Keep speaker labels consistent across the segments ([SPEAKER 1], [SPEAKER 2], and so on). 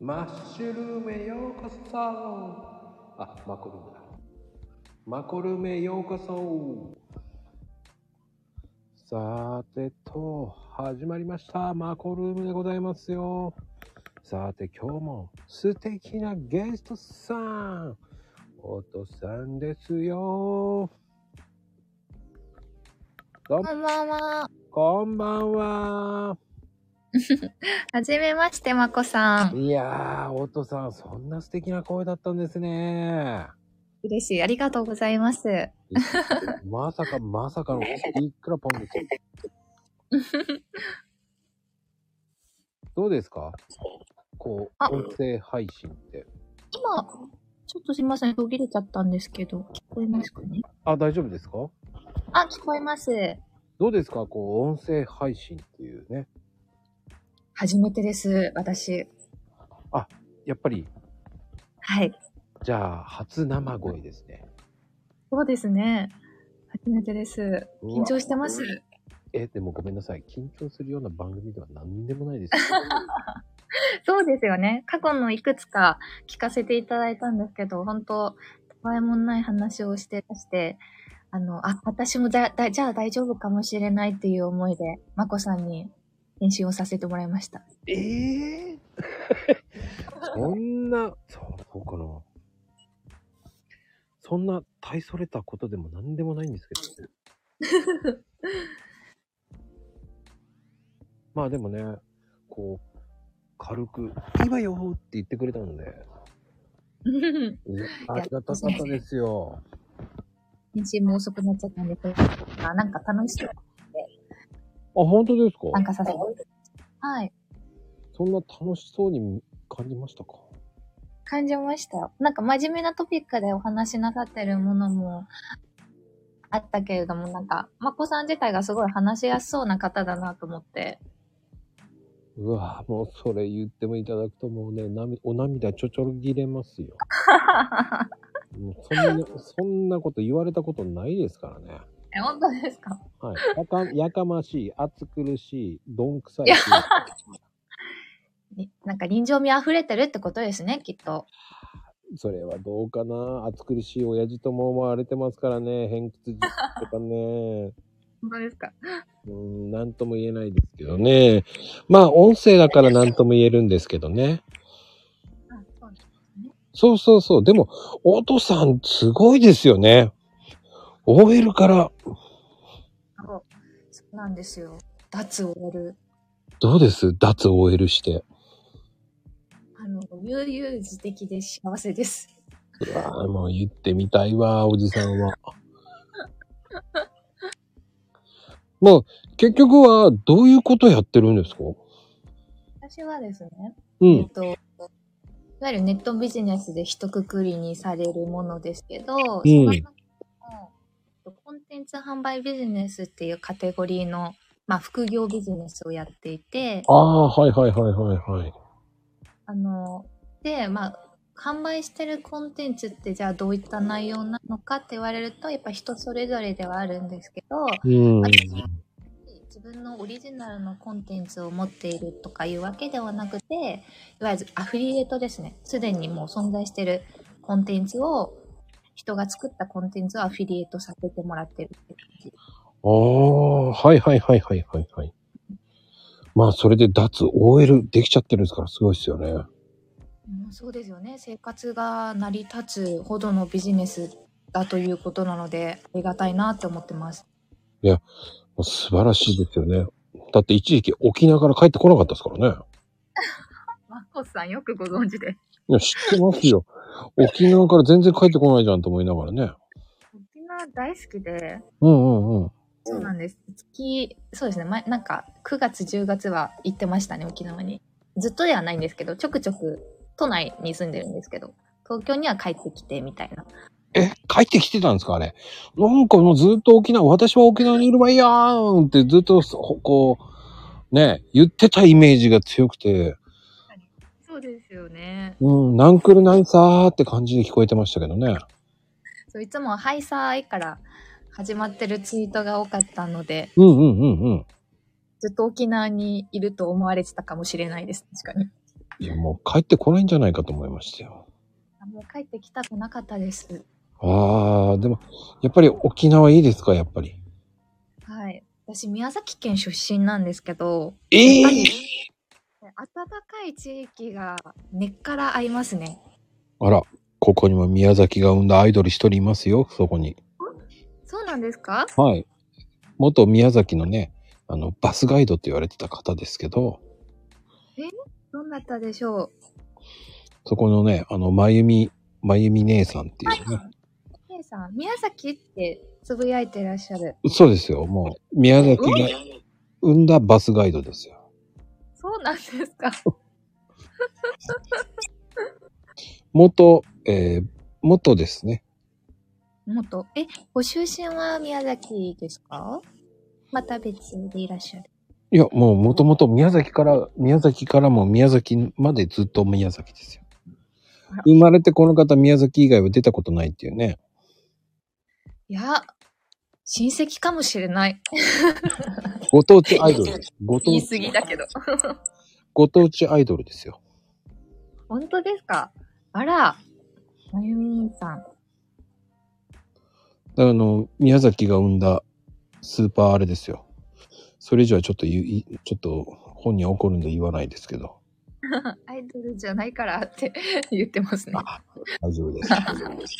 [SPEAKER 1] マッシュルームへようこそあ、マコルームだ。マコルームへようこそさてと、始まりました。マコルームでございますよ。さて今日も素敵なゲストさん、おとさんですよ。どうも
[SPEAKER 2] こんばんは。
[SPEAKER 1] こんばんは。
[SPEAKER 2] はじめまして、まこさん。
[SPEAKER 1] いやー、おとさん、そんな素敵な声だったんですね。
[SPEAKER 2] 嬉しい。ありがとうございます。
[SPEAKER 1] まさかまさかのいっくらポンですよ。 どうですかこう、
[SPEAKER 2] あ
[SPEAKER 1] 音声配信って。
[SPEAKER 2] 今、ちょっとすいません。途切れちゃったんですけど、聞こえますかね
[SPEAKER 1] あ、大丈夫ですか
[SPEAKER 2] あ、聞こえます。
[SPEAKER 1] どうですかこう、音声配信っていうね。
[SPEAKER 2] 初めてです、私。
[SPEAKER 1] やっぱり、
[SPEAKER 2] はい。
[SPEAKER 1] じゃあ、初生声ですね。
[SPEAKER 2] そうですね。初めてです。緊張してます
[SPEAKER 1] う。え、でもごめんなさい。緊張するような番組では何でもないですよ。
[SPEAKER 2] そうですよね。過去のいくつか聞かせていただいたんですけど、本当たわいもない話をしてまして、あの、あ、私もだ、だ、じゃあ大丈夫かもしれないっていう思いで、まこさんに練習をさせてもらいました。
[SPEAKER 1] ええ そんな、そうかな。そんな大それたことでも何でもないんですけど、 まあでもね、こう、軽く、いいわよって言ってくれたので、ねありがたかったですよ。
[SPEAKER 2] 編集も遅くなっちゃったんですが、なんか楽しく
[SPEAKER 1] あ、本当です
[SPEAKER 2] 参
[SPEAKER 1] か
[SPEAKER 2] 加させてもらいましたはい。
[SPEAKER 1] そんな楽しそうに感じましたか
[SPEAKER 2] 感じましたよ。なんか真面目なトピックでお話しなさってるものもあったけれども、なんか、まこさん自体がすごい話しやすそうな方だなと思って。
[SPEAKER 1] うわもうそれ言ってもいただくともうね、なみお涙ちょちょぎれますよ。もうそんな、そんなこと言われたことないですからね。
[SPEAKER 2] え、本当ですか
[SPEAKER 1] はい。やか、やかましい、暑苦しい、どんくさいし。
[SPEAKER 2] になんか臨場味溢れてるってことですね、きっと。
[SPEAKER 1] それはどうかな暑苦しい親父とも思われてますからね。偏屈とかね。
[SPEAKER 2] 本当ですか
[SPEAKER 1] うん、なんとも言えないですけどね。まあ、音声だからなんとも言えるんですけどね。
[SPEAKER 2] あそう
[SPEAKER 1] そ
[SPEAKER 2] です
[SPEAKER 1] うそうそう。でも、おとさん、すごいですよね。OL から、
[SPEAKER 2] そうそうなんですよ。脱をやる。
[SPEAKER 1] どうです脱 OL して。
[SPEAKER 2] あの、悠々自適で幸せです。
[SPEAKER 1] うわぁもう言ってみたいわ、おじさんは。 まあ、結局は、どういうことやってるんですか
[SPEAKER 2] 私はですね、
[SPEAKER 1] う
[SPEAKER 2] えっ
[SPEAKER 1] ん。
[SPEAKER 2] と、いわゆるネットビジネスで一括りにされるものですけど、その中でもコンテンツ販売ビジネスっていうカテゴリーの、まあ、副業ビジネスをやっていて、
[SPEAKER 1] ああ、はいはいはいはいはい。
[SPEAKER 2] あの、で、まあ、販売してるコンテンツってじゃあどういった内容なのかって言われると、やっぱ人それぞれではあるんですけど、
[SPEAKER 1] うん。
[SPEAKER 2] 自分のオリジナルのコンテンツを持っているとかいうわけではなくていわゆるアフィリエイトですねすでにもう存在しているコンテンツを人が作ったコンテンツをアフィリエイトさせてもらってるって感じ
[SPEAKER 1] ああ、はいはいはいはいはいはい。まあ、それで脱 OL できちゃってるんですから、すごいですよね。
[SPEAKER 2] うんそうですよね生活が成り立つほどのビジネスだということなのでありがたいなって思ってます
[SPEAKER 1] もう素晴らしいですよね。だって一時期沖縄から帰ってこなかったですからね。
[SPEAKER 2] マコさんよくご存知で
[SPEAKER 1] いや、知ってますよ。沖縄から全然帰ってこないじゃんと思いながらね。
[SPEAKER 2] 沖縄大好きで
[SPEAKER 1] うんうんうん。
[SPEAKER 2] そうなんです。月、そうですね。前、なんか、9月、10月は行ってましたね、沖縄に。ずっとではないんですけど、ちょくちょく都内に住んでるんですけど、東京には帰ってきて、みたいな。
[SPEAKER 1] え、帰ってきてたんですかあれ。なんかもうずっと沖縄、私は沖縄にいるわいやーんってずっとそ、こう、ね、言ってたイメージが強くて、
[SPEAKER 2] そうですよね。
[SPEAKER 1] うん、なんくるないさーって感じで聞こえてましたけどね。
[SPEAKER 2] そう、いつも、ハイサーイから始まってるツイートが多かったので、
[SPEAKER 1] うんうんうんうん。
[SPEAKER 2] ずっと沖縄にいると思われてたかもしれないです。確かに。
[SPEAKER 1] いや、もう帰ってこないんじゃないかと思いましたよ。
[SPEAKER 2] あもう帰ってきたくなかったです。
[SPEAKER 1] ああ、でも、やっぱり沖縄いいですか、やっぱり。
[SPEAKER 2] はい。私、宮崎県出身なんですけど、
[SPEAKER 1] ええ
[SPEAKER 2] 暖かい地域が根っから合いますね。
[SPEAKER 1] あら、ここにも宮崎が生んだアイドル一人いますよ、そこに。
[SPEAKER 2] そうなんですか
[SPEAKER 1] はい。元宮崎のね、あの、バスガイドって言われてた方ですけど、
[SPEAKER 2] どんなったでしょ
[SPEAKER 1] そこのね、あの、まゆみ、まゆみ姉さんっていうね。
[SPEAKER 2] う姉さん、宮崎ってつぶやいてらっしゃる。
[SPEAKER 1] そうですよ、もう、宮崎が生んだバスガイドですよ。
[SPEAKER 2] そうなんですか
[SPEAKER 1] 元、えー、元ですね。
[SPEAKER 2] 元。え、ご出身は宮崎ですかまた別でいらっしゃる。
[SPEAKER 1] いや、もう、もともと宮崎から、宮崎からも宮崎までずっと宮崎ですよ
[SPEAKER 2] あら。
[SPEAKER 1] 生まれてこの方、宮崎以外は出たことないっていうね。
[SPEAKER 2] いや、親戚かもしれない。
[SPEAKER 1] ご当地アイドルです。ご当
[SPEAKER 2] 言い
[SPEAKER 1] 地
[SPEAKER 2] 過ぎだけど。
[SPEAKER 1] ご当地アイドルですよ。
[SPEAKER 2] 本当ですかあら、まゆみんさん。
[SPEAKER 1] だからあの、宮崎が生んだスーパーあれですよ。それ以上はちょっと言う、いちょっと本人は怒るんで言わないですけど。
[SPEAKER 2] アイドルじゃないからって 言ってますね。
[SPEAKER 1] 大丈夫です。大丈夫です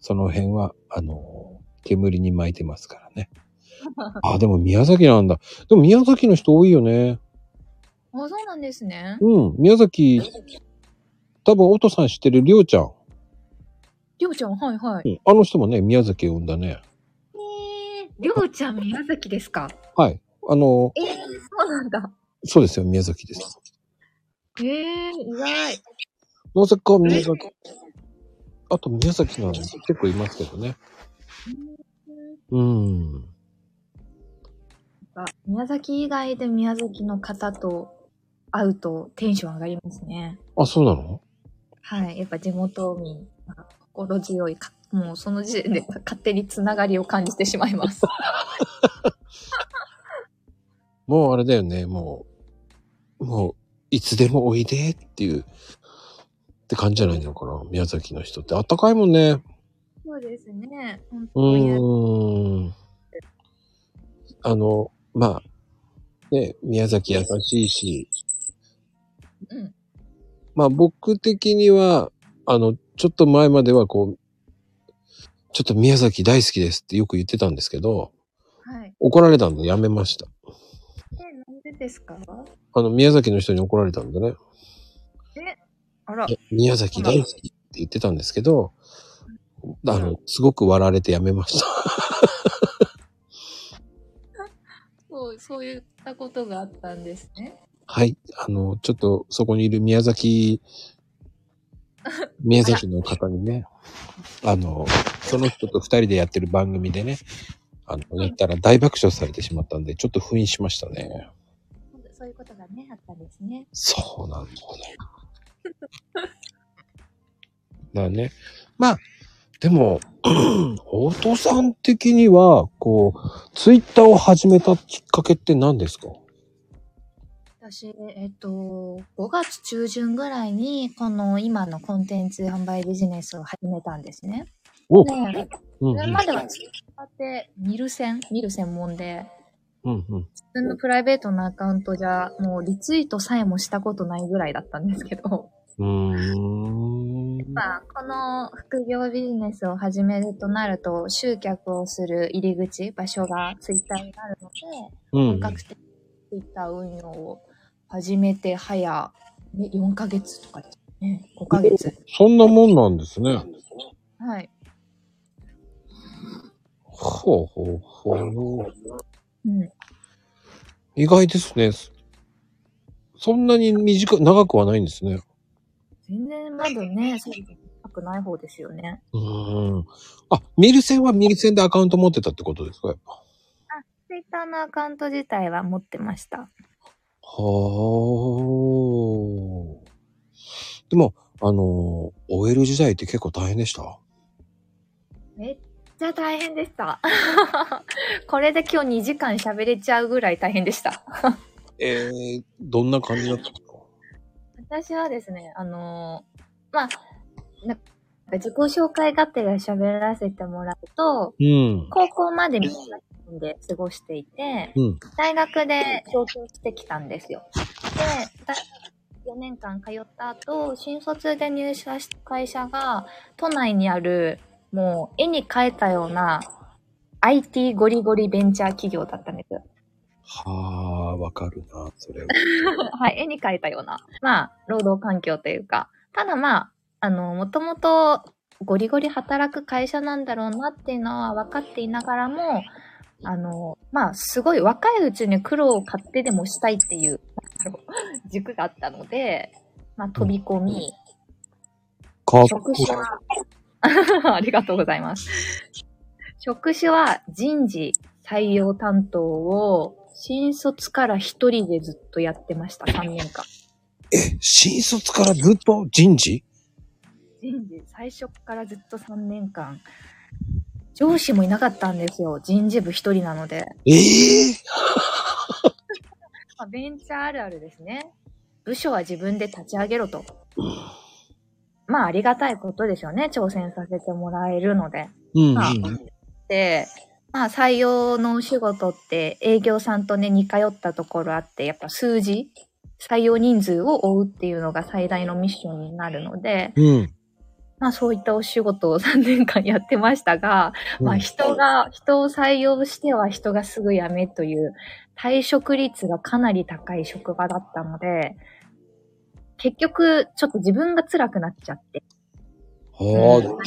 [SPEAKER 1] その辺は、あの、煙に巻いてますからね。あ、でも宮崎なんだ。でも宮崎の人多いよね。
[SPEAKER 2] あ、そうなんですね。
[SPEAKER 1] うん、宮崎、多分、おとさん知ってるりょうちゃん。
[SPEAKER 2] りょうちゃん、はいはい。
[SPEAKER 1] うんあの人もね、宮崎を生んだね。
[SPEAKER 2] えー、りょうちゃん、宮崎ですか
[SPEAKER 1] はい。あの、
[SPEAKER 2] えー、そうなんだ。
[SPEAKER 1] そうですよ、宮崎です。
[SPEAKER 2] えー、意外。
[SPEAKER 1] なぜか宮崎、あと宮崎の結構いますけどね。うん。
[SPEAKER 2] なんか宮崎以外で宮崎の方と会うとテンション上がりますね。
[SPEAKER 1] あ、そうなの
[SPEAKER 2] はい。やっぱ地元民が心強いか、もうその時点で勝手につながりを感じてしまいます。
[SPEAKER 1] もうあれだよね、もう、もう、いつでもおいでっていう、って感じじゃないのかな、宮崎の人って。あったかいもんね。
[SPEAKER 2] そうですね。本
[SPEAKER 1] う
[SPEAKER 2] 当に
[SPEAKER 1] ーん。あの、まあ、ね、宮崎優しいし、
[SPEAKER 2] うん
[SPEAKER 1] まあ僕的には、あの、ちょっと前まではこう、ちょっと宮崎大好きですってよく言ってたんですけど、
[SPEAKER 2] はい。
[SPEAKER 1] 怒られたんでやめました。
[SPEAKER 2] え、なんでですか
[SPEAKER 1] あの、宮崎の人に怒られたんでね。
[SPEAKER 2] あら、
[SPEAKER 1] いや宮崎大好きって言ってたんですけど、あの、すごく笑われてやめました。
[SPEAKER 2] そう、そういったことがあったんですね。
[SPEAKER 1] はい。あの、ちょっとそこにいる宮 崎、宮崎の方にね、あの、その人と二人でやってる番組でね、あの、やったら大爆笑されてしまったんで、ちょっと封印しましたね。
[SPEAKER 2] そういうことがね、あったんですね。
[SPEAKER 1] そうなんだね。 だね。まあ、でも、 お父さん的には、こう、ツイッターを始めたきっかけって何ですか
[SPEAKER 2] 私、えっと、5月中旬ぐらいに、この今のコンテンツ販売ビジネスを始めたんですね。
[SPEAKER 1] お
[SPEAKER 2] で、
[SPEAKER 1] うん
[SPEAKER 2] そうれ
[SPEAKER 1] ん
[SPEAKER 2] までは、って、見る専、見る専門で、
[SPEAKER 1] うんうん。
[SPEAKER 2] 自分のプライベートなアカウントじゃ、もうリツイートさえもしたことないぐらいだったんですけど、
[SPEAKER 1] うーん。
[SPEAKER 2] まあ、この副業ビジネスを始めるとなると、集客をする入り口、場所がツイッターになるので、
[SPEAKER 1] うん
[SPEAKER 2] 本。格的に Twitter 運用を始めて早ね4ヶ月とかですね。5ヶ月。
[SPEAKER 1] そんなもんなんですね。
[SPEAKER 2] はい。
[SPEAKER 1] ほうほうほう。
[SPEAKER 2] うん。
[SPEAKER 1] 意外ですね。そんなに短く、長くはないんですね。
[SPEAKER 2] 全然まだね、そういう高くない方ですよね。
[SPEAKER 1] うーん。あ、ミルセンはミルセンでアカウント持ってたってことですかやっぱ。
[SPEAKER 2] Twitter のアカウント自体は持ってました。
[SPEAKER 1] はあ。でも、あの、OL 時代って結構大変でした
[SPEAKER 2] めっちゃ大変でした。これで今日2時間喋れちゃうぐらい大変でした。
[SPEAKER 1] ええどんな感じだったんですか
[SPEAKER 2] 私はですね、あのーまあ、なんか自己紹介がてら喋らせてもらうと、
[SPEAKER 1] うん。
[SPEAKER 2] 高校までみんなで過ごしていて、
[SPEAKER 1] うん。
[SPEAKER 2] 大学で上京してきたんですよ。で、大4年間通った後、新卒で入社した会社が、都内にある、もう絵に描いたような IT ゴリゴリベンチャー企業だったんです。
[SPEAKER 1] はあ、わかるな、それは。
[SPEAKER 2] はい、絵に描いたような、まあ、労働環境というか、ただまあ、あの、もともとゴリゴリ働く会社なんだろうなっていうのは分かっていながらも、あの、まあ、すごい若いうちに苦労を買ってでもしたいっていう、 あの軸があったので、まあ、飛び込み、
[SPEAKER 1] かっこ
[SPEAKER 2] 職
[SPEAKER 1] いい
[SPEAKER 2] 種。は、 ありがとうございます。職種は人事採用担当を新卒から一人でずっとやってました、3年間。
[SPEAKER 1] え、新卒からずっと人事
[SPEAKER 2] 人事、最初からずっと3年間、上司もいなかったんですよ。人事部一人なので。
[SPEAKER 1] ええ
[SPEAKER 2] まあ、ベンチャーあるあるですね。部署は自分で立ち上げろと。まあ、ありがたいことですよね。挑戦させてもらえるので。
[SPEAKER 1] うん、
[SPEAKER 2] まあ
[SPEAKER 1] うん。
[SPEAKER 2] で、まあ、採用のお仕事って営業さんとね、似通ったところあって、やっぱ数字、採用人数を追うっていうのが最大のミッションになるので、
[SPEAKER 1] うん。
[SPEAKER 2] まあそういったお仕事を3年間やってましたが、まあ人が、人を採用しては人がすぐ辞めという退職率がかなり高い職場だったので、結局ちょっと自分が辛くなっちゃって。
[SPEAKER 1] は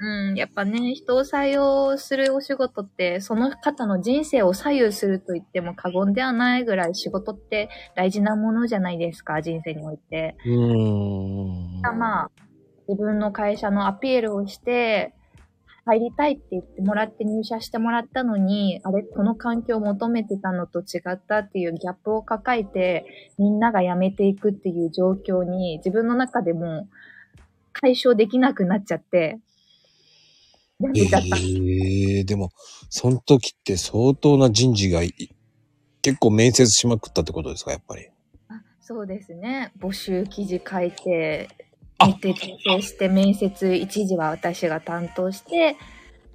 [SPEAKER 2] うん、やっぱね、人を採用するお仕事って、その方の人生を左右すると言っても過言ではないぐらい仕事って大事なものじゃないですか、人生において。
[SPEAKER 1] あ。うん。
[SPEAKER 2] まあ、自分の会社のアピールをして、入りたいって言ってもらって入社してもらったのに、あれ、この環境を求めてたのと違ったっていうギャップを抱えて、みんなが辞めていくっていう状況に、自分の中でも解消できなくなっちゃって、辞
[SPEAKER 1] え
[SPEAKER 2] めちゃった。
[SPEAKER 1] えでも、その時って相当な人事がい結構面接しまくったってことですか、やっぱり。
[SPEAKER 2] あそうですね。募集記事書いて、
[SPEAKER 1] あ
[SPEAKER 2] 見て訂正して、面接一時は私が担当して、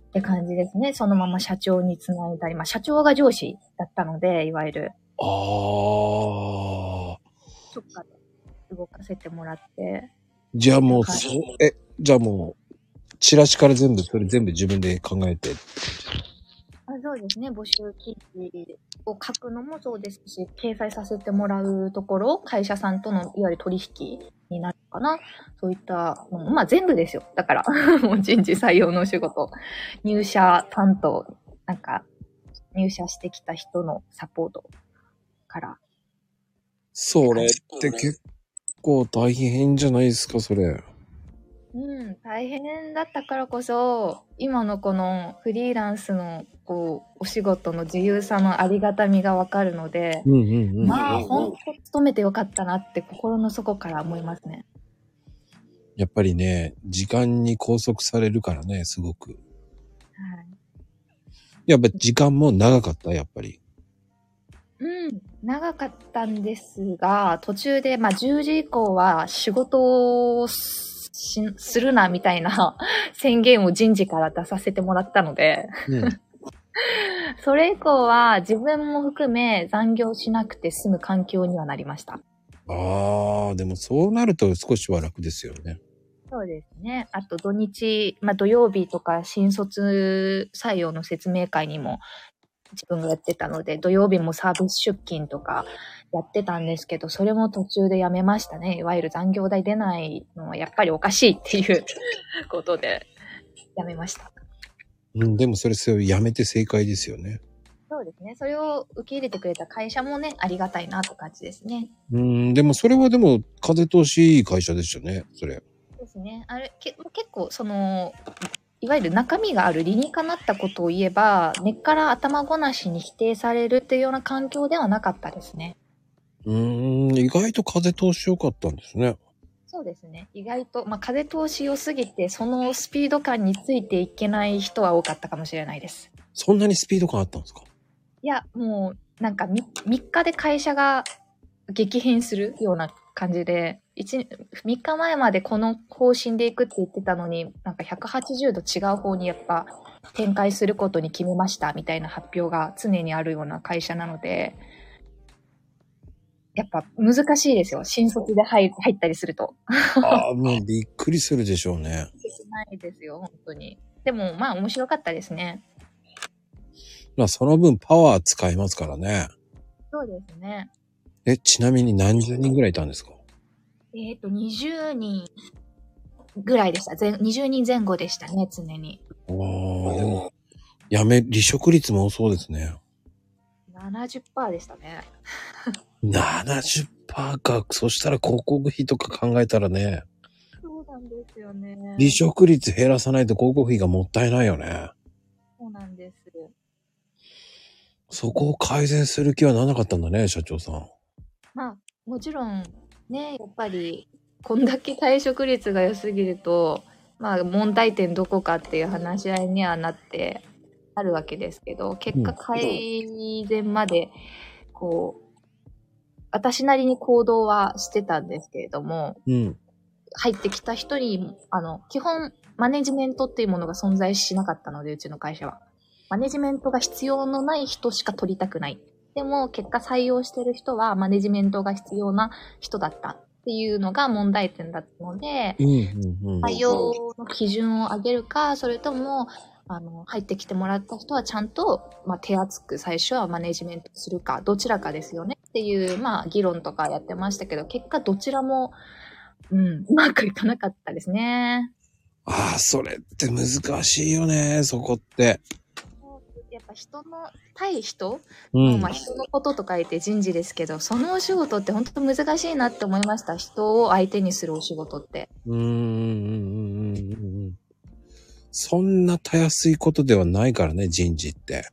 [SPEAKER 2] って感じですね。そのまま社長につないだり、まあ社長が上司だったので、いわゆる、
[SPEAKER 1] ああ。
[SPEAKER 2] そっか、動かせてもらって。
[SPEAKER 1] じゃあもう、
[SPEAKER 2] はい
[SPEAKER 1] そえ、じゃあもう、チラシから全部、それ全部自分で考えて。
[SPEAKER 2] あそうですね。募集記事を書くのもそうですし、掲載させてもらうところ、会社さんとのいわゆる取引になるかな。そういったのも、まあ全部ですよ。だから、 もう人事採用のお仕事、入社担当、なんか、入社してきた人のサポートから。
[SPEAKER 1] それって結構大変じゃないですか、それ。
[SPEAKER 2] うん、大変だったからこそ、今のこのフリーランスの、こう、お仕事の自由さのありがたみがわかるので、
[SPEAKER 1] うんうんうん。
[SPEAKER 2] まあ、本当勤めてよかったなって心の底から思いますね。
[SPEAKER 1] やっぱりね、時間に拘束されるからね、すごく。
[SPEAKER 2] はい。
[SPEAKER 1] やっぱ時間も長かった、やっぱり。
[SPEAKER 2] うん、長かったんですが、途中で、まあ、10時以降は仕事をしするなみたいな 宣言を人事から出させてもらったので、
[SPEAKER 1] うん。
[SPEAKER 2] それ以降は自分も含め残業しなくて済む環境にはなりました。
[SPEAKER 1] ああ、でもそうなると少しは楽ですよね。
[SPEAKER 2] そうですね。あと土日、まあ、土曜日とか新卒採用の説明会にも自分がやってたので、土曜日もサービス出勤とかやってたんですけど、それも途中でやめましたね。いわゆる残業代出ないのはやっぱりおかしいっていうことで、やめました。
[SPEAKER 1] うん、でもそれ、それをやめて正解ですよね。
[SPEAKER 2] そうですね。それを受け入れてくれた会社もね、ありがたいなって感じですね。
[SPEAKER 1] うん、でもそれはでも風通しいい会社でしたね、それ。
[SPEAKER 2] ですね。あれけ結構そのいわゆる中身がある理にかなったことを言えば根っから頭ごなしに否定されるっていうような環境ではなかったですね。
[SPEAKER 1] うん、意外と風通し良かったんですね。
[SPEAKER 2] そうですね。意外と、まあ、風通し良すぎてそのスピード感についていけない人は多かったかもしれないです。
[SPEAKER 1] そんなにスピード感あったんです か
[SPEAKER 2] いやもうなんか 3, 日で会社が激変するような感じで一3日前までこの方針でいくって言ってたのに、なんか180度違う方にやっぱ展開することに決めましたみたいな発表が常にあるような会社なので、やっぱ難しいですよ。新卒で入入ったりすると。
[SPEAKER 1] ああ、もうびっくりするでしょうね。
[SPEAKER 2] しないですよ、本当に。でもまあ面白かったですね。
[SPEAKER 1] まあ、その分パワー使いますからね。
[SPEAKER 2] そうですね。
[SPEAKER 1] え、ちなみに何十人ぐらいいたんですか
[SPEAKER 2] えっ、と、20人ぐらいでした。前20人前後でしたね、常に。
[SPEAKER 1] おー、でも、やめ、離職率も多そうですね。
[SPEAKER 2] 70%でしたね。
[SPEAKER 1] 70%か。そしたら広告費とか考えたらね、
[SPEAKER 2] そうなんですよね。
[SPEAKER 1] 離職率減らさないと広告費がもったいないよね。
[SPEAKER 2] そうなんです。
[SPEAKER 1] そこを改善する気はならなかったんだね、社長さん。
[SPEAKER 2] まあ、もちろん、ね、やっぱり、こんだけ退職率が良すぎると、まあ、問題点どこかっていう話し合いにはなってあるわけですけど、結果改善まで、こう、私なりに行動はしてたんですけれども、
[SPEAKER 1] うん。
[SPEAKER 2] 入ってきた人に、あの、基本、マネジメントっていうものが存在しなかったので、うちの会社は。マネジメントが必要のない人しか取りたくない。でも、結果採用してる人は、マネジメントが必要な人だったっていうのが問題点だったので、
[SPEAKER 1] うん、うん、うん。
[SPEAKER 2] 採用の基準を上げるか、それとも、あの、入ってきてもらった人はちゃんと、まあ、手厚く最初はマネジメントするか、どちらかですよねっていう、まあ、議論とかやってましたけど、結果どちらも、うん、うまくいかなかったですね。
[SPEAKER 1] ああ、それって難しいよね、そこって。
[SPEAKER 2] やっぱ人の、対人、
[SPEAKER 1] うん
[SPEAKER 2] まあ。人のことと書いて人事ですけど、そのお仕事って本当難しいなって思いました。人を相手にするお仕事って。
[SPEAKER 1] うん、うん、うん、うんうん。うんそんなたやすいことではないからね、人事って。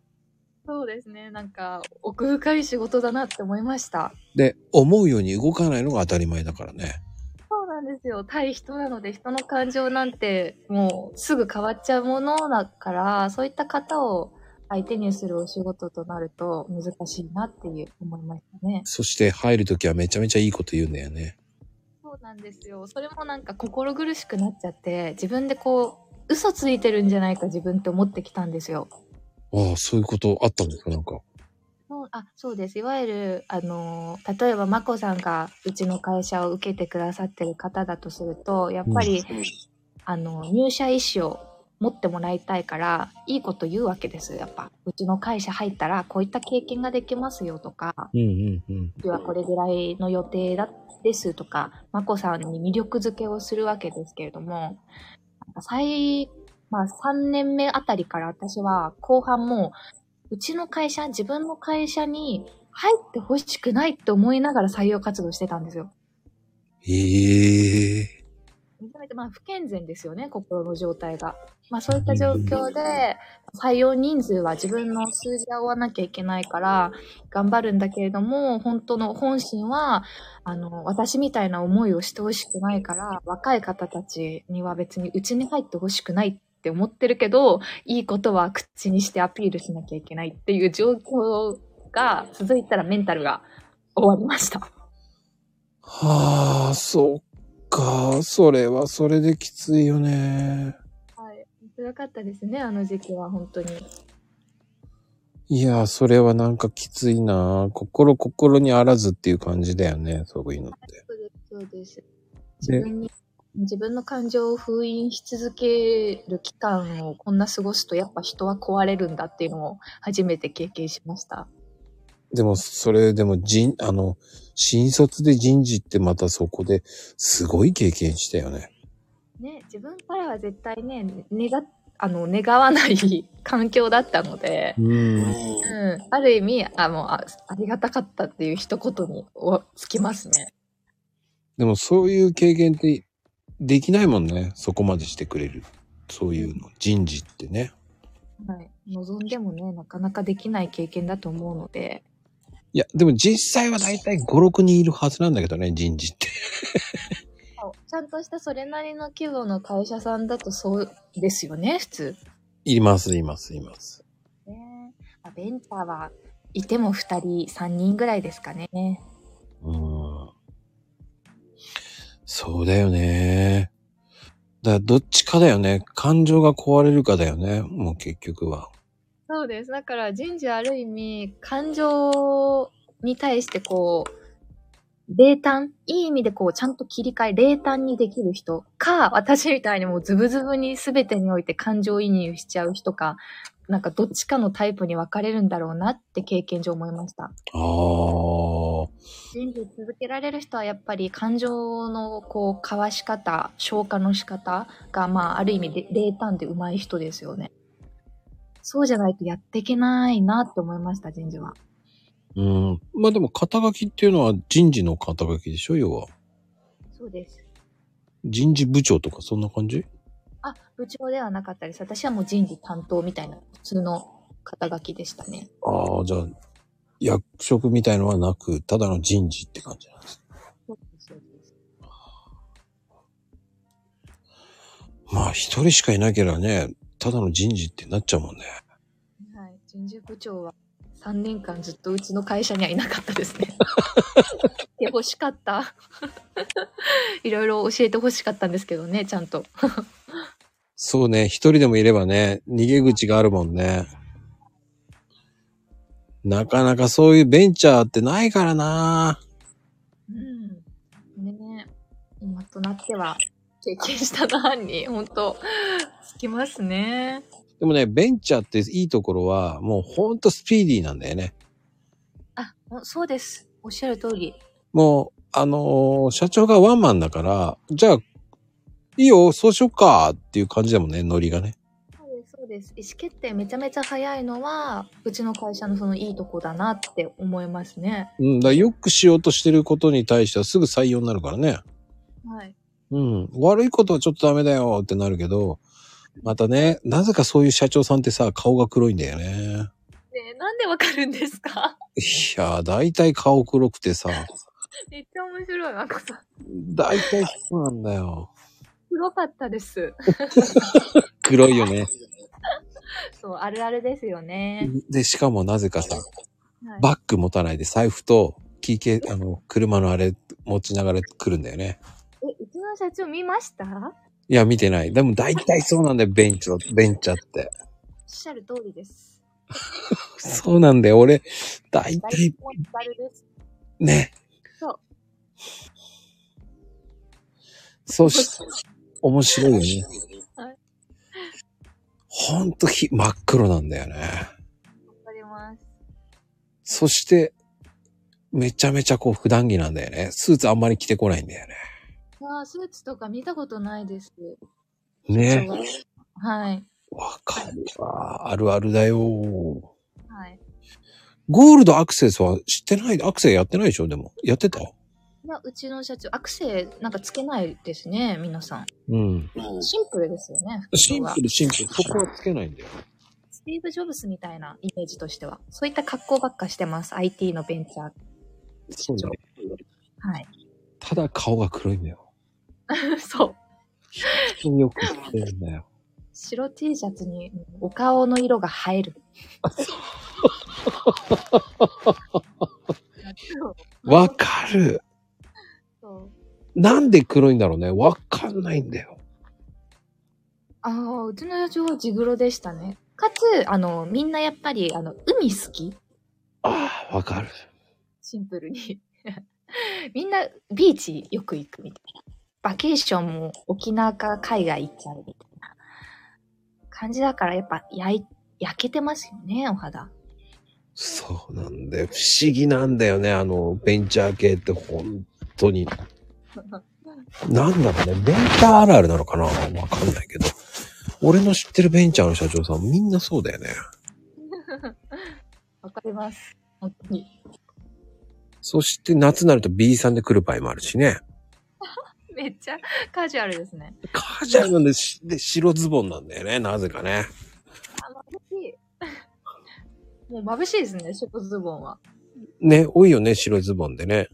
[SPEAKER 2] そうですね。なんか、奥深い仕事だなって思いました。
[SPEAKER 1] で、思うように動かないのが当たり前だからね。
[SPEAKER 2] そうなんですよ。対人なので、人の感情なんて、もうすぐ変わっちゃうものだから、そういった方を相手にするお仕事となると難しいなっていう思いましたね。
[SPEAKER 1] そして入るときはめちゃめちゃいいこと言うんだよね。
[SPEAKER 2] そうなんですよ。それもなんか心苦しくなっちゃって、自分でこう、嘘ついてるんじゃないか自分って思ってきたんですよ。
[SPEAKER 1] ああ、そういうことあったんですか、なんか。
[SPEAKER 2] そうあそうです。いわゆる、あのー、例えば、まこさんがうちの会社を受けてくださってる方だとすると、やっぱり、あの、入社意思を持ってもらいたいから、いいこと言うわけです。やっぱ、うちの会社入ったら、こういった経験ができますよとか、
[SPEAKER 1] うん、うん、うん。
[SPEAKER 2] うちはこれぐらいの予定だですとか、まこさんに魅力づけをするわけですけれども、なんか最、まあ3年目あたりから私は後半もう、うちの会社、自分の会社に入ってほしくないって思いながら採用活動してたんですよ。
[SPEAKER 1] ええ
[SPEAKER 2] 認めて、まあ、不健全ですよね、心の状態が。まあ、そういった状況で、採用人数は自分の数字を追わなきゃいけないから、頑張るんだけれども、本当の本心は、あの、私みたいな思いをしてほしくないから、若い方たちには別にうちに入ってほしくないって思ってるけど、いいことは口にしてアピールしなきゃいけないっていう状況が続いたらメンタルが終わりました。
[SPEAKER 1] はあ、そっか。それはそれできついよね。
[SPEAKER 2] はい。辛かった ですね、あの時期は本当に。
[SPEAKER 1] いや、それはなんかきついな。心心にあらずっていう感じだよね。そういうのって。
[SPEAKER 2] そうです、そうです。
[SPEAKER 1] で
[SPEAKER 2] 自分に、自分の感情を封印し続ける期間をこんな過ごすと、やっぱ人は壊れるんだっていうのを初めて経験しました。
[SPEAKER 1] でも、それでも人、あの、新卒で人事ってまたそこですごい経験したよね。
[SPEAKER 2] ね、自分からは絶対ね、願っ、あの、願わない環境だったので、
[SPEAKER 1] うん。
[SPEAKER 2] うん、ある意味、あの、あありがたかったっていう一言におつきますね。
[SPEAKER 1] でもそういう経験ってできないもんね。そこまでしてくれる。そういうの。人事ってね。
[SPEAKER 2] はい。望んでもね、なかなかできない経験だと思うので、
[SPEAKER 1] いや、でも実際はだいたい5、6人いるはずなんだけどね、人事って。
[SPEAKER 2] ちゃんとしたそれなりの規模の会社さんだとそうですよね、普通。
[SPEAKER 1] います、います、います。
[SPEAKER 2] ねまあ、ベンチャーはいても2人、3人ぐらいですかね。
[SPEAKER 1] うん。そうだよね。だからどっちかだよね。感情が壊れるかだよね。もう結局は。
[SPEAKER 2] そうです。だから人事ある意味、感情に対してこう、冷淡いい意味でこう、ちゃんと切り替え、冷淡にできる人か、私みたいにもうズブズブに全てにおいて感情移入しちゃう人か、なんかどっちかのタイプに分かれるんだろうなって経験上思いました。
[SPEAKER 1] ああ。
[SPEAKER 2] 人事続けられる人はやっぱり感情のこう、交わし方、消化の仕方が、まあ、ある意味で冷淡で上手い人ですよね。そうじゃないとやっていけないなって思いました、人事は。
[SPEAKER 1] うん。まあでも肩書きっていうのは人事の肩書きでしょ要は。
[SPEAKER 2] そうです。
[SPEAKER 1] 人事部長とかそんな感じ
[SPEAKER 2] あ、部長ではなかったです。私はもう人事担当みたいな普通の肩書きでしたね。
[SPEAKER 1] ああ、じゃあ、役職みたいのはなく、ただの人事って感じなんです。
[SPEAKER 2] そうです、そうです。
[SPEAKER 1] まあ一人しかいなければね、ただの人事ってなっちゃうもんね。
[SPEAKER 2] はい。人事部長は3年間ずっとうちの会社にはいなかったですね。 来てほしかった。 いろいろ教えてほしかったんですけどね、ちゃんと。
[SPEAKER 1] そうね、一人でもいればね、逃げ口があるもんね。なかなかそういうベンチャーってないからな。
[SPEAKER 2] うん。ね今となっては経験したなぁに、本当つきますね。
[SPEAKER 1] でもね、ベンチャーっていいところは、もうほんとスピーディーなんだよね。
[SPEAKER 2] あ、おそうです。おっしゃる通り。
[SPEAKER 1] もう、あのー社長がワンマンだから、じゃあ、いいよ、そうしよっかっていう感じだもんね、ノリがね。
[SPEAKER 2] そうです、そうです。意思決定めちゃめちゃ早いのは、うちの会社のそのいいとこだなって思いますね。
[SPEAKER 1] うん、だからよくしようとしてることに対してはすぐ採用になるからね。
[SPEAKER 2] はい。
[SPEAKER 1] うん、悪いことはちょっとダメだよってなるけど、またね、なぜかそういう社長さんってさ、顔が黒いんだよね。
[SPEAKER 2] ねえなんでわかるんですか
[SPEAKER 1] いやー、だいたい顔黒くてさ、
[SPEAKER 2] めっちゃ面白い、なんかさ。
[SPEAKER 1] だいたいそうなんだよ。
[SPEAKER 2] 黒かったです。
[SPEAKER 1] 黒いよね。
[SPEAKER 2] そう、あるあるですよね。
[SPEAKER 1] で、しかもなぜかさ、
[SPEAKER 2] はい、
[SPEAKER 1] バッグ持たないで財布と、キーケ、あの、車のあれ持ちながら来るんだよね。
[SPEAKER 2] え、うちの社長見ましたおっ
[SPEAKER 1] いや、見てない。でも大体そうなんだよ、ベンチャー、ベンチャーって。
[SPEAKER 2] しゃる通りです。
[SPEAKER 1] そうなんだよ、俺。大
[SPEAKER 2] 大
[SPEAKER 1] 体、
[SPEAKER 2] 本バルです。
[SPEAKER 1] ね。
[SPEAKER 2] そう。
[SPEAKER 1] そうし、面白いよね
[SPEAKER 2] はい。
[SPEAKER 1] ほんとひ、真っ黒なんだよね。
[SPEAKER 2] わかります。
[SPEAKER 1] そして、めちゃめちゃこう普段着なんだよね。スーツあんまり着てこないんだよね。
[SPEAKER 2] ああ、スーツとか見たことないです。
[SPEAKER 1] ね。
[SPEAKER 2] はい。
[SPEAKER 1] わかるわ。あるあるだよ。
[SPEAKER 2] はい。
[SPEAKER 1] ゴールドアクセスは知ってない、アクセやってないでしょでも。やってた
[SPEAKER 2] いや、うちの社長、アクセなんかつけないですね、皆さん。
[SPEAKER 1] うん。
[SPEAKER 2] シンプルですよね、
[SPEAKER 1] シン
[SPEAKER 2] は
[SPEAKER 1] プル、シンプル。そこはつけないんだよ。
[SPEAKER 2] スティーブ・ジョブスみたいなイメージとしては、そういった格好ばっかしてます。IT のベンチャー。
[SPEAKER 1] そうだね。
[SPEAKER 2] はい。
[SPEAKER 1] ただ顔が黒いんだよ。
[SPEAKER 2] そう。
[SPEAKER 1] よく着てるんだよ。
[SPEAKER 2] 白 T シャツにお顔の色が映える。
[SPEAKER 1] わかる。
[SPEAKER 2] そう
[SPEAKER 1] なんで黒いんだろうね。わかんないんだよ。
[SPEAKER 2] ああ、うちの社長は地黒でしたね。かつ、あの、みんなやっぱり、あの、海好き
[SPEAKER 1] ああ、わかる。
[SPEAKER 2] シンプルに。 みんなビーチよく行くみたいな。バケーションも沖縄か海外行っちゃうみたいな感じだから、やっぱ焼い焼けてますよね、お肌。
[SPEAKER 1] そうなんだよ。不思議なんだよね。あの、ベンチャー系って本当に。なんだろうね。ベンチャーあるあるなのかなわかんないけど。俺の知ってるベンチャーの社長さんみんなそうだよね。
[SPEAKER 2] わかります。本当に。
[SPEAKER 1] そして夏になると B さんで来る場合もあるしね。
[SPEAKER 2] めっちゃカジュアルですね。
[SPEAKER 1] カジュアルなんでしで白ズボンなんだよね。なぜかね。
[SPEAKER 2] あ、眩しい。もう眩しいですね、白ズボンは。
[SPEAKER 1] ね、多いよね。白ズボンでね。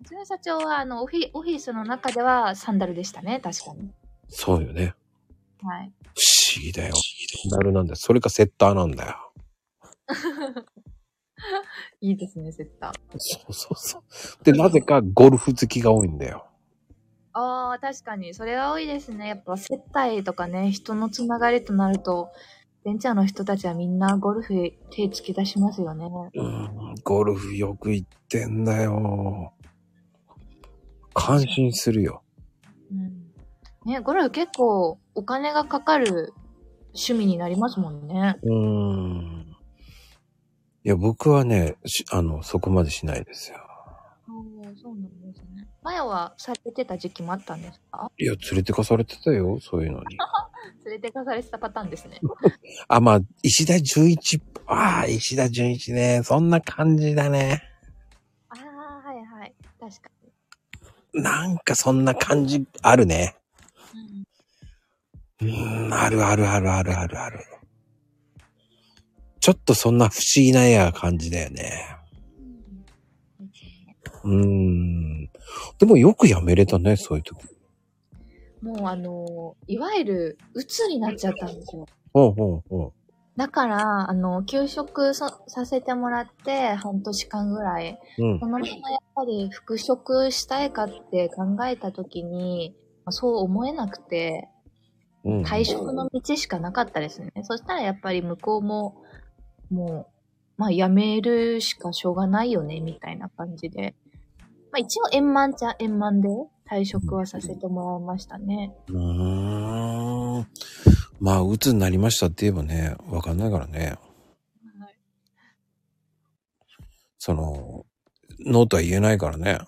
[SPEAKER 2] うちの社長は、あの、オフィオフィスの中ではサンダルでしたね、確かに。
[SPEAKER 1] そうよね。
[SPEAKER 2] はい。
[SPEAKER 1] 不思議だよ。なるなんだよ。それかセッターなんだよ。
[SPEAKER 2] いいですね、セッター。
[SPEAKER 1] そうそうそう。で、なぜかゴルフ好きが多いんだよ。
[SPEAKER 2] ああ、確かに。それは多いですね。やっぱ接待とかね、人のつながりとなると、ベンチャーの人たちはみんなゴルフへ手つき出しますよね。
[SPEAKER 1] うん、ゴルフよく行ってんだよ。感心するよ。
[SPEAKER 2] うん。ね、ゴルフ結構お金がかかる趣味になりますもんね。
[SPEAKER 1] うん。いや、僕はね、しあの、そこまでしないですよ。
[SPEAKER 2] ああ、そうなんですね。前はされてた時期もあったんですか
[SPEAKER 1] いや、連れてかされてたよ、そういうのに。
[SPEAKER 2] 連れてかされてたパターンですね。
[SPEAKER 1] あ、まあ、石田純一、ああ、石田純一ね、そんな感じだね。
[SPEAKER 2] ああ、はいはい。確かに。
[SPEAKER 1] なんかそんな感じあるね。
[SPEAKER 2] うん
[SPEAKER 1] うん、あるあるあるあるあるある。ちょっとそんな不思議な絵や感じだよね。
[SPEAKER 2] うんですよね
[SPEAKER 1] うん。でもよくやめれたね、そういう時。
[SPEAKER 2] もうあのー、いわゆる鬱になっちゃったんですよ。
[SPEAKER 1] ほうほうほ
[SPEAKER 2] だから、あの、休職そさせてもらって半年間ぐらい、
[SPEAKER 1] う。うん
[SPEAKER 2] そ。のままやっぱり復職したいかって考えた時に、まあそう思えなくて、
[SPEAKER 1] うん、
[SPEAKER 2] 退職の道しかなかったですね。そしたらやっぱり向こうも、もう、まあ辞めるしかしょうがないよね、みたいな感じで。まあ一応円満ちゃ円満で退職はさせてもらいましたね。
[SPEAKER 1] うーん。まあ、鬱になりましたって言えばね、わかんないからね。その、ノーとは言えないからね。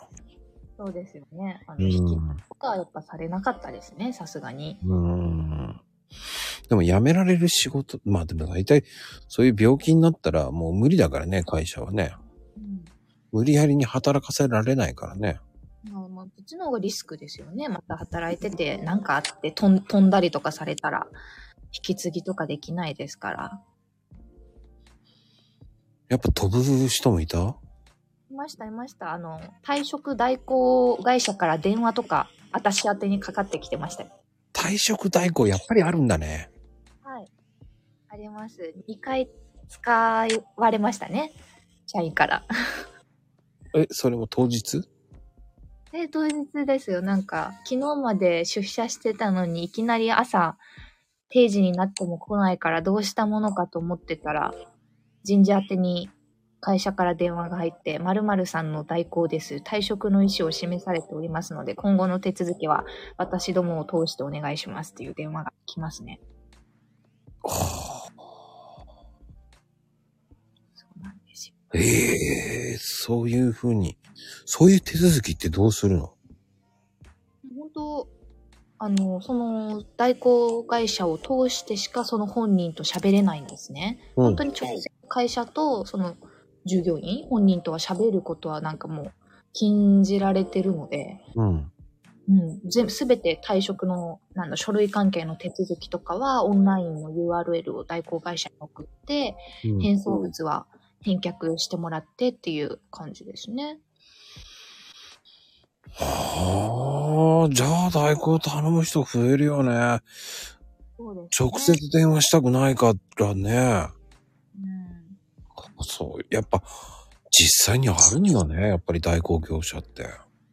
[SPEAKER 2] そうですよね。あ
[SPEAKER 1] う
[SPEAKER 2] の、引き
[SPEAKER 1] ん。
[SPEAKER 2] とかはやっぱされなかったですね、さすがに。
[SPEAKER 1] うん。でも辞められる仕事、まあでも大体、そういう病気になったらもう無理だからね、会社はね。
[SPEAKER 2] うん
[SPEAKER 1] 無理やりに働かせられないからね。
[SPEAKER 2] まあまあ、こっちの方がリスクですよね。また働いてて、なんかあって飛ん飛んだりとかされたら、引き継ぎとかできないですから。
[SPEAKER 1] やっぱ飛ぶ人もいた
[SPEAKER 2] いました、いました。あの、退職代行会社から電話とか、私宛てにかかってきてましたよ。
[SPEAKER 1] 退職代行やっぱりあるんだね。
[SPEAKER 2] はい。あります。2回使われましたね。社員から。
[SPEAKER 1] え、それも当日
[SPEAKER 2] え、当日ですよ。なんか、昨日まで出社してたのに、いきなり朝、定時になっても来ないから、どうしたものかと思ってたら、人事宛てに会社から電話が入って、〇〇さんの代行です。退職の意思を示されておりますので、今後の手続きは私どもを通してお願いしますっていう電話が来ますね。
[SPEAKER 1] はあ
[SPEAKER 2] そうなんですよ。
[SPEAKER 1] ええそういうふうに、そういう手続きってどうするの
[SPEAKER 2] 本当あの、その代行会社を通してしかその本人と喋れないんですね。
[SPEAKER 1] う
[SPEAKER 2] 本当に直接会社とその従業員本人とは喋ることはなんかもう禁じられてるので、
[SPEAKER 1] うん。
[SPEAKER 2] うん、全部全て退職のなんだ書類関係の手続きとかはオンラインの URL を代行会社に送って
[SPEAKER 1] うん
[SPEAKER 2] 返送物は返却してもらってっていう感じですね。
[SPEAKER 1] はあ、じゃあ代行頼む人増えるよね。
[SPEAKER 2] そうですね
[SPEAKER 1] 直接電話したくないからね。
[SPEAKER 2] うん
[SPEAKER 1] そう、やっぱ、実際にあるんだね。やっぱり代行業者って。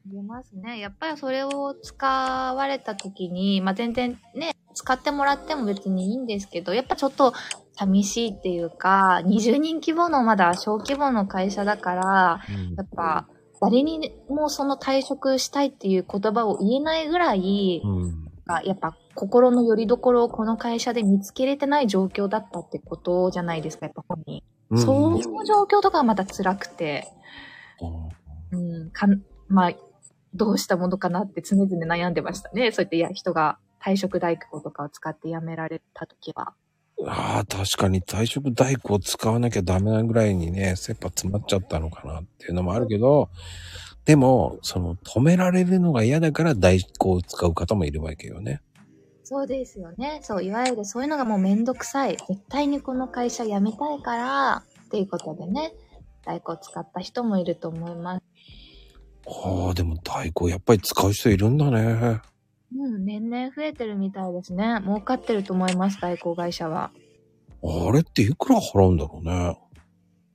[SPEAKER 2] 言えますね。やっぱりそれを使われた時に、まあ、全然ね、使ってもらっても別にいいんですけど、やっぱちょっと寂しいっていうか、20人規模のまだ小規模の会社だから、やっぱ誰にもその退職したいっていう言葉を言えないぐらい、
[SPEAKER 1] うん。
[SPEAKER 2] やっぱ心の拠り所をこの会社で見つけれてない状況だったってことじゃないですか、やっぱ本人。
[SPEAKER 1] うん。
[SPEAKER 2] その状況とかはまた辛くて。
[SPEAKER 1] うん
[SPEAKER 2] うん、かん、まあ、どうしたものかなって常々悩んでましたね。そうやって、いや、人が退職代行とかを使って辞められた時は。
[SPEAKER 1] ああ、確かに退職代行使わなきゃダメなぐらいにね、切羽詰まっちゃったのかなっていうのもあるけど、でも、その、止められるのが嫌だから代行を使う方もいるわけよね。
[SPEAKER 2] そうですよね。そう、いわゆるそういうのがもうめんどくさい。絶対にこの会社辞めたいから、っていうことでね、代行使った人もいると思います。
[SPEAKER 1] ああ、でも代行やっぱり使う人いるんだね。
[SPEAKER 2] うん、年々増えてるみたいですね。儲かってると思います、代行会社は。
[SPEAKER 1] あれっていくら払うんだろうね。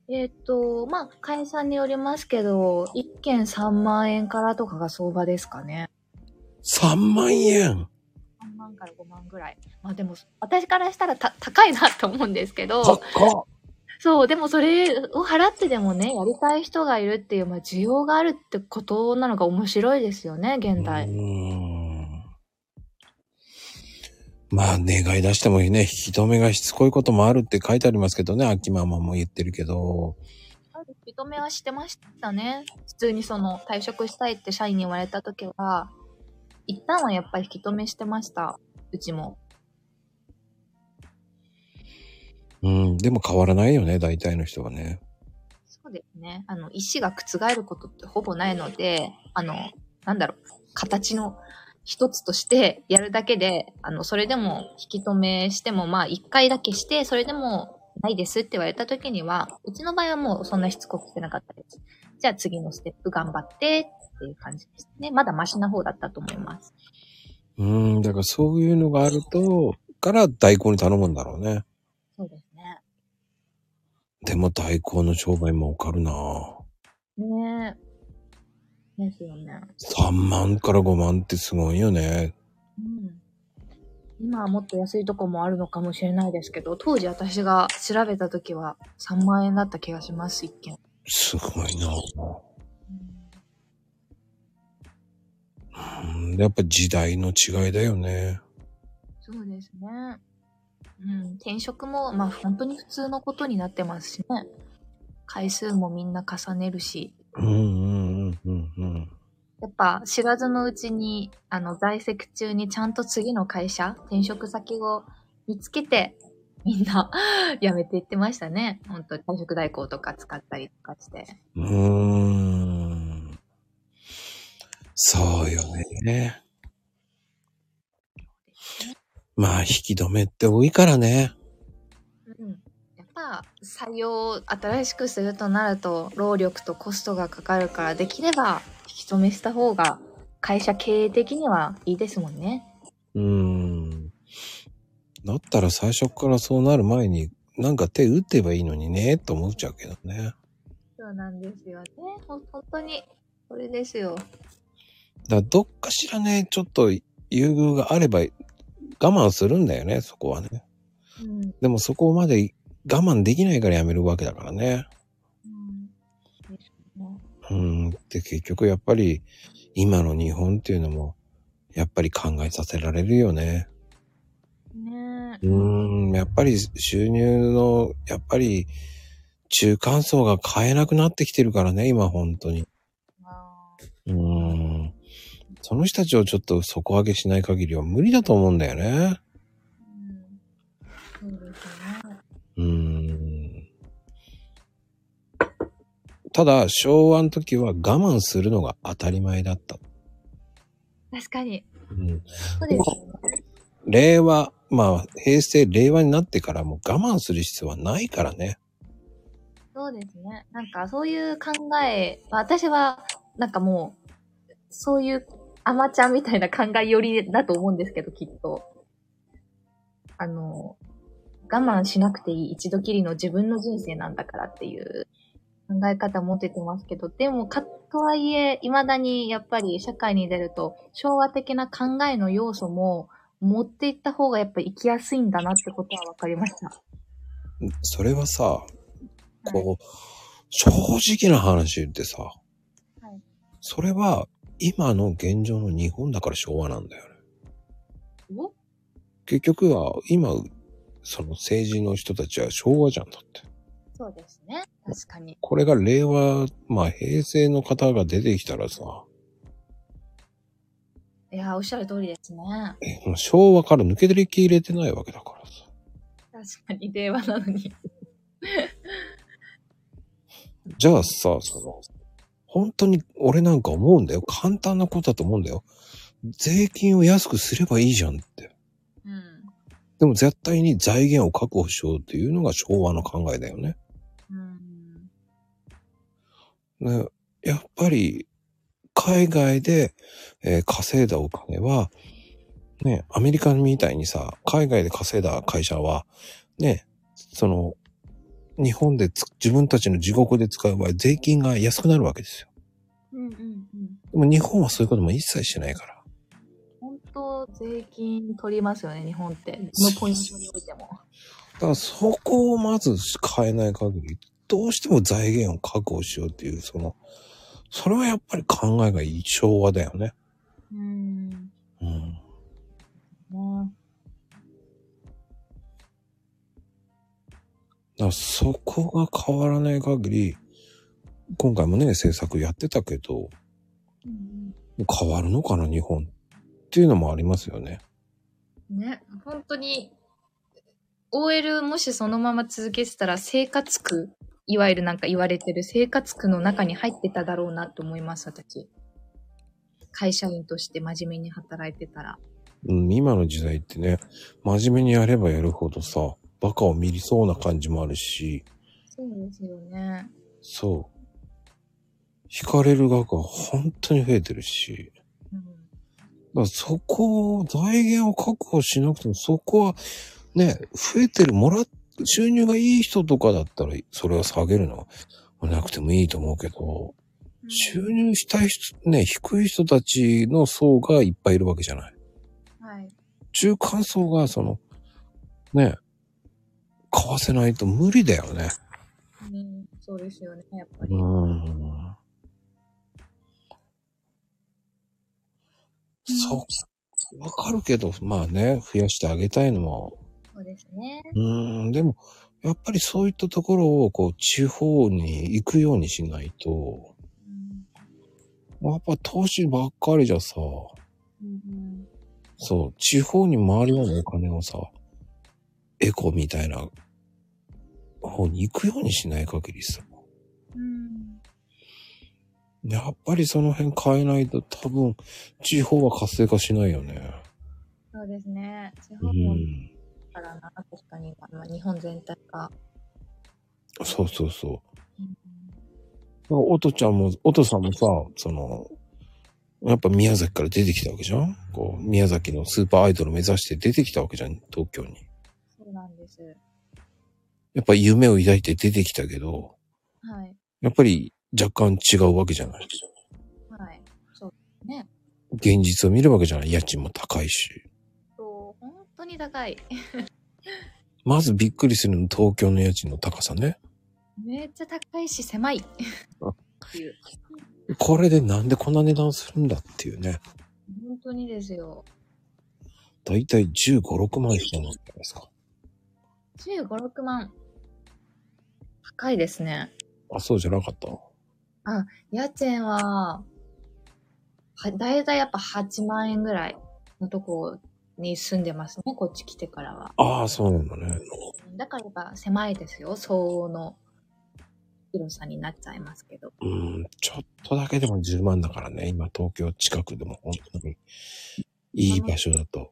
[SPEAKER 2] えっ、と、まあ、会社によりますけど、1件3万円からとかが相場ですかね。
[SPEAKER 1] 3万円
[SPEAKER 2] 3万から5万ぐらい。まあでも、私からしたらた高いなと思うんですけど、
[SPEAKER 1] 高っ
[SPEAKER 2] そう、でもそれを払ってでもね、やりたい人がいるっていう、まあ需要があるってことなのが面白いですよね、現代。
[SPEAKER 1] うーんまあ、願い出してもいいね。引き止めがしつこいこともあるって書いてありますけどね。秋ママも言ってるけど。
[SPEAKER 2] ある認めはしてましたね。普通にその退職したいって社員に言われた時は、一旦はやっぱり引き止めしてました。うちも。
[SPEAKER 1] うん、でも変わらないよね。大体の人はね。
[SPEAKER 2] そうですね。あの、意思が覆ることってほぼないので、あの、なんだろう、形の一つとしてやるだけで、あの、それでも引き止めしても、まあ、一回だけして、それでもないですって言われた時には、うちの場合はもうそんなしつこくしてなかったです。じゃあ次のステップ頑張ってっていう感じですね。まだマシな方だったと思います。
[SPEAKER 1] うん、だからそういうのがあると、から代行に頼むんだろうね。
[SPEAKER 2] そうですね。
[SPEAKER 1] でも代行の商売もわかるなぁ
[SPEAKER 2] ねえ。ですよね。
[SPEAKER 1] 3万から5万ってすごいよね。
[SPEAKER 2] うん今はもっと安いとこもあるのかもしれないですけど、当時私が調べた時は3万円だった気がします、一件。
[SPEAKER 1] すごいなぁうん、やっぱ時代の違いだよね。
[SPEAKER 2] そうですね。うん、転職も、まあ本当に普通のことになってますしね。回数もみんな重ねるし、
[SPEAKER 1] うんうんうんうんうん。
[SPEAKER 2] やっぱ知らずのうちに、あの在籍中にちゃんと次の会社、転職先を見つけて、みんな 辞めていってましたね。本当に退職代行とか使ったりとかして。
[SPEAKER 1] うーんそうよね。まあ、引き止めって多いからね。
[SPEAKER 2] うんやっぱ採用を新しくするとなると労力とコストがかかるからできれば引き止めした方が会社経営的にはいいですもんね。
[SPEAKER 1] うーん。だったら最初からそうなる前に、なんか手打てばいいのにね、と思っちゃうけどね。
[SPEAKER 2] そうなんですよね。ほん本当に。それですよ。
[SPEAKER 1] だからどっかしらね、ちょっと優遇があれば我慢するんだよね、そこはね。
[SPEAKER 2] うん。うん
[SPEAKER 1] でもそこまで我慢できないからやめるわけだからね。
[SPEAKER 2] ですね
[SPEAKER 1] うん、で、結局やっぱり今の日本っていうのも、やっぱり考えさせられるよね。
[SPEAKER 2] ね
[SPEAKER 1] うーん、やっぱり収入の、やっぱり中間層が買えなくなってきてるからね、今本当に。
[SPEAKER 2] あー
[SPEAKER 1] うーん。その人たちをちょっと底上げしない限りは無理だと思うんだよね。
[SPEAKER 2] うんそうですね。
[SPEAKER 1] うーん。ただ、昭和の時は我慢するのが当たり前だった。
[SPEAKER 2] 確かに。
[SPEAKER 1] うん
[SPEAKER 2] そうですよね。
[SPEAKER 1] 令和、まあ、平成、令和になってからもう我慢する必要はないからね。
[SPEAKER 2] そうですね。なんかそういう考え、まあ私はなんかもう、そういうアマちゃんみたいな考えよりだと思うんですけど、きっと。あの、我慢しなくていい一度きりの自分の人生なんだからっていう考え方持ててますけど、でもか、とはいえ、未だにやっぱり社会に出ると、昭和的な考えの要素も持っていった方がやっぱ生きやすいんだなってことは分かりました。
[SPEAKER 1] それはさ、こう、正直な話言ってさ、
[SPEAKER 2] い
[SPEAKER 1] それは今の現状の日本だから昭和なんだよね。
[SPEAKER 2] お
[SPEAKER 1] 結局は今、その政治の人たちは昭和じゃんだって。
[SPEAKER 2] そうですね。確かに。
[SPEAKER 1] これが令和、まあ平成の方が出てきたらさ、
[SPEAKER 2] いやー、おっしゃる通りですね。
[SPEAKER 1] えもう昭和から抜け出き入れてないわけだからさ。
[SPEAKER 2] 確かに、令和なのに。
[SPEAKER 1] じゃあさ、その、本当に俺なんか思うんだよ。簡単なことだと思うんだよ。税金を安くすればいいじゃんって。
[SPEAKER 2] うん。
[SPEAKER 1] でも絶対に財源を確保しようっていうのが昭和の考えだよね。
[SPEAKER 2] うん。
[SPEAKER 1] ねやっぱり、海外で、えー稼いだお金は、ね、アメリカみたいにさ、海外で稼いだ会社は、ね、その、日本でつ自分たちの地獄で使う場合、税金が安くなるわけですよ。
[SPEAKER 2] うんうんうん。
[SPEAKER 1] でも日本はそういうことも一切しないから。
[SPEAKER 2] 当税金取りますよね、日本って。どのポイントにおいても。
[SPEAKER 1] だからそこをまず変えない限り、どうしても財源を確保しようっていう、その、それはやっぱり考えがいい昭和だよね。
[SPEAKER 2] うん。ね。
[SPEAKER 1] うん。だからそこが変わらない限り、今回もね、政策やってたけど、
[SPEAKER 2] うん
[SPEAKER 1] 変わるのかな、日本っていうのもありますよね。
[SPEAKER 2] ね、本当に、OL もしそのまま続けてたら生活苦、いわゆるなんか言われてる生活苦の中に入ってただろうなと思います、私。会社員として真面目に働いてたら。
[SPEAKER 1] うん、今の時代ってね、真面目にやればやるほどさ、バカを見りそうな感じもあるし、
[SPEAKER 2] そうですよね。
[SPEAKER 1] そう。惹かれる額は本当に増えてるし、
[SPEAKER 2] う
[SPEAKER 1] だ
[SPEAKER 2] ん
[SPEAKER 1] からそこを、財源を確保しなくても、そこは、ね、増えてる、もらっ、収入がいい人とかだったら、それは下げるのはなくてもいいと思うけど、収入したい人、ね、低い人たちの層がいっぱいいるわけじゃない。
[SPEAKER 2] はい。
[SPEAKER 1] 中間層が、その、ね、買わせないと無理だよね。
[SPEAKER 2] うん、そうですよね、やっぱり。
[SPEAKER 1] うん。そう、わかるけど、まあね、増やしてあげたいのも、
[SPEAKER 2] そうですね。
[SPEAKER 1] うん、でも、やっぱりそういったところを、こう、地方に行くようにしないと、
[SPEAKER 2] うん
[SPEAKER 1] やっぱ投資ばっかりじゃさ、
[SPEAKER 2] うん
[SPEAKER 1] そう、地方に回るようなお金をさ、エコみたいな方に行くようにしない限りさ、
[SPEAKER 2] うん
[SPEAKER 1] やっぱりその辺変えないと多分、地方は活性化しないよね。
[SPEAKER 2] そうですね。地
[SPEAKER 1] う
[SPEAKER 2] 方も
[SPEAKER 1] ん。
[SPEAKER 2] からな、確かに、まあ日本全体が。
[SPEAKER 1] そうそうそう。
[SPEAKER 2] うん
[SPEAKER 1] おとちゃんも、おとさんもさ、その、やっぱ宮崎から出てきたわけじゃんこう、宮崎のスーパーアイドル目指して出てきたわけじゃん、東京に。
[SPEAKER 2] そうなんです。
[SPEAKER 1] やっぱり夢を抱いて出てきたけど、
[SPEAKER 2] はい。
[SPEAKER 1] やっぱり若干違うわけじゃない
[SPEAKER 2] はい。
[SPEAKER 1] 現実を見るわけじゃない家賃も高いし。
[SPEAKER 2] そう、本当に高い。
[SPEAKER 1] まずびっくりするの、東京の家賃の高さね。
[SPEAKER 2] めっちゃ高いし、狭い。
[SPEAKER 1] あ
[SPEAKER 2] っていう。
[SPEAKER 1] これでなんでこんな値段するんだっていうね。
[SPEAKER 2] 本当にですよ。
[SPEAKER 1] だいたい15、6万したんじゃないですか。
[SPEAKER 2] 15、6万。高いですね。
[SPEAKER 1] あ、そうじゃなかった
[SPEAKER 2] 家賃は、は、だいたいやっぱ8万円ぐらいのとこに住んでますね、こっち来てからは。
[SPEAKER 1] ああ、そうなんだね。
[SPEAKER 2] だからやっぱ狭いですよ、相応の広さになっちゃいますけど。
[SPEAKER 1] うん、ちょっとだけでも10万だからね、今東京近くでも本当にいい場所だと。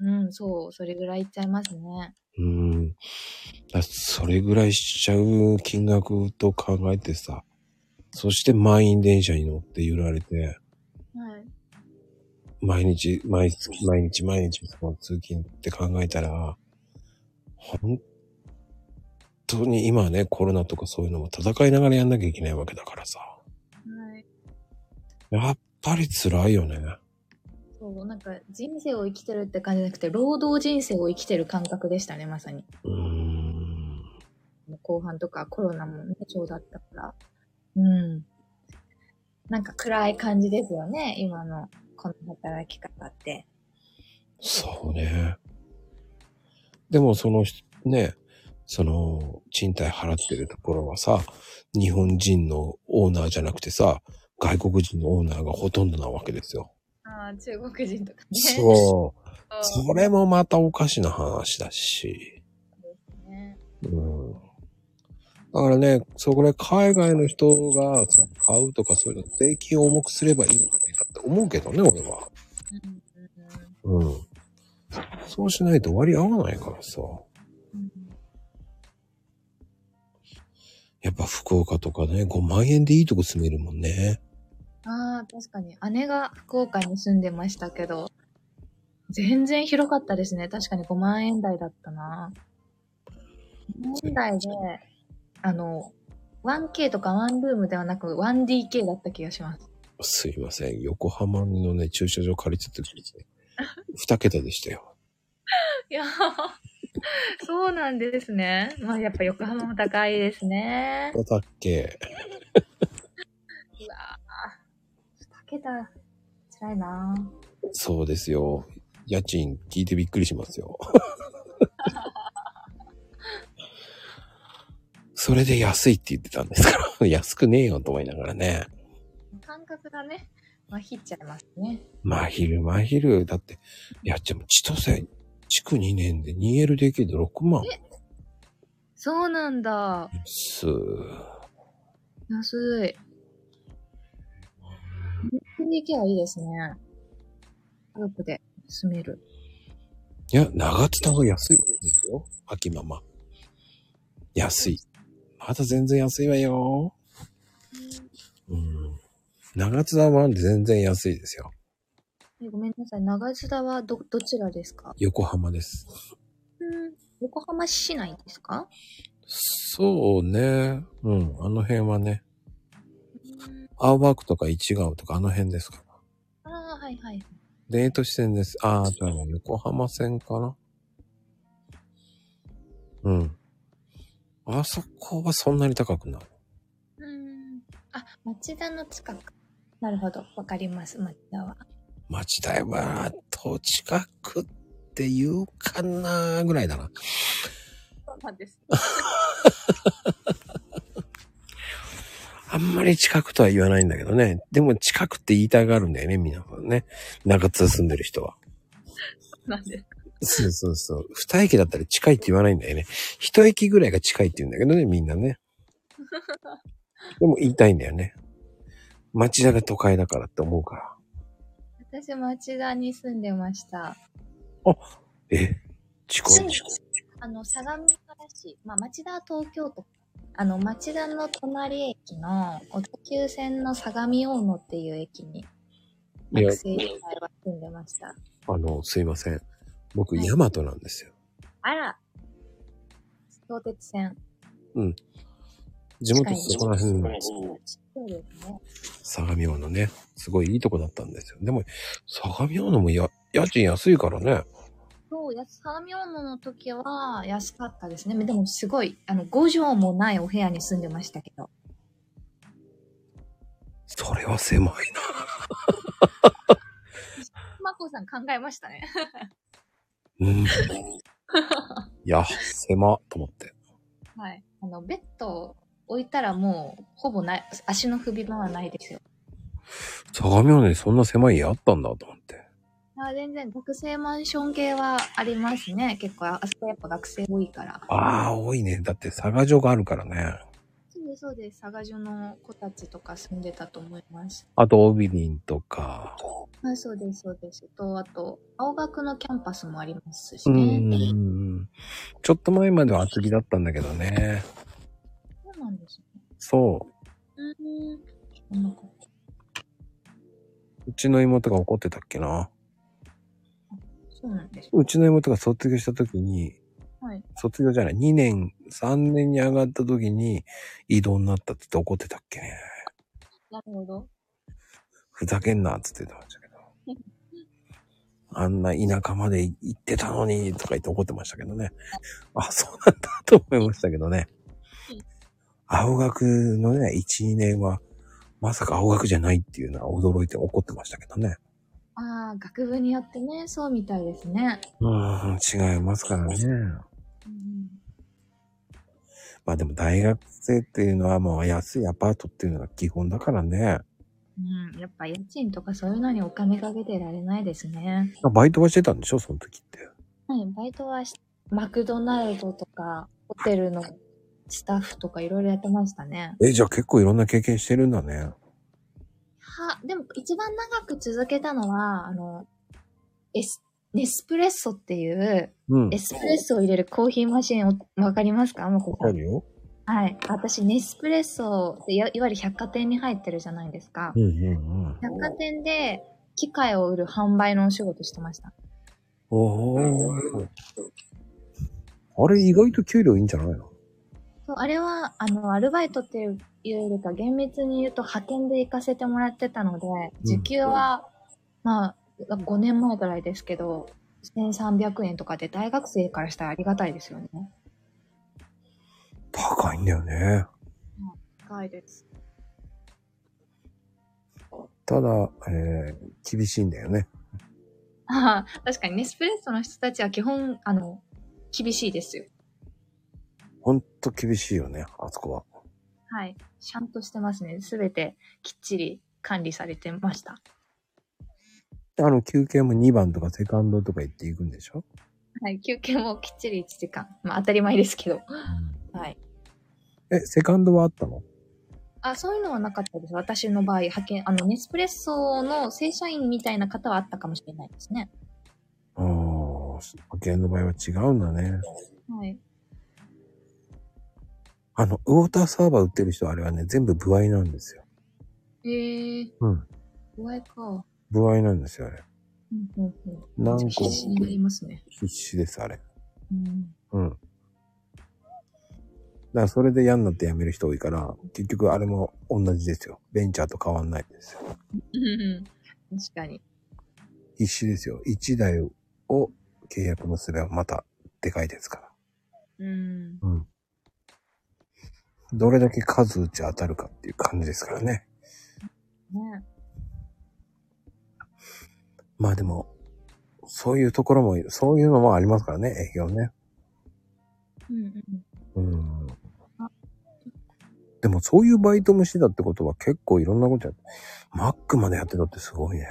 [SPEAKER 2] うん、そう、それぐらいいっちゃいますね。
[SPEAKER 1] うん。だそれぐらいしちゃう金額と考えてさ、そして満員電車に乗って揺られて、
[SPEAKER 2] はい。
[SPEAKER 1] 毎日、毎月、毎日、毎日、その通勤って考えたら、本当に今ね、コロナとかそういうのも戦いながらやんなきゃいけないわけだからさ。
[SPEAKER 2] はい。
[SPEAKER 1] やっぱり辛いよね。
[SPEAKER 2] そう、なんか人生を生きてるって感じじゃなくて、労働人生を生きてる感覚でしたね、まさに。
[SPEAKER 1] うーん。
[SPEAKER 2] 後半とかコロナもね、そうだったから。うん。なんか暗い感じですよね、今のこの働き方って。
[SPEAKER 1] そうね。でもそのひ、ね、その、賃貸払ってるところはさ、日本人のオーナーじゃなくてさ、外国人のオーナーがほとんどなわけですよ。
[SPEAKER 2] ああ、中国人とかね。
[SPEAKER 1] そう。
[SPEAKER 2] そ
[SPEAKER 1] それもまたおかしな話だし。
[SPEAKER 2] うですね。
[SPEAKER 1] うん。だからね、そこで海外の人がその買うとかそういうの税金を重くすればいいんじゃないかって思うけどね、俺は。
[SPEAKER 2] うん
[SPEAKER 1] うん。そうしないと割り合わないからさ。
[SPEAKER 2] うん
[SPEAKER 1] やっぱ福岡とかね、5万円でいいとこ住めるもんね。
[SPEAKER 2] うん、ああ、確かに。姉が福岡に住んでましたけど、全然広かったですね。確かに5万円台だったな。5万円台で、あの、1K とかワンルームではなく 1DK だった気がします。
[SPEAKER 1] すいません。横浜のね、駐車場借りてた時にね、二桁でしたよ。
[SPEAKER 2] いやー、そうなんですね。まあやっぱ横浜も高いですね。
[SPEAKER 1] どうだっけ
[SPEAKER 2] うわぁ。2桁、辛いなぁ。
[SPEAKER 1] そうですよ。家賃聞いてびっくりしますよ。それで安いって言ってたんですから、安くねえよと思いながらね。
[SPEAKER 2] 感覚がね、まひっちゃいますね。
[SPEAKER 1] まあ昼、まあ昼、だって、いや、でも千歳、築2年で 2LDK で6万
[SPEAKER 2] そうなんだ。
[SPEAKER 1] です。
[SPEAKER 2] 安い。本に行けばいいですね。家族で住める。
[SPEAKER 1] いや、長津田は安いですよ。秋ママ。安い。まだ全然安いわよ。うん。長津田は全然安いですよ。
[SPEAKER 2] えごめんなさい。長津田はど、どちらですか
[SPEAKER 1] 横浜です。
[SPEAKER 2] うん。横浜市内ですか
[SPEAKER 1] そうね。うん。あの辺はね。アーワークとか市川とかあの辺ですから。
[SPEAKER 2] ああ、はいはい。
[SPEAKER 1] デート支線です。ああ、じゃあ横浜線かな。うん。あそこはそんなに高くない。
[SPEAKER 2] うん。あ、町田の近く。なるほど。わかります。町田は。
[SPEAKER 1] 町田は、と近くって言うかなぐらいだな。
[SPEAKER 2] そうなんです。
[SPEAKER 1] あんまり近くとは言わないんだけどね。でも近くって言いたがるんだよね、皆さんね。中津住んでる人は。
[SPEAKER 2] なんです。
[SPEAKER 1] そうそうそう。二駅だったら近いって言わないんだよね。一駅ぐらいが近いって言うんだけどね、みんなね。でも言いたいんだよね。町田が都会だからって思うか
[SPEAKER 2] 私、町田に住んでました。
[SPEAKER 1] ら。え近
[SPEAKER 2] 住ん
[SPEAKER 1] い
[SPEAKER 2] であの、相模原市。まあ、町田は東京都。あの、町田の隣駅の、小田急線の相模大野っていう駅に、
[SPEAKER 1] いや
[SPEAKER 2] 学生時代は住んでました。
[SPEAKER 1] あの、すいません。僕、
[SPEAKER 2] はい
[SPEAKER 1] 大和なんですよ。
[SPEAKER 2] あら相鉄線。
[SPEAKER 1] 地元そこら辺の
[SPEAKER 2] そうですね。
[SPEAKER 1] 相模大野ね。すごいいいとこだったんですよ。でも、相模大野もや家賃安いからね。
[SPEAKER 2] そう、や相模大野の時は安かったですね。でもすごい、あの、5畳もないお部屋に住んでましたけど。
[SPEAKER 1] それは狭いな。
[SPEAKER 2] まこさん考えましたね。
[SPEAKER 1] うん。いや、狭っと思って。
[SPEAKER 2] はい。あの、ベッドを置いたらもう、ほぼない、足の踏み場はないですよ。
[SPEAKER 1] 相模大野にそんな狭い家あったんだと思って。
[SPEAKER 2] あ全然、学生マンション系はありますね。結構、ああそこやっぱ学生多いから。
[SPEAKER 1] ああ、多いね。だって佐賀城があるからね。
[SPEAKER 2] そうです、そうです。佐賀女の子たちとか住んでたと思います。
[SPEAKER 1] あと、オビリンとか。
[SPEAKER 2] はい、そうです、そうです。と、あと、青学のキャンパスもありますし
[SPEAKER 1] うん
[SPEAKER 2] ね。
[SPEAKER 1] うんうん。ちょっと前までは厚木だったんだけどね。
[SPEAKER 2] そうなんですね。
[SPEAKER 1] そう。
[SPEAKER 2] うん。そんなこと
[SPEAKER 1] うちの妹が怒ってたっけな。
[SPEAKER 2] そうなんです。
[SPEAKER 1] うちの妹が卒業した時に、
[SPEAKER 2] はい。
[SPEAKER 1] 卒業じゃない、2年、3年に上がった時に異動になったって言って怒ってたっけね。
[SPEAKER 2] なるほど。
[SPEAKER 1] ふざけんなっつって言ってましたけど。あんな田舎まで行ってたのにとか言って怒ってましたけどね。あ、そうなんだと思いましたけどね。青学のね、1、2年は、まさか青学じゃないっていうのは驚いて怒ってましたけどね。
[SPEAKER 2] ああ、学部によってね、そうみたいですね。
[SPEAKER 1] うーん、違いますからね。
[SPEAKER 2] うん
[SPEAKER 1] まあでも大学生っていうのはもう安いアパートっていうのが基本だからね。
[SPEAKER 2] うん、やっぱ家賃とかそういうのにお金かけてられないですね。
[SPEAKER 1] バイトはしてたんでしょその時って。
[SPEAKER 2] はい、バイトはしマクドナルドとか、ホテルのスタッフとかいろいろやってましたね。
[SPEAKER 1] え、じゃあ結構いろんな経験してるんだね。
[SPEAKER 2] は、でも一番長く続けたのは、あの、エス、ネスプレッソっていう、
[SPEAKER 1] うん
[SPEAKER 2] エ。スプレッソを入れるコーヒーマシンを、わかりますかもこさ
[SPEAKER 1] あ
[SPEAKER 2] ん。
[SPEAKER 1] るよ。
[SPEAKER 2] はい。私、ネスプレッソっていわいわゆる百貨店に入ってるじゃないですか
[SPEAKER 1] う。んうんうん。
[SPEAKER 2] 百貨店で機械を売る販売のお仕事してました。
[SPEAKER 1] おー。あれ意外と給料いいんじゃないの
[SPEAKER 2] そう、あれは、あの、アルバイトっていうよりか、厳密に言うと派遣で行かせてもらってたので、時給は、まあ、 5年前ぐらいですけど、1300円とかで大学生からしたらありがたいですよね。
[SPEAKER 1] 高いんだよね。
[SPEAKER 2] 高いです。
[SPEAKER 1] ただ、えー、厳しいんだよね。
[SPEAKER 2] ああ、 確かにネスプレッソの人たちは基本、あの、厳しいですよ。
[SPEAKER 1] ほんと厳しいよね、あそこは。
[SPEAKER 2] はい。ちゃんとしてますね。すべてきっちり管理されてました。
[SPEAKER 1] あの、休憩も2番とかセカンドとか行っていくんでしょ、
[SPEAKER 2] はい。休憩もきっちり1時間。まあ当たり前ですけど。はい。
[SPEAKER 1] え、セカンドはあったの
[SPEAKER 2] あ、そういうのはなかったです。私の場合、派遣、あの、ネスプレッソの正社員みたいな方はあったかもしれないですね。
[SPEAKER 1] ああ、派遣の場合は違うんだね。
[SPEAKER 2] はい。
[SPEAKER 1] あの、ウォーターサーバー売ってる人、あれはね、全部部合なんですよ。
[SPEAKER 2] ええー。
[SPEAKER 1] うん。
[SPEAKER 2] 怖いか。
[SPEAKER 1] 部合なんですよ、あれ。
[SPEAKER 2] うんうんうん。
[SPEAKER 1] 何個
[SPEAKER 2] 必死になりますね。
[SPEAKER 1] 必死です、あれ。
[SPEAKER 2] うん。
[SPEAKER 1] うん。だからそれで嫌になって辞める人多いから、結局あれも同じですよ。ベンチャーと変わんないですよ。
[SPEAKER 2] うんうん。確かに。
[SPEAKER 1] 必死ですよ。1台を契約結べばまたでかいですから。
[SPEAKER 2] うん。
[SPEAKER 1] どれだけ数打ち当たるかっていう感じですからね。
[SPEAKER 2] ね。
[SPEAKER 1] まあでも、そういうところも、そういうのもありますからね、営業ね。
[SPEAKER 2] うんうん。
[SPEAKER 1] うん
[SPEAKER 2] あ。
[SPEAKER 1] でもそういうバイトもしてたってことは結構いろんなことやって、マックまでやってたってすごいね。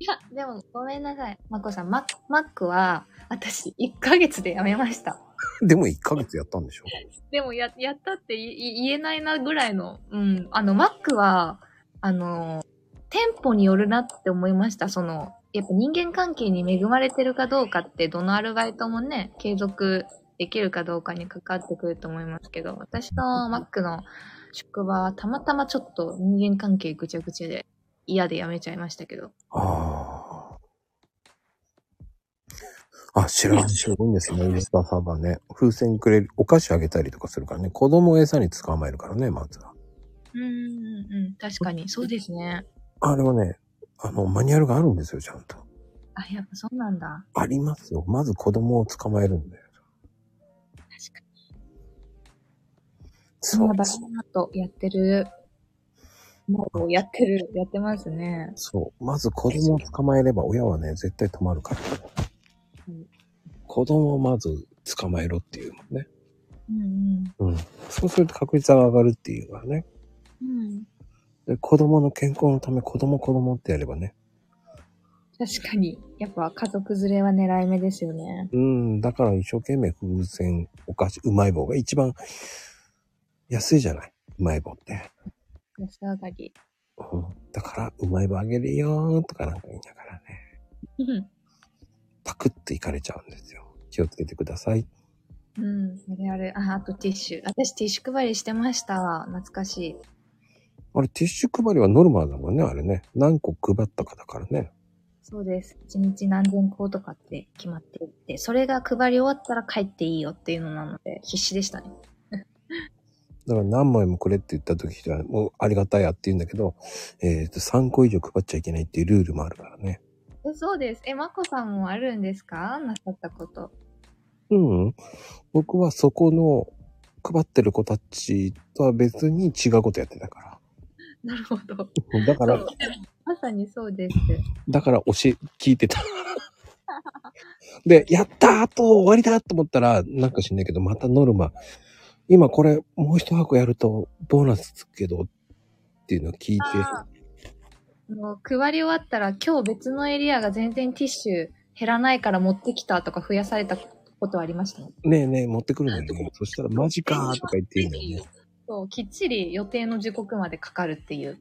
[SPEAKER 2] いや、でもごめんなさい。まこさん、マック、マックは、私、1ヶ月で辞めました。
[SPEAKER 1] でも1ヶ月やったんでしょ
[SPEAKER 2] でもや、やったっていい言えないなぐらいの、うん。あの、マックは、あの、店舗によるなって思いました。その、やっぱ人間関係に恵まれてるかどうかって、どのアルバイトもね、継続できるかどうかにかかってくると思いますけど、私のマックの職場は、たまたまちょっと人間関係ぐちゃぐちゃで、嫌で辞めちゃいましたけど。
[SPEAKER 1] ああ。あ、知らない人多いんです ね、ウスターサーバーね。風船くれる、お菓子あげたりとかするからね。子供を餌に捕まえるからね、まずは。
[SPEAKER 2] うんうんうん、確かに、そうですね。
[SPEAKER 1] あれはね、あの、マニュアルがあるんですよ、ちゃんと。
[SPEAKER 2] あ、やっぱそうなんだ。
[SPEAKER 1] ありますよ。まず子供を捕まえるんだよ。
[SPEAKER 2] 確かに。
[SPEAKER 1] そう
[SPEAKER 2] バ。スマートやってる。もうやってる、やってますね。
[SPEAKER 1] そう。まず子供を捕まえれば親はね、絶対止まるから。子供をまず捕まえろっていうもんね。
[SPEAKER 2] うん
[SPEAKER 1] うん。そうすると確率が上がるっていうからね。
[SPEAKER 2] うん。うん。
[SPEAKER 1] で、子供の健康のため、子供子供ってやればね。
[SPEAKER 2] 確かに。やっぱ家族連れは狙い目ですよね。
[SPEAKER 1] うん、だから一生懸命風船、お菓子、うまい棒が一番安いじゃない。うまい棒って。
[SPEAKER 2] 安上がり。
[SPEAKER 1] うん、だから、うまい棒あげるよーとかなんか言いながらね、
[SPEAKER 2] うん。
[SPEAKER 1] パクっていかれちゃうんですよ。気をつけてください。
[SPEAKER 2] うん。あれあれ。あ、あとティッシュ。私ティッシュ配りしてました。懐かしい。
[SPEAKER 1] あれ、ティッシュ配りはノルマだもんね、あれね。何個配ったかだからね。
[SPEAKER 2] そうです。一日何千個とかって決まっていて、それが配り終わったら帰っていいよっていうのなので、必死でしたね。
[SPEAKER 1] だから何枚もくれって言った時は、もうありがたいやって言うんだけど、えっ、と、3個以上配っちゃいけないっていうルールもあるからね。
[SPEAKER 2] えそうです。え、まこさんもあるんですかなさったこと。
[SPEAKER 1] うん、うん。僕はそこの配ってる子たちとは別に違うことやってたから。
[SPEAKER 2] なるほど。
[SPEAKER 1] だから、
[SPEAKER 2] まさにそうです。
[SPEAKER 1] だから教え、聞いてた。 で、やったーあと終わりだと思ったら、なんか知んないけど、またノルマ。今これ、もう一箱やると、ボーナスつくけど、っていうのを聞いて、
[SPEAKER 2] あーもう配り終わったら、今日別のエリアが全然ティッシュ減らないから持ってきたとか増やされたことはありましたね。
[SPEAKER 1] ねえねえ、持ってくるんだよね。そしたら、マジかーとか言っていいんだよね。
[SPEAKER 2] そう、きっちり予定の時刻までかかるっていう。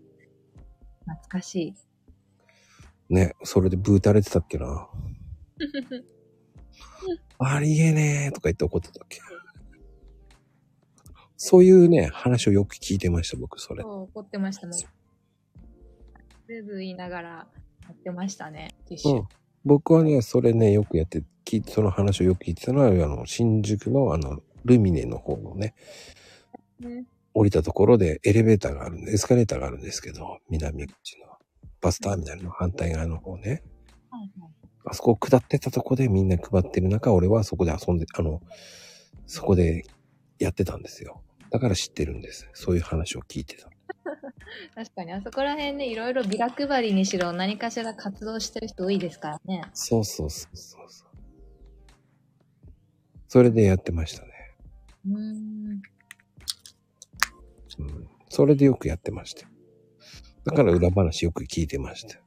[SPEAKER 2] 懐かしい。
[SPEAKER 1] ねそれでブータれてたっけ な。ありえねえとか言って怒ってたっけ。そういうね、話をよく聞いてました、僕、それ。
[SPEAKER 2] そう、怒ってましたもん。ブーブー言いながらやってましたね、ティッシ
[SPEAKER 1] う
[SPEAKER 2] ュ。
[SPEAKER 1] ん、僕はね、それね、よくやって、聞いその話をよく聞いてたのは、あの、新宿の、あの、ルミネの方のね、
[SPEAKER 2] ね
[SPEAKER 1] 降りたところでエレベーターがあるんで、エスカレーターがあるんですけど、南口の、バスターミナルの反対側の方ね。
[SPEAKER 2] はい
[SPEAKER 1] あそこを下ってたとこでみんな配ってる中、俺はそこで遊んで、あの、そこでやってたんですよ。だから知ってるんです。そういう話を聞いてた。
[SPEAKER 2] 確かに、あそこら辺ね、いろいろビラ配りにしろ、何かしら活動してる人多いですからね。
[SPEAKER 1] そうそうそうそうそう。それでやってましたね。
[SPEAKER 2] うーん。
[SPEAKER 1] うん。それでよくやってました。だから裏話よく聞いてました。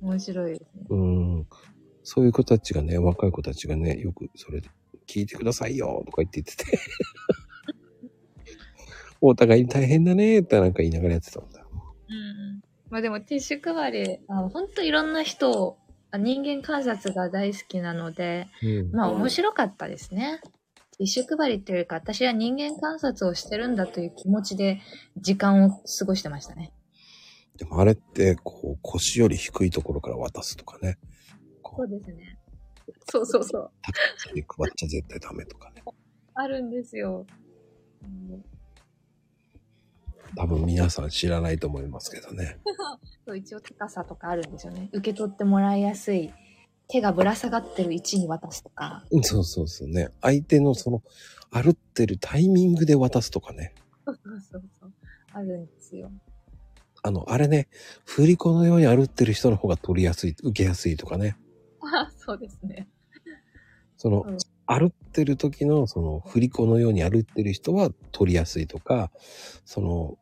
[SPEAKER 2] 面白いですね。
[SPEAKER 1] うん。そういう子たちがね、若い子たちがね、よくそれで、聞いてくださいよとか言って言 ってて。お互いに大変だねってなんか言いながらやってたんだ。
[SPEAKER 2] うん。まあでも、ティッシュ配り、あ本当いろんな人を、あ人間観察が大好きなので、
[SPEAKER 1] うん
[SPEAKER 2] まあ面白かったですね。ティッシュ配りというよりか、私は人間観察をしてるんだという気持ちで時間を過ごしてましたね。
[SPEAKER 1] でもあれって、こう、腰より低いところから渡すとかね。こう、
[SPEAKER 2] ですね。そうそうそう。
[SPEAKER 1] それ配っちゃ絶対ダメとかね。
[SPEAKER 2] あるんですよ。
[SPEAKER 1] 多分皆さん知らないと思いますけどね。
[SPEAKER 2] そう一応高さとかあるんですよね。受け取ってもらいやすい。手がぶら下がってる位置に渡すとか。
[SPEAKER 1] うんそうそうそうね。相手のその、歩ってるタイミングで渡すとかね。
[SPEAKER 2] そうそうそう。あるんですよ。
[SPEAKER 1] あの、あれね、振り子のように歩ってる人の方が取りやすい、受けやすいとかね。
[SPEAKER 2] あそうですね。
[SPEAKER 1] その、
[SPEAKER 2] うん
[SPEAKER 1] 歩ってる時の、その、振り子のように歩ってる人は取りやすいとか、その、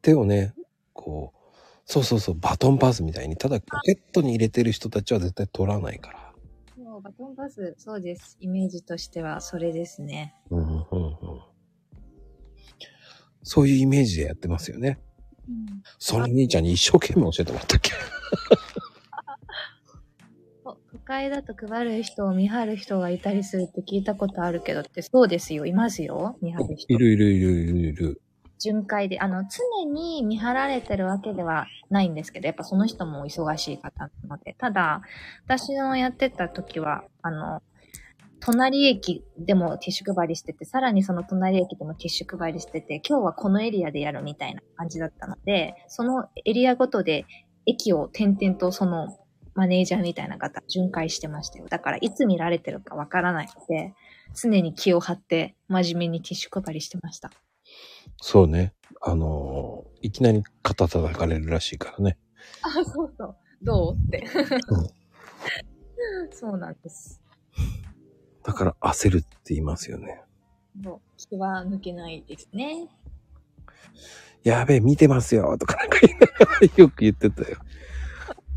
[SPEAKER 1] 手をね、こう、そうそうそう、バトンパスみたいに、ただポケットに入れてる人たちは絶対取らないから。
[SPEAKER 2] もうバトンパス、そうです。イメージとしてはそれですね。
[SPEAKER 1] うんうんうん。そういうイメージでやってますよね。
[SPEAKER 2] うん、
[SPEAKER 1] その兄ちゃんに一生懸命教えてもらったっけ
[SPEAKER 2] 都会だと配る人を見張る人がいたりするって聞いたことあるけどって、そうですよ。いますよ。見張る人。
[SPEAKER 1] いるいるいるいるいる。
[SPEAKER 2] 巡回で、あの、常に見張られてるわけではないんですけど、やっぱその人もお忙しい方なので、ただ、私のやってた時は、あの、隣駅でもティッシュ配りしてて、さらにその隣駅でもティッシュ配りしてて、今日はこのエリアでやるみたいな感じだったので、そのエリアごとで駅を点々とそのマネージャーみたいな方、巡回してましたよ。だから、いつ見られてるかわからないので、常に気を張って、真面目にティッシュ配りしてました。
[SPEAKER 1] そうね。あのーいきなり肩叩かれるらしいからね。
[SPEAKER 2] あ、そうそう。どうって。そうなんです。
[SPEAKER 1] だから焦るって言いますよね。
[SPEAKER 2] もう、気は抜けないですね。
[SPEAKER 1] やべえ、見てますよとか なんか言いながらよく言ってたよ。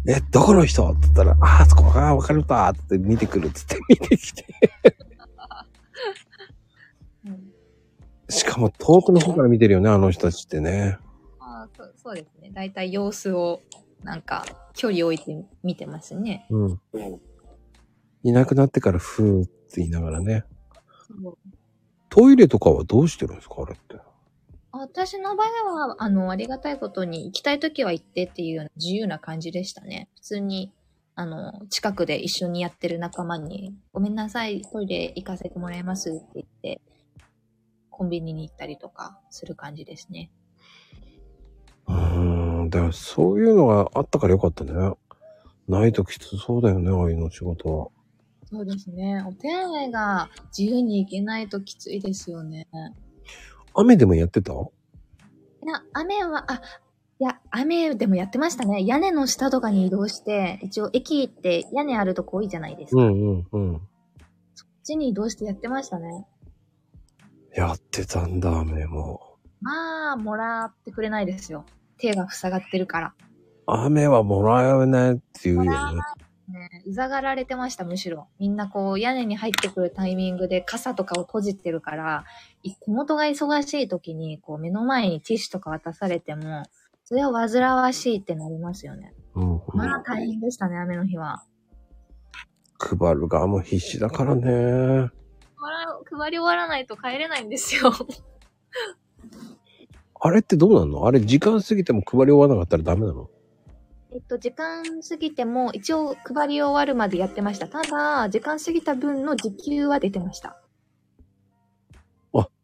[SPEAKER 1] え、どこの人って言ったら、ああ、そこがわかるたって見てくるっつって見てきて。
[SPEAKER 2] うん、
[SPEAKER 1] しかも遠くの方から見てるよね、あの人たちってね。
[SPEAKER 2] あそうそうですね。だいたい様子を、なんか、距離を置いて見てますね。
[SPEAKER 1] うん。いなくなってからふーって言いながらね。トイレとかはどうしてるんですか、あれって。
[SPEAKER 2] 私の場合は、あの、ありがたいことに、行きたい時は行ってっていうような自由な感じでしたね。普通に、あの、近くで一緒にやってる仲間に、ごめんなさい、トイレ行かせてもらいますって言って、コンビニに行ったりとかする感じですね。
[SPEAKER 1] うーん、だからそういうのがあったからよかったね。ないときつそうだよね、ああいうの仕事は。
[SPEAKER 2] そうですね。お手洗いが自由に行けないときついですよね。
[SPEAKER 1] 雨でもやってた
[SPEAKER 2] いや、雨は、あ、いや、雨でもやってましたね。屋根の下とかに移動して、一応駅って屋根あるとこ多いじゃないですか。こ
[SPEAKER 1] んうんうん。
[SPEAKER 2] っちに移動してやってましたね。
[SPEAKER 1] やってたんだ、雨も。
[SPEAKER 2] まあ、もらってくれないですよ。手が塞がってるから。
[SPEAKER 1] 雨はもらえないって言う
[SPEAKER 2] もら
[SPEAKER 1] よね。
[SPEAKER 2] ね、うざがられてました、むしろ。みんなこう、屋根に入ってくるタイミングで傘とかを閉じてるから、い手元が忙しい時に、こう、目の前にティッシュとか渡されても、それは煩わしいってなりますよね。
[SPEAKER 1] うんうん、
[SPEAKER 2] まあ大変でしたね、雨の日は。
[SPEAKER 1] 配る側も必死だからね。
[SPEAKER 2] 配ら配り終わらないと帰れないんですよ。
[SPEAKER 1] あれってどうなんのあれ時間過ぎても配り終わらなかったらダメなの
[SPEAKER 2] えっと、時間過ぎても、一応配り終わるまでやってました。ただ、時間過ぎた分の時給は出てました。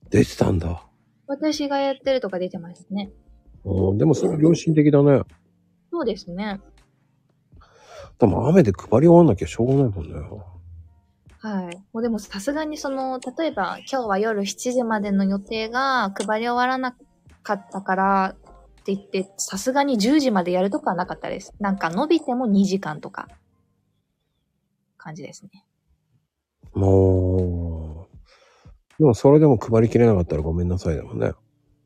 [SPEAKER 1] 出てたんだ。
[SPEAKER 2] 私がやってるとか出てましたね。
[SPEAKER 1] うん、でもそれ良心的だね。
[SPEAKER 2] そうですね。
[SPEAKER 1] でも雨で配り終わんなきゃしょうがないもんね。
[SPEAKER 2] はい。もうでもさすがにその、例えば今日は夜7時までの予定が配り終わらなかったからって言って、さすがに10時までやるとかはなかったです。なんか伸びても2時間とか、感じですね。
[SPEAKER 1] もう、でもそれでも配りきれなかったらごめんなさいだもんね。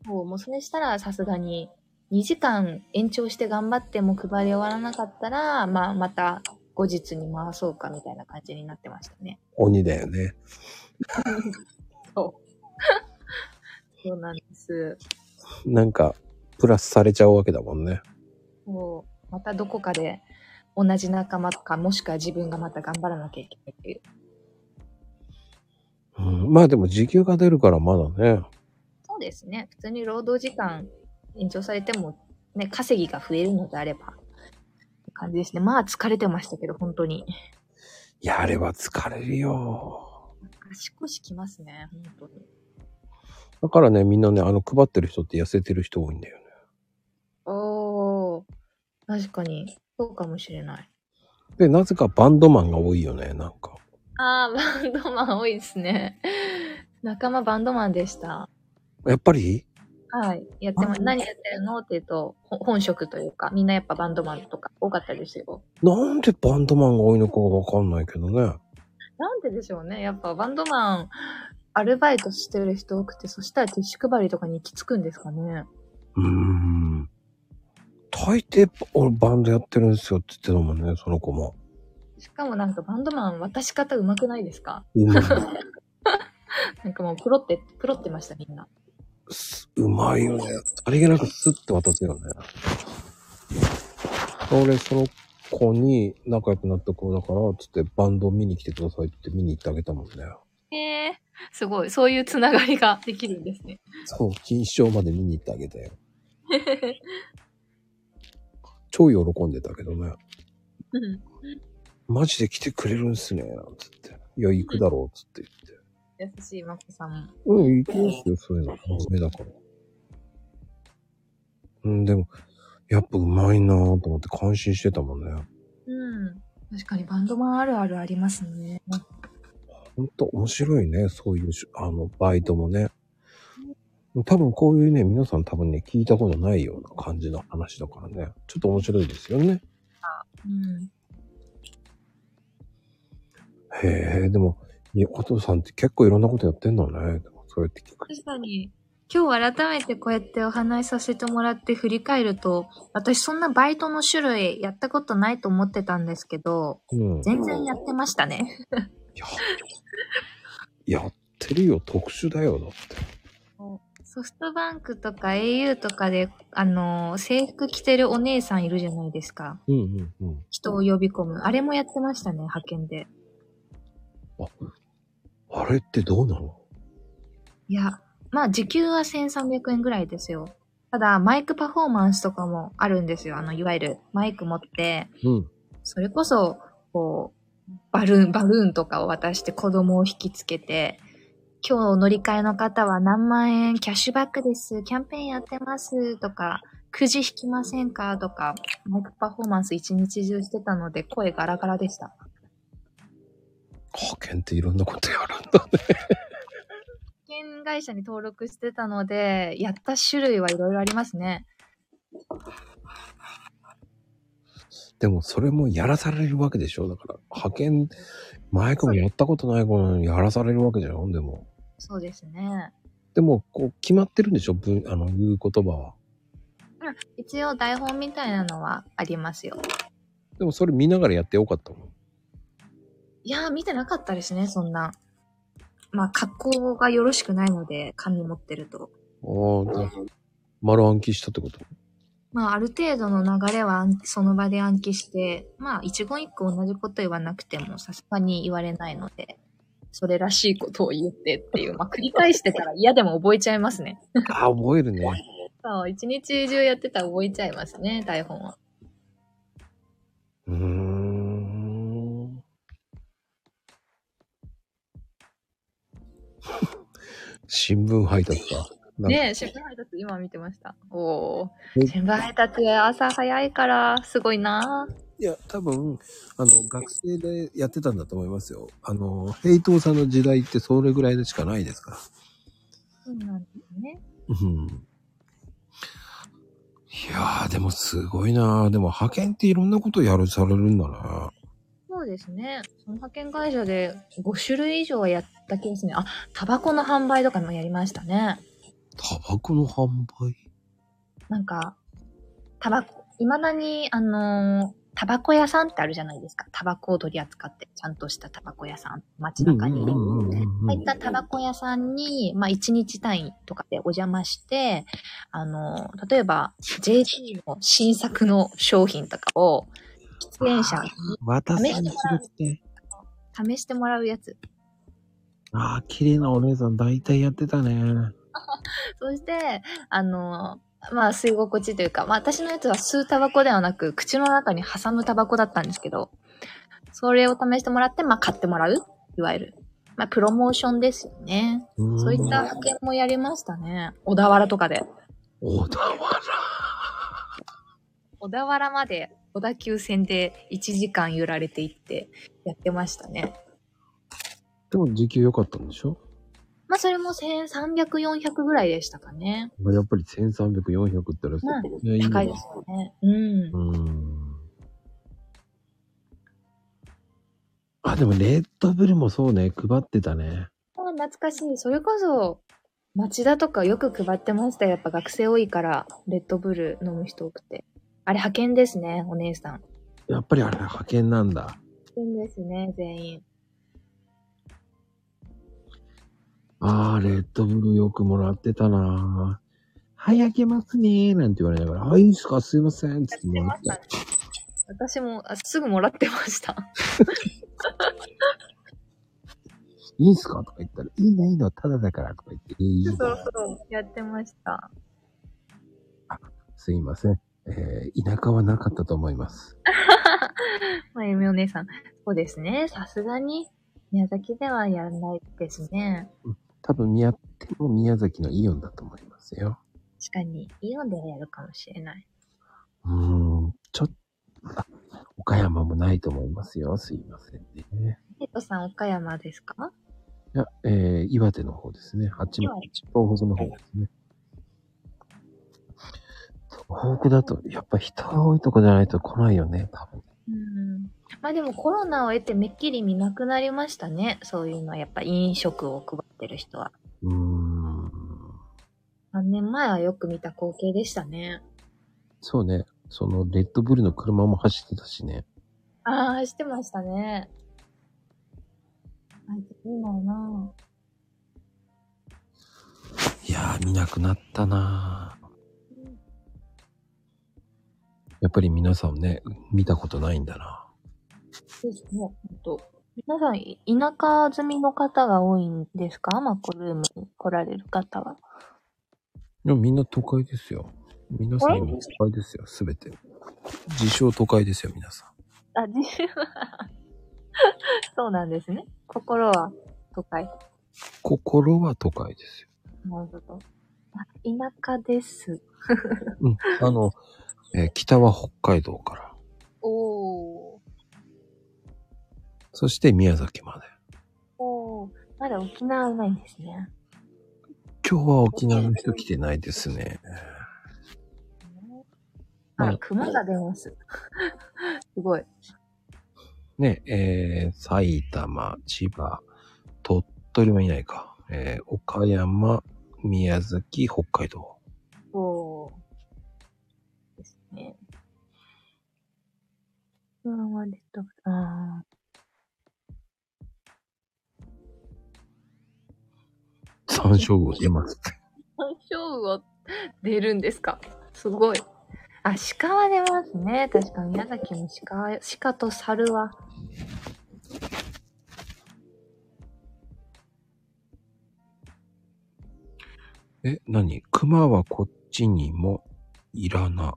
[SPEAKER 2] もう、もうそれしたらさすがに2時間延長して頑張っても配り終わらなかったら、まあまた後日に回そうかみたいな感じになってましたね。
[SPEAKER 1] 鬼だよね。
[SPEAKER 2] そうなんです。
[SPEAKER 1] なんか、プラスされちゃうわけだもんね。
[SPEAKER 2] もう、またどこかで同じ仲間とか、もしくは自分がまた頑張らなきゃいけないっていう。
[SPEAKER 1] うん、まあでも時給が出るからまだね。
[SPEAKER 2] そうですね。普通に労働時間延長されても、ね、稼ぎが増えるのであれば、って感じですね。まあ疲れてましたけど、本当に。
[SPEAKER 1] やれば疲れるよ。
[SPEAKER 2] 足腰きますね、本当に。
[SPEAKER 1] だからね、みんなね、あの、配ってる人って痩せてる人多いんだよね。
[SPEAKER 2] おー、確かに。そうかもしれない。
[SPEAKER 1] で、なぜかバンドマンが多いよね、なんか。
[SPEAKER 2] あー、バンドマン多いですね。仲間バンドマンでした。
[SPEAKER 1] やっぱり
[SPEAKER 2] はい。やってます。何やってるのって言うと、ほ本職というか、みんなやっぱバンドマンとか多かったですよ。
[SPEAKER 1] なんでバンドマンが多いのかがわかんないけどね。
[SPEAKER 2] なんででしょうね。やっぱバンドマン、アルバイトしてる人多くて、そしたらティッシュ配りとかに行き着くんですかね。
[SPEAKER 1] うーん。大抵、俺バンドやってるんですよって言ってたもんね、その子も。
[SPEAKER 2] しかもなんかバンドマン渡し方上手くないですか
[SPEAKER 1] うまい。
[SPEAKER 2] なんかもうプロって、プロってましたみんな。
[SPEAKER 1] す うまいよね。ありげなくスッて渡すよね。俺、その子に仲良くなった子だから、つってバンド見に来てくださいって見に行ってあげたもんね。
[SPEAKER 2] へえー、すごい。そういうつながりができるんですね。
[SPEAKER 1] そう、金賞まで見に行ってあげたよ。超喜んでたけどね。
[SPEAKER 2] うん。
[SPEAKER 1] マジで来てくれるんすね、なんつって。いや、行くだろう、つって言って。
[SPEAKER 2] 優しいマコさんも。
[SPEAKER 1] うん、行きますよ、そういうの。真面目だから。うん、でも、やっぱうまいなぁと思って感心してたもんね。
[SPEAKER 2] うん。確かにバンドマンあるあるありますね。
[SPEAKER 1] ほんと面白いね、そういうし、あの、バイトもね。多分こういうね、皆さん多分ね、聞いたことないような感じの話だからね。ちょっと面白いですよね。
[SPEAKER 2] うん。
[SPEAKER 1] へえ、でも、いお父さんって結構いろんなことやってんだね。でもそうやって聞く。
[SPEAKER 2] 確かに、今日改めてこうやってお話しさせてもらって振り返ると、私そんなバイトの種類やったことないと思ってたんですけど、
[SPEAKER 1] うん。
[SPEAKER 2] 全然やってましたね。
[SPEAKER 1] ややってるよ、特殊だよ、だって。
[SPEAKER 2] ソフトバンクとか au とかで、あのー、制服着てるお姉さんいるじゃないですか。
[SPEAKER 1] うんうんうん。
[SPEAKER 2] 人を呼び込む。あれもやってましたね、派遣で。
[SPEAKER 1] あれってどうなの
[SPEAKER 2] いや、まあ時給は1300円ぐらいですよ。ただ、マイクパフォーマンスとかもあるんですよ。あの、いわゆるマイク持って、
[SPEAKER 1] うん。
[SPEAKER 2] それこそ、こう、バルーン、バルーンとかを渡して子供を引きつけて、今日お乗り換えの方は何万円キャッシュバックです、キャンペーンやってますとか、くじ引きませんかとか、マイクパフォーマンス一日中してたので声ガラガラでした。
[SPEAKER 1] 派遣っていろんなことやるんだね。
[SPEAKER 2] 保険会社に登録してたので、やった種類はいろいろありますね。
[SPEAKER 1] でもそれもやらされるわけでしょだから、派遣、前からやったことない子なのにやらされるわけじゃんでも。
[SPEAKER 2] そうですね。
[SPEAKER 1] でも、こう、決まってるんでしょぶあの、言う言葉は。
[SPEAKER 2] うん一応台本みたいなのはありますよ。
[SPEAKER 1] でもそれ見ながらやってよかったもん。
[SPEAKER 2] いやー、見てなかったですね、そんな。まあ、格好がよろしくないので、紙持ってると。
[SPEAKER 1] ああ、丸暗記したってこと
[SPEAKER 2] まあ、ある程度の流れは暗その場で暗記して、まあ、一言一句同じこと言わなくても、さすがに言われないので、それらしいことを言ってっていう、まあ、繰り返してたら嫌でも覚えちゃいますね。
[SPEAKER 1] ああ、覚えるね。
[SPEAKER 2] そう、一日中やってたら覚えちゃいますね、台本は。
[SPEAKER 1] うーん。 新聞配達か。
[SPEAKER 2] ねえ、先輩配達今見てました。おお。先輩配達朝早いから、すごいない
[SPEAKER 1] や、多分、あの、学生でやってたんだと思いますよ。あの、平等さんの時代ってそれぐらいでしかないですから。
[SPEAKER 2] そうなんですね。
[SPEAKER 1] うん。いやー、でもすごいなー。でも派遣っていろんなことやるされるんだな。
[SPEAKER 2] そうですね。その派遣会社で5種類以上はやった気がするね。あ、タバコの販売とかもやりましたね。
[SPEAKER 1] タバコの販売
[SPEAKER 2] なんか、タバコ、未だに、あのータバコ屋さんってあるじゃないですか。タバコを取り扱って、ちゃんとしたタバコ屋さん、街中に。
[SPEAKER 1] うんうんうんうんう
[SPEAKER 2] そ
[SPEAKER 1] ん
[SPEAKER 2] ういったタバコ屋さんに、まあ、1日単位とかでお邪魔して、あの、例えば、JT の新作の商品とかを、出演者に
[SPEAKER 1] 渡すに連れて。
[SPEAKER 2] 試してもらうやつ。
[SPEAKER 1] ああ、綺麗なお姉さん大体やってたね。
[SPEAKER 2] そして、あの、まあ、吸い心地というか、まあ、私のやつは吸うタバコではなく、口の中に挟むタバコだったんですけど、それを試してもらって、まあ、買ってもらういわゆる。まあ、プロモーションですよね。
[SPEAKER 1] ん
[SPEAKER 2] そういった派遣もやりましたね。小田原とかで。
[SPEAKER 1] 小田原。
[SPEAKER 2] 小田原まで小田急線で1時間揺られていってやってましたね。
[SPEAKER 1] でも時給良かったんでしょ
[SPEAKER 2] まあそれも1300、400ぐらいでしたかね。
[SPEAKER 1] まあやっぱり1300、400ってら
[SPEAKER 2] う
[SPEAKER 1] いや
[SPEAKER 2] 高いですよね。うん
[SPEAKER 1] う。ーん。あ、でもレッドブルもそうね、配ってたね。
[SPEAKER 2] あ懐かしい。それこそ町田とかよく配ってましたよ。やっぱ学生多いから、レッドブル飲む人多くて。あれ派遣ですね、お姉さん。
[SPEAKER 1] やっぱりあれ派遣なんだ。
[SPEAKER 2] 派遣ですね、全員。
[SPEAKER 1] ああ、レッドブルよくもらってたなはい、開けますねーなんて言われながら、はい、いいっすか、すいません、つってもらった。
[SPEAKER 2] 私もあすぐもらってました。
[SPEAKER 1] いいっすかとか言ったら、いいのいいの、ただだからとか言って、いいいい
[SPEAKER 2] そう
[SPEAKER 1] の
[SPEAKER 2] そう。やってました。
[SPEAKER 1] すいません。えー、田舎はなかったと思います。
[SPEAKER 2] まあ、ゆみお姉さん。そうですね。さすがに、宮崎ではやらないですね。
[SPEAKER 1] 多分、宮、も宮崎のイオンだと思いますよ。
[SPEAKER 2] 確かに、イオンではやるかもしれない。
[SPEAKER 1] うーん、ちょっと、あ岡山もないと思いますよ。すいませんね。
[SPEAKER 2] ヘッドさん、岡山ですか
[SPEAKER 1] いや、えー、岩手の方ですね。八幡、
[SPEAKER 2] 岩手
[SPEAKER 1] 東北の方ですね。東北だと、やっぱ人が多いとこじゃないと来ないよね、多分。
[SPEAKER 2] うん。まあでもコロナを得てめっきり見なくなりましたね。そういうのはやっぱ飲食を配ってる人は。
[SPEAKER 1] うーん。
[SPEAKER 2] 3年前はよく見た光景でしたね。
[SPEAKER 1] そうね。その、レッドブルの車も走ってたしね。
[SPEAKER 2] ああ、走ってましたね。あいついないない
[SPEAKER 1] やー、見なくなったなーやっぱり皆さんね、見たことないんだな。
[SPEAKER 2] ですね、ほんと。皆さん、い田舎住みの方が多いんですかマコルームに来られる方は。
[SPEAKER 1] でもみんな都会ですよ。皆さ
[SPEAKER 2] え
[SPEAKER 1] ん都会ですよ、すべて。自称都会ですよ、皆さん。
[SPEAKER 2] あ、自由は。そうなんですね。心は都会。
[SPEAKER 1] 心は都会ですよ。
[SPEAKER 2] なるほど。あ田舎です。
[SPEAKER 1] うん。あの、えー北は北海道から、
[SPEAKER 2] おー。
[SPEAKER 1] そして宮崎まで。
[SPEAKER 2] おー。まだ沖縄はないんですね。
[SPEAKER 1] 今日は沖縄の人来てないですね。は
[SPEAKER 2] あ
[SPEAKER 1] い、
[SPEAKER 2] 熊が出ます。 すごい。
[SPEAKER 1] ね、えー埼玉、千葉、鳥取もいないか。えー岡山、宮崎、北海道。
[SPEAKER 2] おー。ですね。うわー、レッドブルあ
[SPEAKER 1] 山椒を出ますって。
[SPEAKER 2] ー。山椒魚出るんですかすごい。あ、鹿は出ますね。確か宮崎も鹿は、鹿と猿は。
[SPEAKER 1] え、何熊はこっちにも、いらな。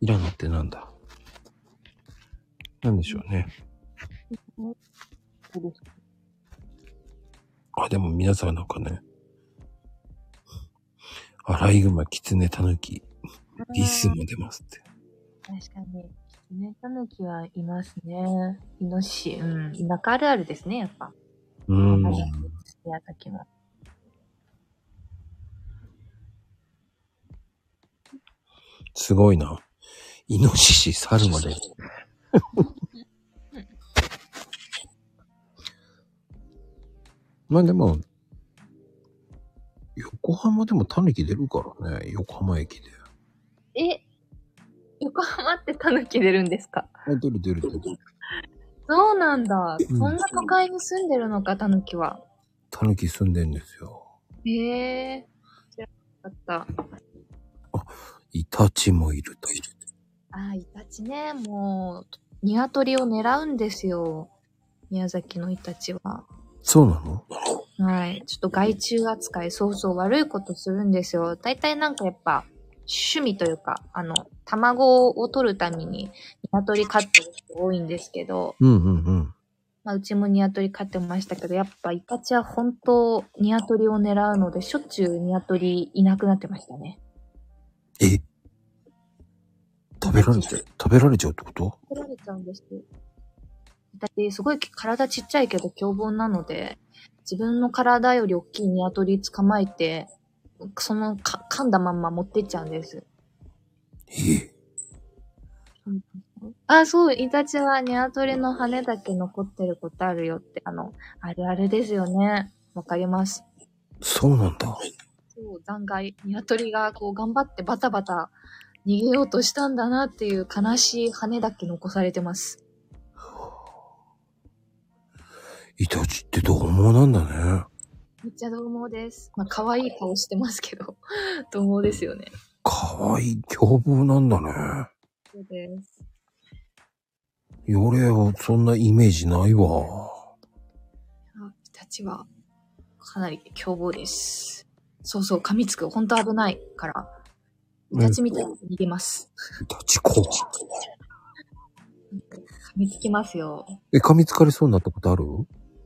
[SPEAKER 1] いらなってなんだなんでしょうね。あ、でも皆さんなんかね、アライグマ、キツネ、タヌキ、リスも出ますって。
[SPEAKER 2] 確かに。キツネタヌキはいますね。イノシシ、うん。田舎あるあるですね、やっぱ。
[SPEAKER 1] う
[SPEAKER 2] あ
[SPEAKER 1] ん。
[SPEAKER 2] りがとう宮崎は。
[SPEAKER 1] すごいな。イノシシ、猿まで。 まあでも、横浜でもタヌキ出るからね、横浜駅で。
[SPEAKER 2] え横浜ってタヌキ出るんですか
[SPEAKER 1] あ、出る出る出る。
[SPEAKER 2] そうなんだ。
[SPEAKER 1] うん
[SPEAKER 2] そんな都会に住んでるのか、タヌキは。
[SPEAKER 1] タヌキ住んでんですよ。
[SPEAKER 2] へえ。知らなかった。
[SPEAKER 1] イタチもいると。
[SPEAKER 2] ああ、イタチね。もう、ニワトリを狙うんですよ。宮崎のイタチは。
[SPEAKER 1] そうなの
[SPEAKER 2] はい。ちょっと害虫扱い、そうそう悪いことするんですよ。大体なんかやっぱ、趣味というか、あの、卵を取るために、鶏飼ってる人多いんですけど、
[SPEAKER 1] うんうんうん。
[SPEAKER 2] まあ、うちも鶏飼ってましたけど、やっぱイタチは本当、鶏を狙うので、しょっちゅう鶏いなくなってましたね。
[SPEAKER 1] え食べられちゃう、食べられちゃうってこと
[SPEAKER 2] 食べられちゃうんですよ。だって、すごい体ちっちゃいけど凶暴なので、自分の体より大きい鶏捕まえて、そのか噛んだまんま持ってっちゃうんです。
[SPEAKER 1] ええ。
[SPEAKER 2] あ、そう、イタチはニワトリの羽だけ残ってることあるよって、あの、あるあるですよね。わかります。
[SPEAKER 1] そうなんだ。
[SPEAKER 2] そう、残骸。ニワトリがこう頑張ってバタバタ逃げようとしたんだなっていう悲しい羽だけ残されてます。
[SPEAKER 1] イタチってどう猛なんだね。
[SPEAKER 2] めっちゃ獰猛です。まあ、可愛い顔してますけど、 獰猛ですよね。
[SPEAKER 1] かわいい凶暴なんだね。
[SPEAKER 2] そうです。
[SPEAKER 1] 俺はそんなイメージないわ。
[SPEAKER 2] あイタチは、かなり凶暴です。そうそう、噛みつく。ほんと危ないから。イタチみたいに逃げます。
[SPEAKER 1] イタチ怖い。
[SPEAKER 2] 噛みつきますよ。
[SPEAKER 1] え、噛みつかれそうになったことある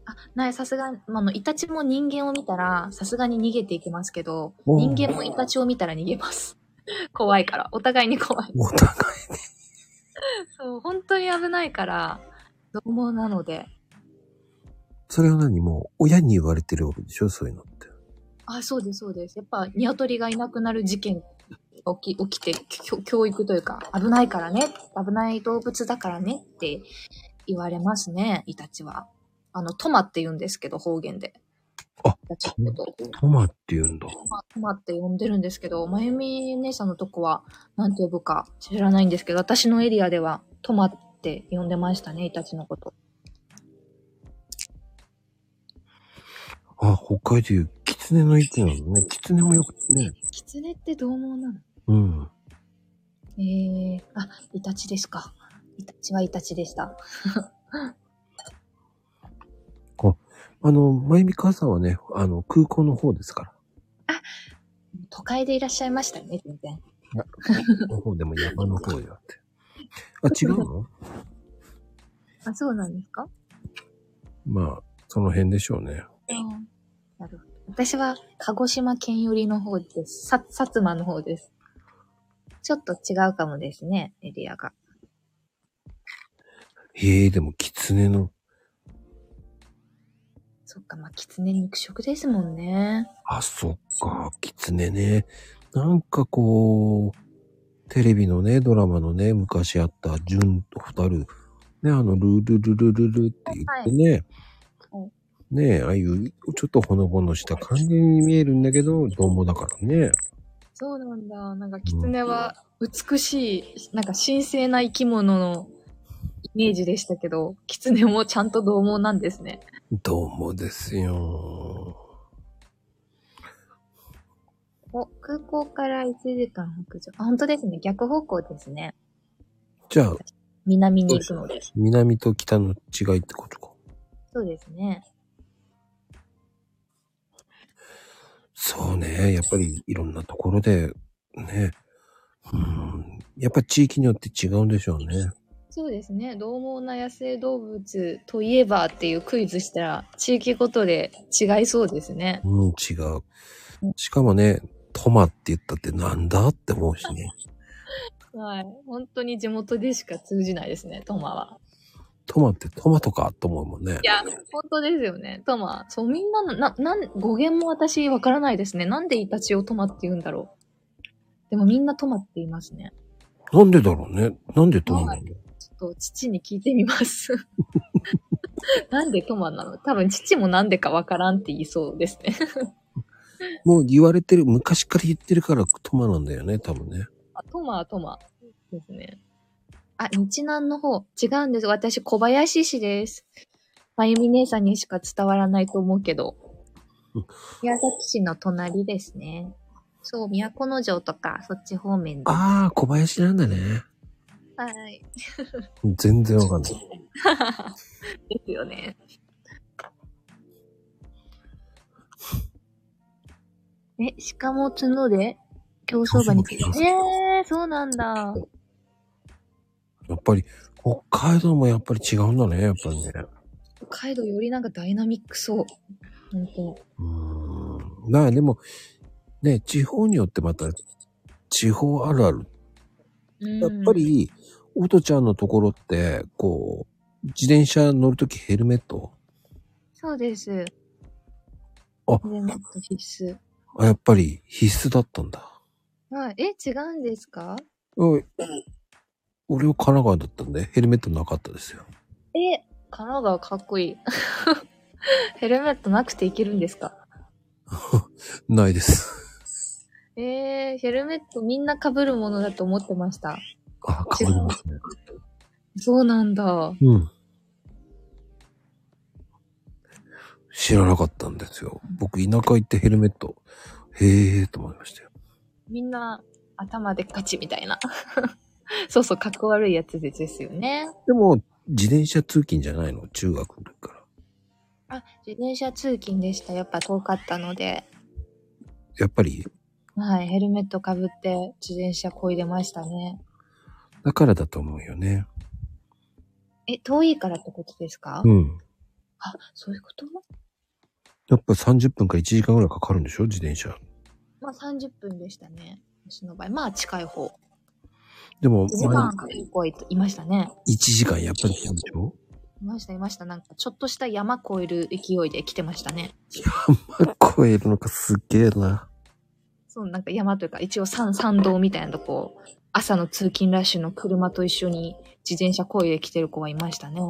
[SPEAKER 2] あ、ない、さすが、まあ、あの、イタチも人間を見たら、さすがに逃げていきますけど、
[SPEAKER 1] お
[SPEAKER 2] 人
[SPEAKER 1] ー
[SPEAKER 2] 間もイタチを見たら逃げます。 怖いから。お互いに怖い。
[SPEAKER 1] お互い。
[SPEAKER 2] そう、本当に危ないから、獰猛なので。
[SPEAKER 1] それは何もう、親に言われてるわけでしょそういうのって。
[SPEAKER 2] あ、そうです、そうです。やっぱ、ニワトリがいなくなる事件が起き、起きて、きょ教育というか、危ないからね、危ない動物だからねって言われますね、イタチは。あの、トマって言うんですけど、方言で。
[SPEAKER 1] あ
[SPEAKER 2] イタチのことを
[SPEAKER 1] トマって言うんだ。
[SPEAKER 2] トマトマって呼んでるんですけど、まゆみ姉さんのとこは、なんて呼ぶか知らないんですけど、私のエリアでは、トマって呼んでましたね、イタチのこと。
[SPEAKER 1] あ、北海道いう、キツネの池なのね。キツネもよくね。
[SPEAKER 2] キツネって獰猛なの
[SPEAKER 1] うん。
[SPEAKER 2] えー、あ、イタチですか。イタチはイタチでした。
[SPEAKER 1] あの、まゆみ母さんはね、あの、空港の方ですから。
[SPEAKER 2] 都会でいらっしゃいましたよね、全然。
[SPEAKER 1] の方でも山の方であって。あ、違う の
[SPEAKER 2] あ、そうなんですか
[SPEAKER 1] まあ、その辺でしょうね。
[SPEAKER 2] うん。なるほど。私は、鹿児島県寄りの方です。さ、薩摩の方です。ちょっと違うかもですね、エリアが。
[SPEAKER 1] へえ、でも、キツネの、
[SPEAKER 2] そっか、まあ、キツネ肉食ですもんね。
[SPEAKER 1] あ、そっか、キツネね。なんかこう、テレビのね、ドラマのね、昔あった、ジュンと二人、ね、あの、ルルルルルルって言ってね、
[SPEAKER 2] はい
[SPEAKER 1] ねああいう、ちょっとほのぼのした感じに見えるんだけど、どうもだからね。
[SPEAKER 2] そうなんだ。なんか、キツネは美しい、なんか神聖な生き物のイメージでしたけど、キツネもちゃんと獰猛なんですね。
[SPEAKER 1] どうもですよ。
[SPEAKER 2] お、空港から1時間北上。あ、本当ですね。逆方向ですね。
[SPEAKER 1] じゃあ、
[SPEAKER 2] 南に行くので。
[SPEAKER 1] 南と北の違いってことか。
[SPEAKER 2] そうですね。
[SPEAKER 1] そうね。やっぱりいろんなところで、ね。うん。やっぱ地域によって違うんでしょうね。
[SPEAKER 2] そうですね。獰猛な野生動物といえばっていうクイズしたら、地域ごとで違いそうですね。
[SPEAKER 1] うん、違う。しかもね、トマって言ったってなんだって思うしね。
[SPEAKER 2] はい。本当に地元でしか通じないですね、トマは。
[SPEAKER 1] トマってトマトかと思うもんね
[SPEAKER 2] い。や、本当ですよね。トマ。そう、みんなの、な、なん、語源も私わからないですね。なんでイタチをトマって言うんだろう。でもみんなトマって言いますね。
[SPEAKER 1] なんでだろうね。なんでトマなんだろう
[SPEAKER 2] ちょっと父に聞いてみます。なんでトマなの多分父もなんでかわからんって言いそうですね。
[SPEAKER 1] もう言われてる、昔から言ってるからトマなんだよね、多分ね。
[SPEAKER 2] あトマはトマですね。あ、日南の方。違うんです。私、小林市です。まゆみ姉さんにしか伝わらないと思うけど
[SPEAKER 1] うん。
[SPEAKER 2] 宮崎市の隣ですね。そう、都の城とか、そっち方面で。は
[SPEAKER 1] ああ、小林なんだね。
[SPEAKER 2] い。
[SPEAKER 1] 全然わかんない。
[SPEAKER 2] ですよね。え、鹿も角で競走馬に。えー、そうなんだ。
[SPEAKER 1] やっぱり、北海道もやっぱり違うんだね、やっぱりね。
[SPEAKER 2] 北海道よりなんかダイナミックそう。本当。
[SPEAKER 1] うーん。まあでも、ね、地方によってまた、地方あるある。
[SPEAKER 2] うん
[SPEAKER 1] やっぱ。り、おとちゃんのところって、こう、自転車乗るときヘルメット。
[SPEAKER 2] そうです。
[SPEAKER 1] あ
[SPEAKER 2] ヘルメット必須。
[SPEAKER 1] あやっぱり必須だったんだ。
[SPEAKER 2] はい。え、違うんですか
[SPEAKER 1] おい俺は神奈川だったんで、ヘルメットなかったですよ。
[SPEAKER 2] え、神奈川かっこいい。 ヘルメットなくていけるんですか
[SPEAKER 1] ないです。
[SPEAKER 2] えー、ヘルメットみんな被るものだと思ってました。
[SPEAKER 1] あ、かぶりますね。
[SPEAKER 2] そうなんだ。
[SPEAKER 1] うん。知らなかったんですよ。僕、田舎行ってヘルメット。へえーと思いましたよ。
[SPEAKER 2] みんな頭でっかちみたいな。 そうそう、かっこ悪いやつですよね。
[SPEAKER 1] でも、自転車通勤じゃないの中学の時から。
[SPEAKER 2] あ、自転車通勤でした。やっぱ遠かったので。
[SPEAKER 1] やっぱり、
[SPEAKER 2] はい、ヘルメットかぶって自転車こいでましたね。
[SPEAKER 1] だからだと思うよね。
[SPEAKER 2] え、遠いからってことですか、
[SPEAKER 1] うん。
[SPEAKER 2] あ、そういうこと
[SPEAKER 1] やっぱ30分から1時間ぐらいかかるんでしょ自転車。
[SPEAKER 2] まあ30分でしたね。私の場合。まあ近い方。
[SPEAKER 1] でも、
[SPEAKER 2] 1時間かけこいいましたね。
[SPEAKER 1] 1時間やっぱりそうでしょ
[SPEAKER 2] いました、いました。なんかちょっとした山越える勢いで来てましたね。
[SPEAKER 1] 超えるのかすっげえな。
[SPEAKER 2] そう、なんか山というか、一応山、山道みたいなとこ、朝の通勤ラッシュの車と一緒に自転車こいで来てる子はいましたね。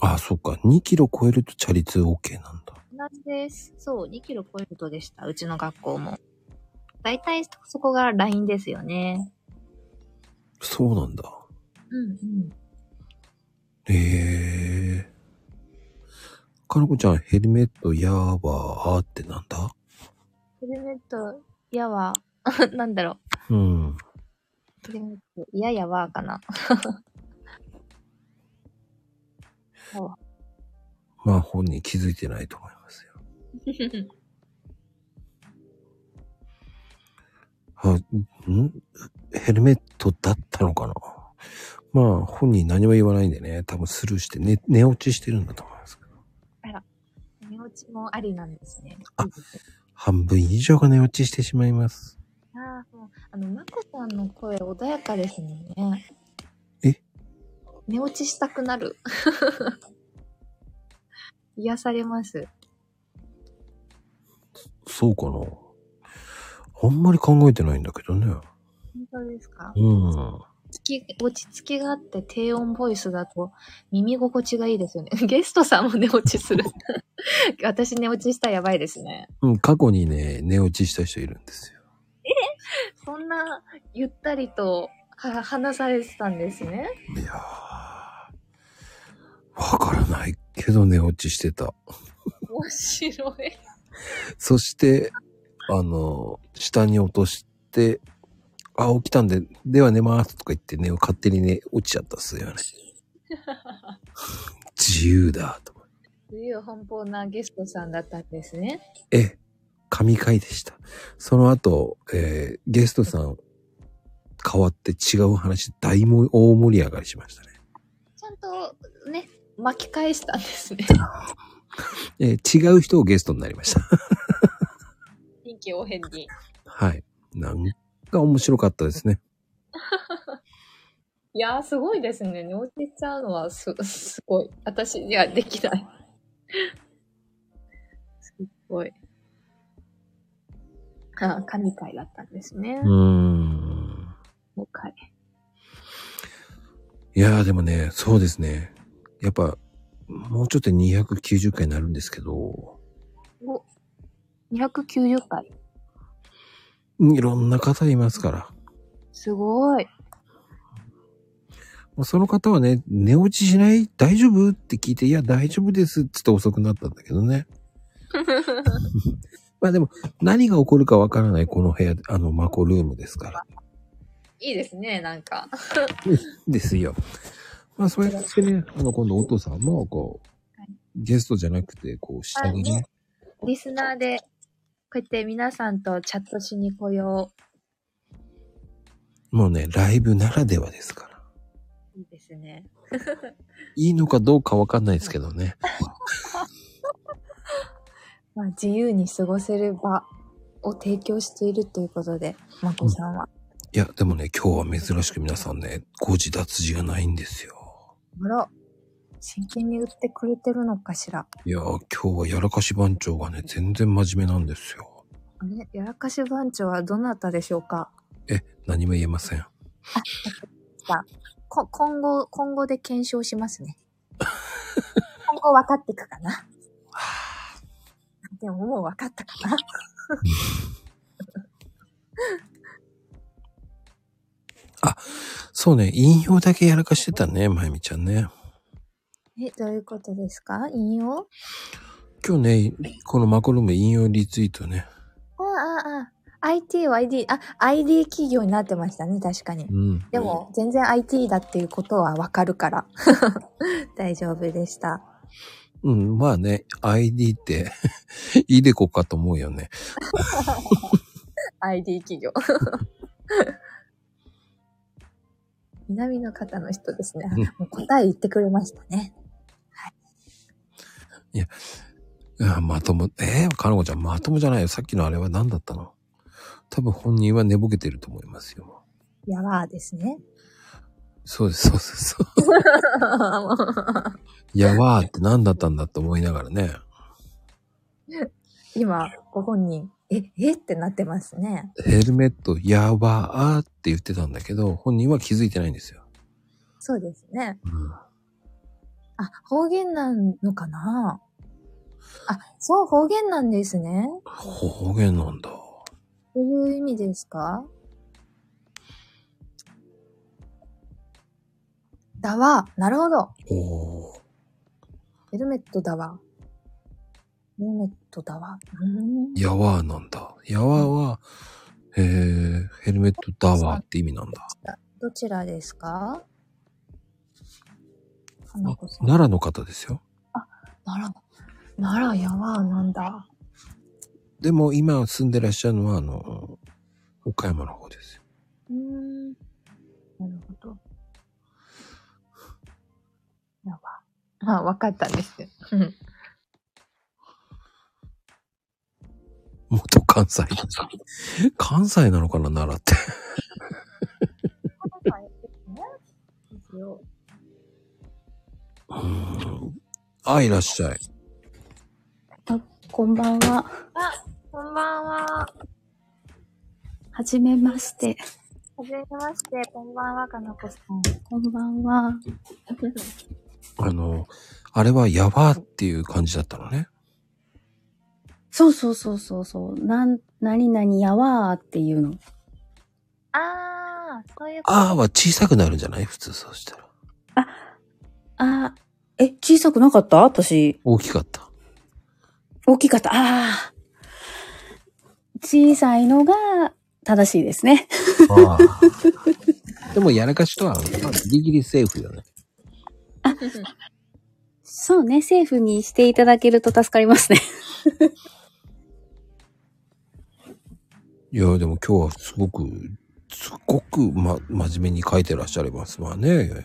[SPEAKER 1] ああ、そっか。2キロ超えるとチャリ通 OK なんだ。
[SPEAKER 2] 同じです。そう、2キロ超えるとでした、うちの学校も。大体そこがラインですよね。
[SPEAKER 1] そうなんだ。
[SPEAKER 2] うんうん。
[SPEAKER 1] へえ。かのこちゃん、ヘルメット、やーばーってなんだ
[SPEAKER 2] ヘルメット、やは、 なんだろう。
[SPEAKER 1] うん。
[SPEAKER 2] ヘルメット、ややわかな。
[SPEAKER 1] まあ本人気づいてないと思いますよ。 あ、んヘルメットだったのかなまあ本人何も言わないんでね、多分スルーして寝寝落ちしてるんだと思いますけど。
[SPEAKER 2] 寝落ちもありなんですね。
[SPEAKER 1] あ半分以上が寝落ちしてしまいます。
[SPEAKER 2] ああ、そう。あの、まこさんの声穏やかですもんね。
[SPEAKER 1] え
[SPEAKER 2] 寝落ちしたくなる。 癒されます。
[SPEAKER 1] そうかなあんまり考えてないんだけどね。
[SPEAKER 2] 本当ですか
[SPEAKER 1] うん。
[SPEAKER 2] つき落ち着きがあって低音ボイスだと耳心地がいいですよね。 ゲストさんも寝落ちする。 私寝落ちしたらやばいですね。
[SPEAKER 1] うん、過去にね、寝落ちした人いるんですよ。
[SPEAKER 2] そんなゆったりとは話されてたんですね。
[SPEAKER 1] いやーわからないけど寝落ちしてた。
[SPEAKER 2] 面白い。
[SPEAKER 1] そして、あの、下に落として、あ、起きたんで、では寝ますとか言ってね、勝手にね、落ちちゃったっすよね。 自由だ、と思って。
[SPEAKER 2] 自由奔放なゲストさんだったんですね。
[SPEAKER 1] え、神回でした。その後、えーゲストさん変わって違う話、大も大盛り上がりしましたね。
[SPEAKER 2] ちゃんとね、巻き返したんですね。
[SPEAKER 1] えー違う人をゲストになりました。
[SPEAKER 2] 気応変に。
[SPEAKER 1] はい。なんか面白かったですね。
[SPEAKER 2] いやー、すごいですね。寝落ちしちゃうのはす、すごい。私にはできない。すっごい。あー、神回だったんですね
[SPEAKER 1] う。ーん。
[SPEAKER 2] 神回。
[SPEAKER 1] いやーでもね、そうですね。やっぱ、もうちょっとで290回になるんですけど、
[SPEAKER 2] お、290回。
[SPEAKER 1] いろんな方いますから。
[SPEAKER 2] すごい。
[SPEAKER 1] まあその方はね、寝落ちしない大丈夫って聞いて、いや、大丈夫ですってって遅くなったんだけど ね。まあでも、何が起こるかわからないこの部屋で、あの、マコルームですから。
[SPEAKER 2] いいですね、なんか。
[SPEAKER 1] ですよ。まあ、そうやってね、あの、今度、お父さんも、こう
[SPEAKER 2] はい、
[SPEAKER 1] ゲストじゃなくて、こう、下に
[SPEAKER 2] は
[SPEAKER 1] ね、
[SPEAKER 3] リスナーで、こうやって皆さんとチャットしに来よ
[SPEAKER 1] もうね、ライブならではですから。
[SPEAKER 3] う。いいですね。
[SPEAKER 1] いいのかどうかわかんないですけどね。
[SPEAKER 2] まあ、自由に過ごせる場を提供しているということで、まこさんは。
[SPEAKER 1] いや、でもね、今日は珍しく皆さんね、誤字脱字がないんですよ。
[SPEAKER 2] あら、真剣に売ってくれてるのかしら。
[SPEAKER 1] いや、今日はやらかし番長がね、全然真面目なんですよ。
[SPEAKER 2] あれ、やらかし番長はどなたでしょうか
[SPEAKER 1] え、何も言えません。
[SPEAKER 2] こ今後、今後で検証しますね。今後分かっていくかな。でももう分かったかな。
[SPEAKER 1] そうね、引用だけやらかしてたね、まゆみちゃんね。
[SPEAKER 2] え、どういうことですか引用
[SPEAKER 1] 今日ね、このマコルーム引用リツイートね。
[SPEAKER 2] ああ、ああ、IT は ID、あ、ID 企業になってましたね、確かに。
[SPEAKER 1] うん。
[SPEAKER 2] でも、全然 IT だっていうことは分かるから。 大丈夫でした。
[SPEAKER 1] うん、まあね、ID って、 いでこかと思うよね。
[SPEAKER 2] ID 企業。南の方の人ですね。
[SPEAKER 1] うん
[SPEAKER 2] もう答え言ってくれましたね。
[SPEAKER 1] あまとも、えー、かのこちゃん、まともじゃないよ。さっきのあれは何だったの多分本人は寝ぼけてると思いますよ。
[SPEAKER 2] やわーで すね。
[SPEAKER 1] そうです、そうです、そう。やばーって何だったんだって思いながらね。
[SPEAKER 2] 今、ご本人、え、えってなってますね。
[SPEAKER 1] ヘルメット、やばーって言ってたんだけど、本人は気づいてないんですよ。
[SPEAKER 2] そうですね。
[SPEAKER 1] うん
[SPEAKER 2] あ、方言なのかなあ、そう、方言なんですね。
[SPEAKER 1] 方言なんだ。
[SPEAKER 2] どういう意味ですかだわ。なるほど。
[SPEAKER 1] おお。
[SPEAKER 2] ヘルメットだわ。ヘルメットだわ。うーん。
[SPEAKER 1] やわーなんだ。やわーは、えー、ヘルメットダワーって意味なんだ。
[SPEAKER 2] どちらですか花
[SPEAKER 1] あ
[SPEAKER 2] 子さん。
[SPEAKER 1] 奈良の方ですよ。
[SPEAKER 2] 奈良。奈良やわ、なんだ。
[SPEAKER 1] でも今住んでらっしゃるのは、あの、岡山の方ですよ。
[SPEAKER 2] うーん。なるほど。やば。あ、わかったんです。 うん。
[SPEAKER 1] 元関西です。関西なのかな、奈良って。
[SPEAKER 2] ですよ
[SPEAKER 1] うーんあ、いらっしゃい。
[SPEAKER 4] こんばんは。
[SPEAKER 3] こんばんは。
[SPEAKER 4] はじめまして。
[SPEAKER 3] はじめまして。こんばんは、かのこさん。
[SPEAKER 4] こんばんは。
[SPEAKER 1] あの、あれはやばーっていう感じだったのね。
[SPEAKER 4] そうそうそうそうそう。なん、何々やわーっていうの。
[SPEAKER 3] あー、そういうこと。
[SPEAKER 1] あーは小さくなるんじゃない普通そうしたら。
[SPEAKER 4] あー、え、小さくなかった私。
[SPEAKER 1] 大きかった。
[SPEAKER 4] 大きかった。あー。小さいのが正しいですね。
[SPEAKER 1] ああ。でもやらかしとは、まあギリギリセーフよね。
[SPEAKER 4] そうね。セーフにしていただけると助かりますね。
[SPEAKER 1] いや、でも今日はすごく、すごく、ま、真面目に書いてらっしゃいますわね。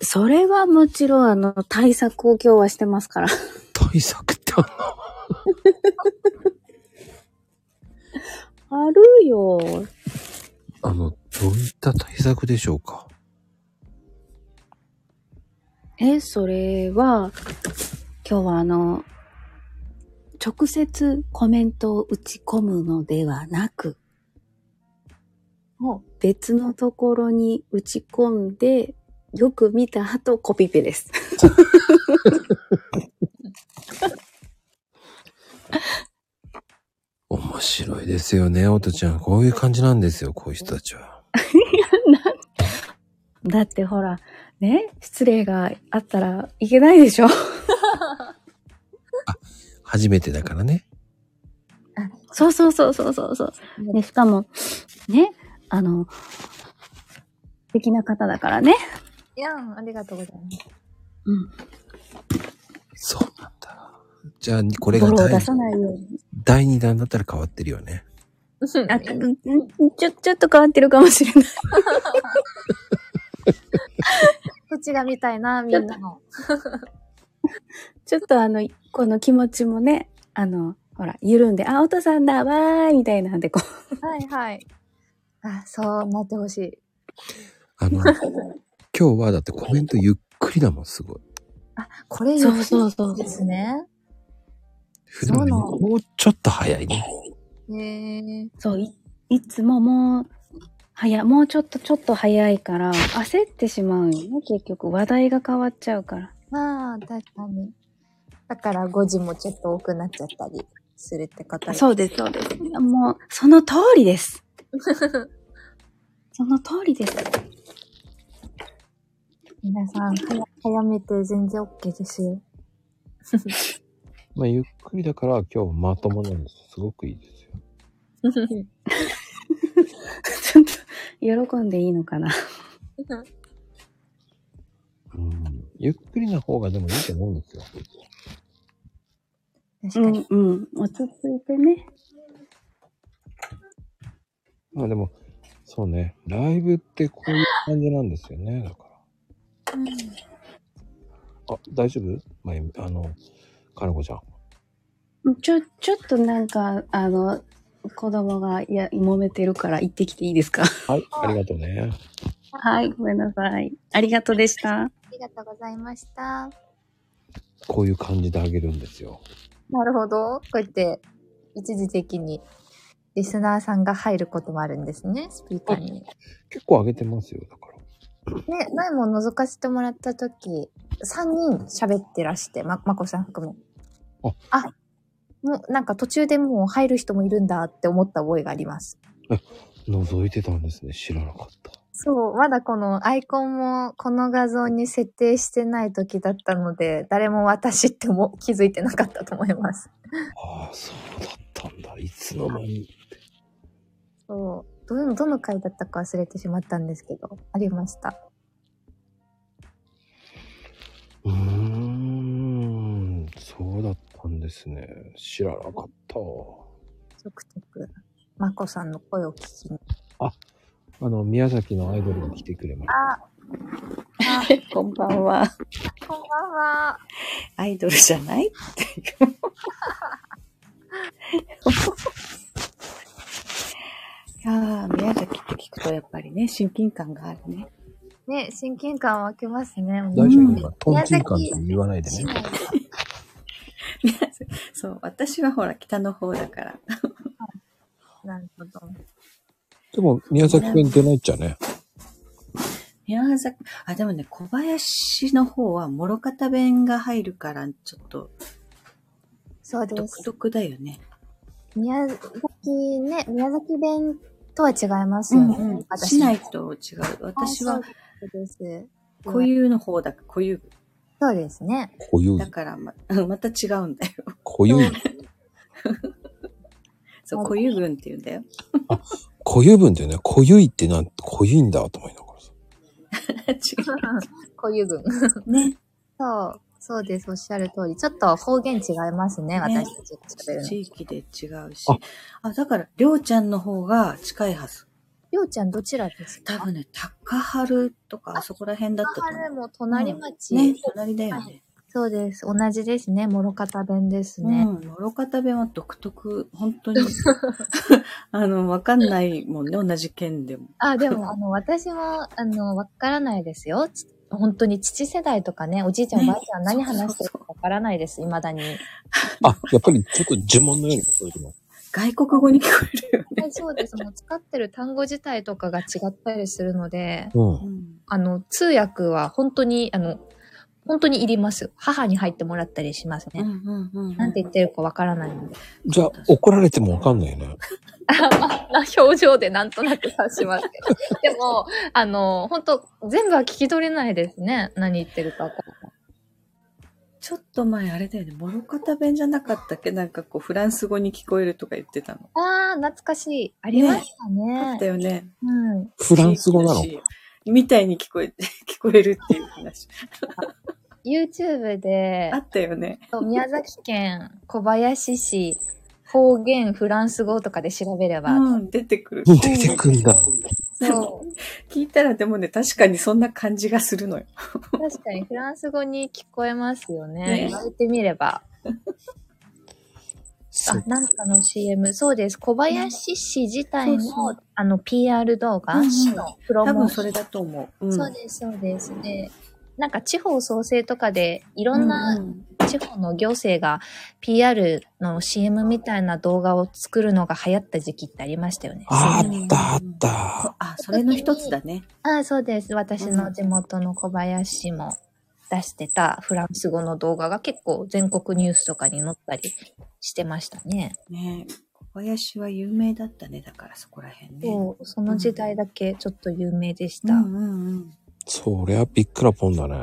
[SPEAKER 4] それはもちろん、あの、対策を今日はしてますから。
[SPEAKER 1] 対策ってあんな。
[SPEAKER 4] あるよ。
[SPEAKER 1] あの、どういった対策でしょうか
[SPEAKER 4] え、それは、今日はあの、直接コメントを打ち込むのではなく、
[SPEAKER 5] お
[SPEAKER 4] 別のところに打ち込んで、よく見た後コピペです。
[SPEAKER 1] 面白いですよね、おとちゃん。こういう感じなんですよ、こういう人たちは。
[SPEAKER 4] だってほら、ね、失礼があったらいけないでしょ。
[SPEAKER 1] 初めてだからね。
[SPEAKER 4] そうそうそうそうそうそう。で、しかも、ね、あの、素敵な方だからね。
[SPEAKER 2] いやん、ありがとうございます。
[SPEAKER 4] うん。
[SPEAKER 1] そうなんだ。じゃあ、これが
[SPEAKER 4] 泥を出
[SPEAKER 1] 第
[SPEAKER 4] さないように。
[SPEAKER 1] 第2弾だったら変わってるよね。
[SPEAKER 4] あ、ちょ、ちょちょっと変わってるかもしれない。
[SPEAKER 2] こっちが見たいな、みんなの。
[SPEAKER 4] ちょっとあの、この気持ちもね、あの、ほら、緩んで、あ、お父さんだ、わーい、みたいなんで、こう。
[SPEAKER 2] はいはい。あ、そうなってほしい。
[SPEAKER 1] あの、今日はだってコメントゆっくりだもん、すごい。
[SPEAKER 2] あ、これ
[SPEAKER 4] そうそうそう
[SPEAKER 2] ですね。
[SPEAKER 1] 普段より
[SPEAKER 2] そうなの
[SPEAKER 1] もうちょっと早いね。
[SPEAKER 2] へえ。
[SPEAKER 4] そう、い、いつももう、早い、もうちょっと、ちょっと早いから、焦ってしまうよね、結局。話題が変わっちゃうから。
[SPEAKER 2] まあ、確かに。だから5時もちょっと多くなっちゃったりするってことう。
[SPEAKER 4] うです、そうです。もう、その通り です。その通りです。
[SPEAKER 2] 皆さん、早早めて全然 OK ですよ。
[SPEAKER 1] まあ、ゆっくりだから今日まともなんです。すごくいいですよ。
[SPEAKER 4] ちょっと、喜んでいいのかな。
[SPEAKER 1] うん。ゆっくりな方がでもいいと思うんですよ。
[SPEAKER 2] 確かに。、
[SPEAKER 4] うん。落ち着いてね。
[SPEAKER 1] まあでも、そうね。ライブってこういう感じなんですよね。だから。あ、大丈夫まゆみ、あの、かなこちゃん。
[SPEAKER 4] ちょ、ちょっとなんか、あの、子供が、いや、揉めてるから行ってきていいですか
[SPEAKER 1] はい、ありがとうね。
[SPEAKER 4] はい、ごめんなさい。ありがとうでした。
[SPEAKER 2] ありがとうございました。
[SPEAKER 1] こういう感じであげるんですよ。
[SPEAKER 2] なるほど。こうやって、一時的に、リスナーさんが入ることもあるんですね、スピーカーに。
[SPEAKER 1] 結構あげてますよ、だから。
[SPEAKER 2] ね、前も覗かせてもらったとき、3人喋ってらして、ま、まこさん含め。あ、もうなんか途中でもう入る人もいるんだって思った覚えがあります。
[SPEAKER 1] 覗いてたんですね。知らなかった。
[SPEAKER 2] そう、まだこのアイコンもこの画像に設定してないときだったので、誰も私っても気づいてなかったと思います。
[SPEAKER 1] ああ、そうだったんだ。いつの間に。
[SPEAKER 2] そう、どの、どの回だったか忘れてしまったんですけど、ありました。
[SPEAKER 1] うーん、そうだったんですね。知らなかった。
[SPEAKER 2] ちょくちょく、まこさんの声を聞きに。
[SPEAKER 1] あの、宮崎のアイドルが来てくれまし
[SPEAKER 2] あ、
[SPEAKER 4] こんばんは。
[SPEAKER 2] こんばんは。
[SPEAKER 4] アイドルじゃないっていういやー、宮崎って聞くとやっぱりね、親近感があるね。
[SPEAKER 2] ね、親近感湧きますね。
[SPEAKER 1] た。大丈
[SPEAKER 4] う
[SPEAKER 1] 夫
[SPEAKER 4] ん
[SPEAKER 1] 今、トンチンカンって言わないでね。
[SPEAKER 4] そう、私はほら、北の方だから。
[SPEAKER 2] なるほど。
[SPEAKER 1] でも、宮崎弁出ないっちゃね。
[SPEAKER 6] 宮崎、あ、でもね、小林の方は、諸方弁が入るから、ちょっと、
[SPEAKER 2] そうで
[SPEAKER 6] 独
[SPEAKER 2] す。
[SPEAKER 6] 特だよね。
[SPEAKER 2] 宮崎ね、宮崎弁とは違いますよね。
[SPEAKER 6] しないと違う。私は、
[SPEAKER 2] そうです。
[SPEAKER 6] 固有の方だ、固有。
[SPEAKER 2] そうですね。
[SPEAKER 1] こゆい
[SPEAKER 6] だ、からま、 また違うん だよ。
[SPEAKER 1] こゆい、
[SPEAKER 6] そう、固有群って言うんだよ。
[SPEAKER 1] こゆ文だよね。こゆいってなん、こゆいんだと思いながらさ。
[SPEAKER 6] 違
[SPEAKER 2] 固有群。
[SPEAKER 6] う。 ね。
[SPEAKER 2] そう。そうです。おっしゃる通り。ちょっと方言違いますね。私たちが喋るの。
[SPEAKER 6] 地域で違うし
[SPEAKER 1] あ。
[SPEAKER 6] あ、だから、りょうちゃんの方が近いはず。
[SPEAKER 2] りょうちゃんどちらですか
[SPEAKER 6] 多分ね、高春とか、あそこら辺だったと
[SPEAKER 2] あ
[SPEAKER 6] 思
[SPEAKER 2] れも隣町、
[SPEAKER 6] う。ね、隣だよね。
[SPEAKER 2] そうです。同じですね。もろかた弁ですね。
[SPEAKER 4] うん、もろかた弁は独特、本 当に、あの、わかんないもんね、同じ県でも。
[SPEAKER 2] あ、でも、あの、私は、あの、わからないですよ。ち本当に父世代とかね、おじいちゃんお
[SPEAKER 4] ね
[SPEAKER 2] ばあちゃん何話してるかわからないです。未だ に。
[SPEAKER 1] あ、やっぱりちょっと呪文のように聞こえるの。
[SPEAKER 4] 外国語に聞こえるよね。
[SPEAKER 2] はいそうです。もう使ってる単語自体とかが違ったりするので、
[SPEAKER 1] うん。
[SPEAKER 2] あの、通訳は本当に、あの、本当にいります。母に入ってもらったりします
[SPEAKER 4] うん
[SPEAKER 2] ね。
[SPEAKER 4] うんうんうん
[SPEAKER 2] なんて言ってるかわからないので。
[SPEAKER 1] じゃあ、怒られてもわかんないね。
[SPEAKER 2] な表情でなんとなく察しますけど。でも、あの、本当全部は聞き取れないですね。何言ってるかとか。
[SPEAKER 4] ちょっと前あれだよね、モロカタ弁じゃなかったっけなんかこう、フランス語に聞こえるとか言ってたの。
[SPEAKER 2] ああ、懐かしい。ありました
[SPEAKER 4] あ
[SPEAKER 2] ね。
[SPEAKER 4] ったよね。
[SPEAKER 2] うん。
[SPEAKER 1] フランス語なの
[SPEAKER 4] 地域だしみたいに聞こえ て、聞こえるっていう話。
[SPEAKER 2] YouTube で
[SPEAKER 4] あ、ったよね。
[SPEAKER 2] そう宮崎県小林市方言フランス語とかで調べれば、
[SPEAKER 4] うん、出てくる。
[SPEAKER 1] 出てくんだ。
[SPEAKER 2] そう。
[SPEAKER 4] 聞いたらでもね、確かにそんな感じがするのよ。
[SPEAKER 2] 確かにフランス語に聞こえますよね。
[SPEAKER 4] ね
[SPEAKER 2] 言われてみれば。あ、なんかの CM。そうです。小林市自体
[SPEAKER 4] そうそ
[SPEAKER 2] の、あの、PR 動画、
[SPEAKER 4] うんうん
[SPEAKER 2] 市のプロ
[SPEAKER 4] 多
[SPEAKER 2] モー
[SPEAKER 4] 分
[SPEAKER 2] ショ
[SPEAKER 4] そ
[SPEAKER 2] ン。
[SPEAKER 4] れだと思う。うん、
[SPEAKER 2] そうです、そうです。で、なんか地方創生とかで、いろんな
[SPEAKER 4] うんうん
[SPEAKER 2] 地方の行政が PR の CM みたいな動画を作るのが流行った時期ってありましたよね。
[SPEAKER 1] あったあった。
[SPEAKER 4] あ、それの一つだね。
[SPEAKER 2] あそうです。私の地元の小林市も出してたフランス語の動画が結構全国ニュースとかに載ったりしてましたね。
[SPEAKER 4] ね小林は有名だったね。だからそこら辺ね。
[SPEAKER 2] そう、その時代だけちょっと有名でし
[SPEAKER 4] う
[SPEAKER 2] た。
[SPEAKER 4] んうんうん。
[SPEAKER 1] そりゃびっくらぽんだね。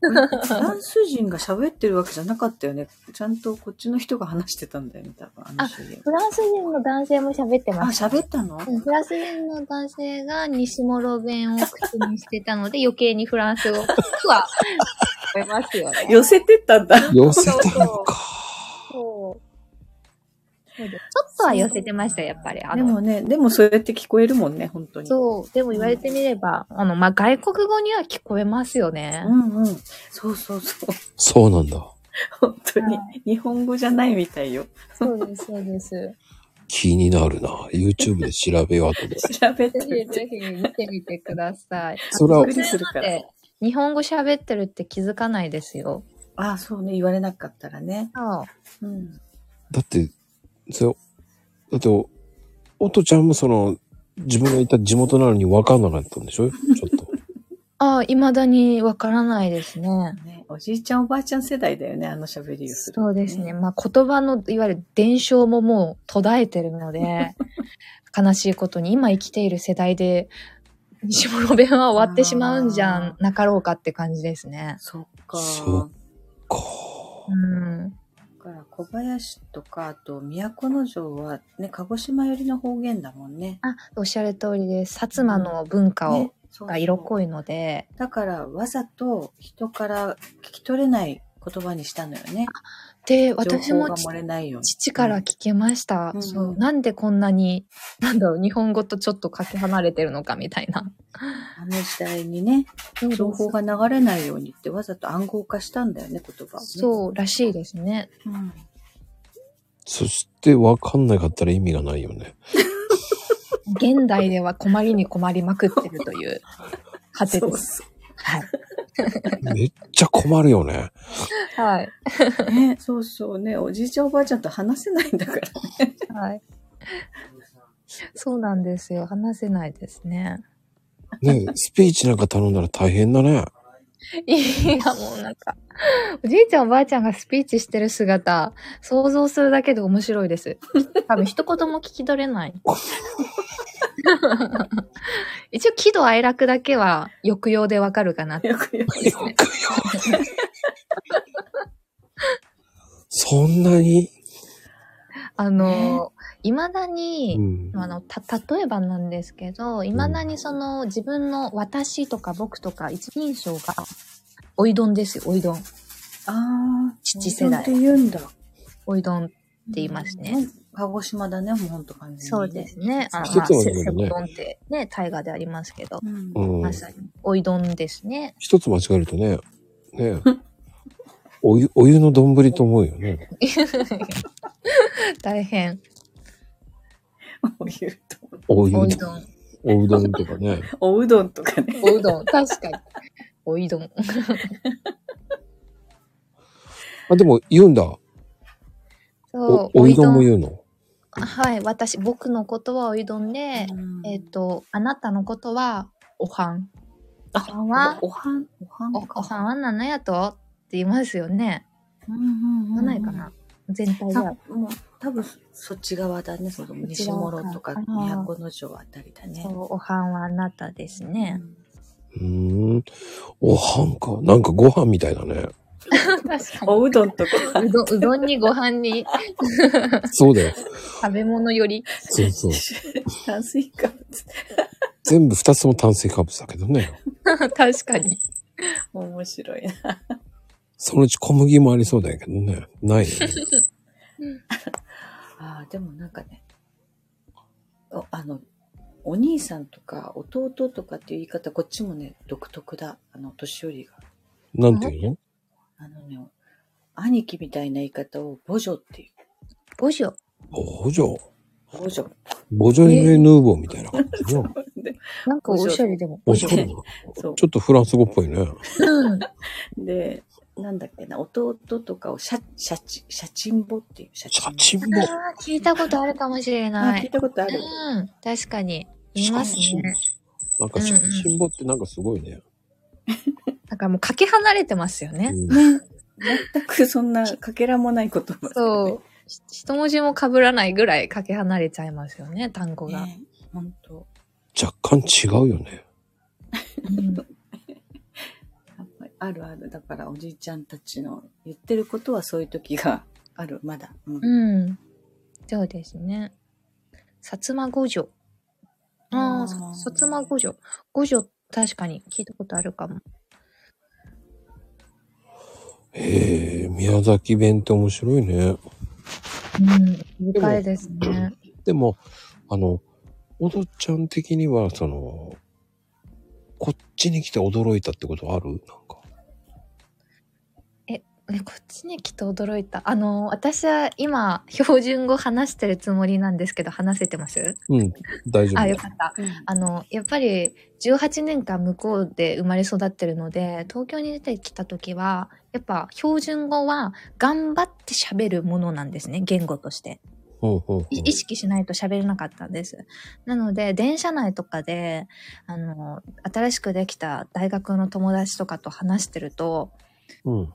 [SPEAKER 4] フランス人が喋ってるわけじゃなかったよね。ちゃんとこっちの人が話してたんだよね、多分。あの CM
[SPEAKER 2] フランス人の男性も喋って
[SPEAKER 4] あ、
[SPEAKER 2] ました。
[SPEAKER 4] 喋ったの
[SPEAKER 2] うんフランス人の男性が西モロ弁を口にしてた ので、余計にフランス語は聞こえますよね。
[SPEAKER 4] 寄せてったんだ。
[SPEAKER 1] 寄せたのか。
[SPEAKER 2] そうそうですちょっとは寄せてましたよ、やっぱり。あ
[SPEAKER 4] で
[SPEAKER 2] の
[SPEAKER 4] もね、でもそうやって聞こえるもんね、本当に。
[SPEAKER 2] そう。でも言われてみれば、あの、まあ、外国語には聞こえますよね
[SPEAKER 4] う。んうん。そうそうそう。
[SPEAKER 1] そうなんだ。
[SPEAKER 4] 本当に
[SPEAKER 2] は。
[SPEAKER 4] 日本語じゃないみたいよ。
[SPEAKER 2] そうです、そうです。
[SPEAKER 1] 気になるな。YouTube で調べようとで。
[SPEAKER 4] 調べて
[SPEAKER 2] ぜひ
[SPEAKER 4] みて。
[SPEAKER 2] ぜひ見てみてください。
[SPEAKER 1] それは
[SPEAKER 4] びっくりするから。
[SPEAKER 2] で日本語喋ってるって気づかないですよ。
[SPEAKER 4] あ、そうね、言われなかったらね。
[SPEAKER 2] そう
[SPEAKER 4] うん。
[SPEAKER 1] だって、それ、だって、おおとちゃんもその、自分がいた地元なのに分かんなかったんでしょちょっと。
[SPEAKER 2] ああ、未だにわからないですね。
[SPEAKER 4] ね、おじいちゃんおばあちゃん世代だよね、あの喋りをする。
[SPEAKER 2] そうですね。。まあ、言葉の、いわゆる伝承ももう途絶えてるの で、悲しいことに今生きている世代で、西諸弁は終わってしまうんじゃなかろうかって感じですね。
[SPEAKER 4] そっか。
[SPEAKER 1] そっか
[SPEAKER 2] うん。
[SPEAKER 4] だから小林とか、あと都の城はね、鹿児島寄りの方言だもんね。
[SPEAKER 2] あ、おっしゃる通りです。薩摩の文化を、
[SPEAKER 4] ねそう
[SPEAKER 2] が色
[SPEAKER 4] い。
[SPEAKER 2] 濃いので、
[SPEAKER 4] だから、わざと人から聞き取れない言葉にしたのよね。
[SPEAKER 2] で、
[SPEAKER 4] 情
[SPEAKER 2] 私
[SPEAKER 4] 報
[SPEAKER 2] も
[SPEAKER 4] が
[SPEAKER 2] ち
[SPEAKER 4] 漏れないように。
[SPEAKER 2] 父から聞けました、
[SPEAKER 4] うん
[SPEAKER 2] そうう。
[SPEAKER 4] ん
[SPEAKER 2] なんでこんなに、なんだろう、日本語とちょっとかけ離れてるのかみたいな。
[SPEAKER 4] あの時代にね、情報が流れないようにってわざと暗号化したんだよね、言葉をね、
[SPEAKER 2] そうらしいですね。
[SPEAKER 4] うん。
[SPEAKER 1] そして分かんなかったら意味がないよね。
[SPEAKER 2] 現代では困りに困りまくってると いう、果て
[SPEAKER 4] そ
[SPEAKER 2] で
[SPEAKER 4] う
[SPEAKER 2] す。
[SPEAKER 4] そ
[SPEAKER 2] はい。
[SPEAKER 1] めっちゃ困るよね。
[SPEAKER 2] はい。
[SPEAKER 4] う。ね、そうそうね、おじいちゃんおばあちゃんと話せないんだから。
[SPEAKER 2] はい。そうなんですよ。話せないですね。
[SPEAKER 1] ねえスピーチなんか頼んだら大変だね。
[SPEAKER 2] いや、もうなんか、おじいちゃんおばあちゃんがスピーチしてる姿、想像するだけで面白いです。多分一言も聞き取れない。 一応、喜怒哀楽だけは抑揚でわかるかなって。
[SPEAKER 4] よくよく。
[SPEAKER 1] そんなに、
[SPEAKER 2] あの、未だに
[SPEAKER 1] う、ん、
[SPEAKER 2] あの、た、例えばなんですけど、未だにその自分の私とか僕とか一人称が、おいどんですよ、おいどん。
[SPEAKER 4] ああ、
[SPEAKER 2] 父世代
[SPEAKER 4] って言うんだ。
[SPEAKER 2] おいどんって言いますね。
[SPEAKER 4] うん。鹿児島だね、もうほんと完全に、
[SPEAKER 2] そうで。すね。あの、
[SPEAKER 1] 一
[SPEAKER 2] まあ、
[SPEAKER 1] つは
[SPEAKER 2] セ
[SPEAKER 1] ね
[SPEAKER 2] セブ丼ってね、大河でありますけど、
[SPEAKER 4] うん
[SPEAKER 1] う
[SPEAKER 2] ま
[SPEAKER 1] ん。
[SPEAKER 2] さに、おいどんですね。
[SPEAKER 1] 一つ間違えるとね、ねえお湯、お湯の丼と思うよね。
[SPEAKER 2] 大変。
[SPEAKER 4] お湯と
[SPEAKER 1] お湯
[SPEAKER 2] おうどん。
[SPEAKER 1] おうどんとかね。
[SPEAKER 4] おうどんとかね。
[SPEAKER 2] おうどん。確かに。おいどん。
[SPEAKER 1] あ、でも言うんだ。
[SPEAKER 2] そう
[SPEAKER 1] お、お湯丼も言うの。
[SPEAKER 2] はい、私、僕のことはおいどんで、えっ、と、あなたのことは、おはん。おはんは、
[SPEAKER 4] おはん、おはん
[SPEAKER 2] お
[SPEAKER 4] か
[SPEAKER 2] おはんは何やとって言いますよね。
[SPEAKER 4] うんうんうん
[SPEAKER 2] 言わないかな。全体で
[SPEAKER 4] た
[SPEAKER 2] は。
[SPEAKER 4] もう多分そっち側だね。その西諸とか
[SPEAKER 2] そっち側か
[SPEAKER 4] 都の城あたりだね。
[SPEAKER 2] そう、おはんはあなたですね。
[SPEAKER 1] うーん。おはんか。なんかご飯みたいだ ね。
[SPEAKER 2] 確か
[SPEAKER 4] おうどんとか。
[SPEAKER 2] に。うどん、うどんにご飯に、
[SPEAKER 1] そうだよ。
[SPEAKER 2] 食べ物より。
[SPEAKER 1] そうそう。
[SPEAKER 4] 炭水化物。
[SPEAKER 1] 全部二つとも炭水化物だけどね。
[SPEAKER 2] 確かに。
[SPEAKER 4] 面白いな。
[SPEAKER 1] そのうち小麦もありそうだけどね。ないよ ね。
[SPEAKER 4] ああ、でもなんかね、おあの、お兄さんとか弟とかっていう言い方、こっちもね、独特だ。あの、年寄りが。
[SPEAKER 1] なんていうの
[SPEAKER 4] あのね、兄貴みたいな言い方を、母女ってい
[SPEAKER 2] どうしよ
[SPEAKER 1] ボジョ。
[SPEAKER 4] う。母女。
[SPEAKER 1] ボジョレ・ヌーボーみたいな感じの。
[SPEAKER 4] で
[SPEAKER 2] う。なんかおしゃれでも。
[SPEAKER 1] おしゃれな。
[SPEAKER 4] そう
[SPEAKER 1] ちょっとフランス語っぽいね。
[SPEAKER 2] うん。
[SPEAKER 4] で、なんだっけな、弟とかをシャ、シャチ、シャチンボっていう。シャ
[SPEAKER 1] シ
[SPEAKER 4] チ
[SPEAKER 1] ャチ
[SPEAKER 4] ンボ。
[SPEAKER 1] ンボ。
[SPEAKER 2] あー聞いたことあるかもしれ
[SPEAKER 4] あ
[SPEAKER 2] な
[SPEAKER 4] 聞い
[SPEAKER 2] い。
[SPEAKER 4] たことある。
[SPEAKER 2] うん。確かに。います
[SPEAKER 1] シャチンボ
[SPEAKER 2] ね。
[SPEAKER 1] なんかシャチンボってなんかすごいね。
[SPEAKER 2] だからもうかけ離れてますよね。
[SPEAKER 1] うん
[SPEAKER 4] ね。全くそんな、かけらもない言葉だよね、
[SPEAKER 2] そう。ひ一文字も被らないぐらいかけ離れちゃいますよね、単語が。
[SPEAKER 4] ね。本当
[SPEAKER 1] 若干違うよね。
[SPEAKER 2] うん
[SPEAKER 4] やっぱりあるある。だからおじいちゃんたちの言ってることはそういう時がある。まだ。うん
[SPEAKER 2] うん。そうですね。薩摩五条。ああ、
[SPEAKER 4] あー
[SPEAKER 2] そ薩摩五条。五条、確かに聞いたことあるかも。
[SPEAKER 1] へえ、宮崎弁って面白いね。
[SPEAKER 2] うん。深いですね。
[SPEAKER 1] でも、あの、おどちゃん的には、その、こっちに来て驚いたってことあるなんか。
[SPEAKER 2] えこっちに来て驚いた。あの、私は今、標準語話してるつもりなんですけど、話せてます
[SPEAKER 1] うん、大丈
[SPEAKER 2] あ、よ
[SPEAKER 1] 夫。
[SPEAKER 2] かった。あの、やっぱり18年間向こうで生まれ育ってるので、東京に出てきた時は、やっぱ標準語は頑張って喋るものなんですね、言語として。
[SPEAKER 1] うんうんうん
[SPEAKER 2] い意識しないと喋れなかったんです。なので、電車内とかで、あの、新しくできた大学の友達とかと話してると、
[SPEAKER 1] うん。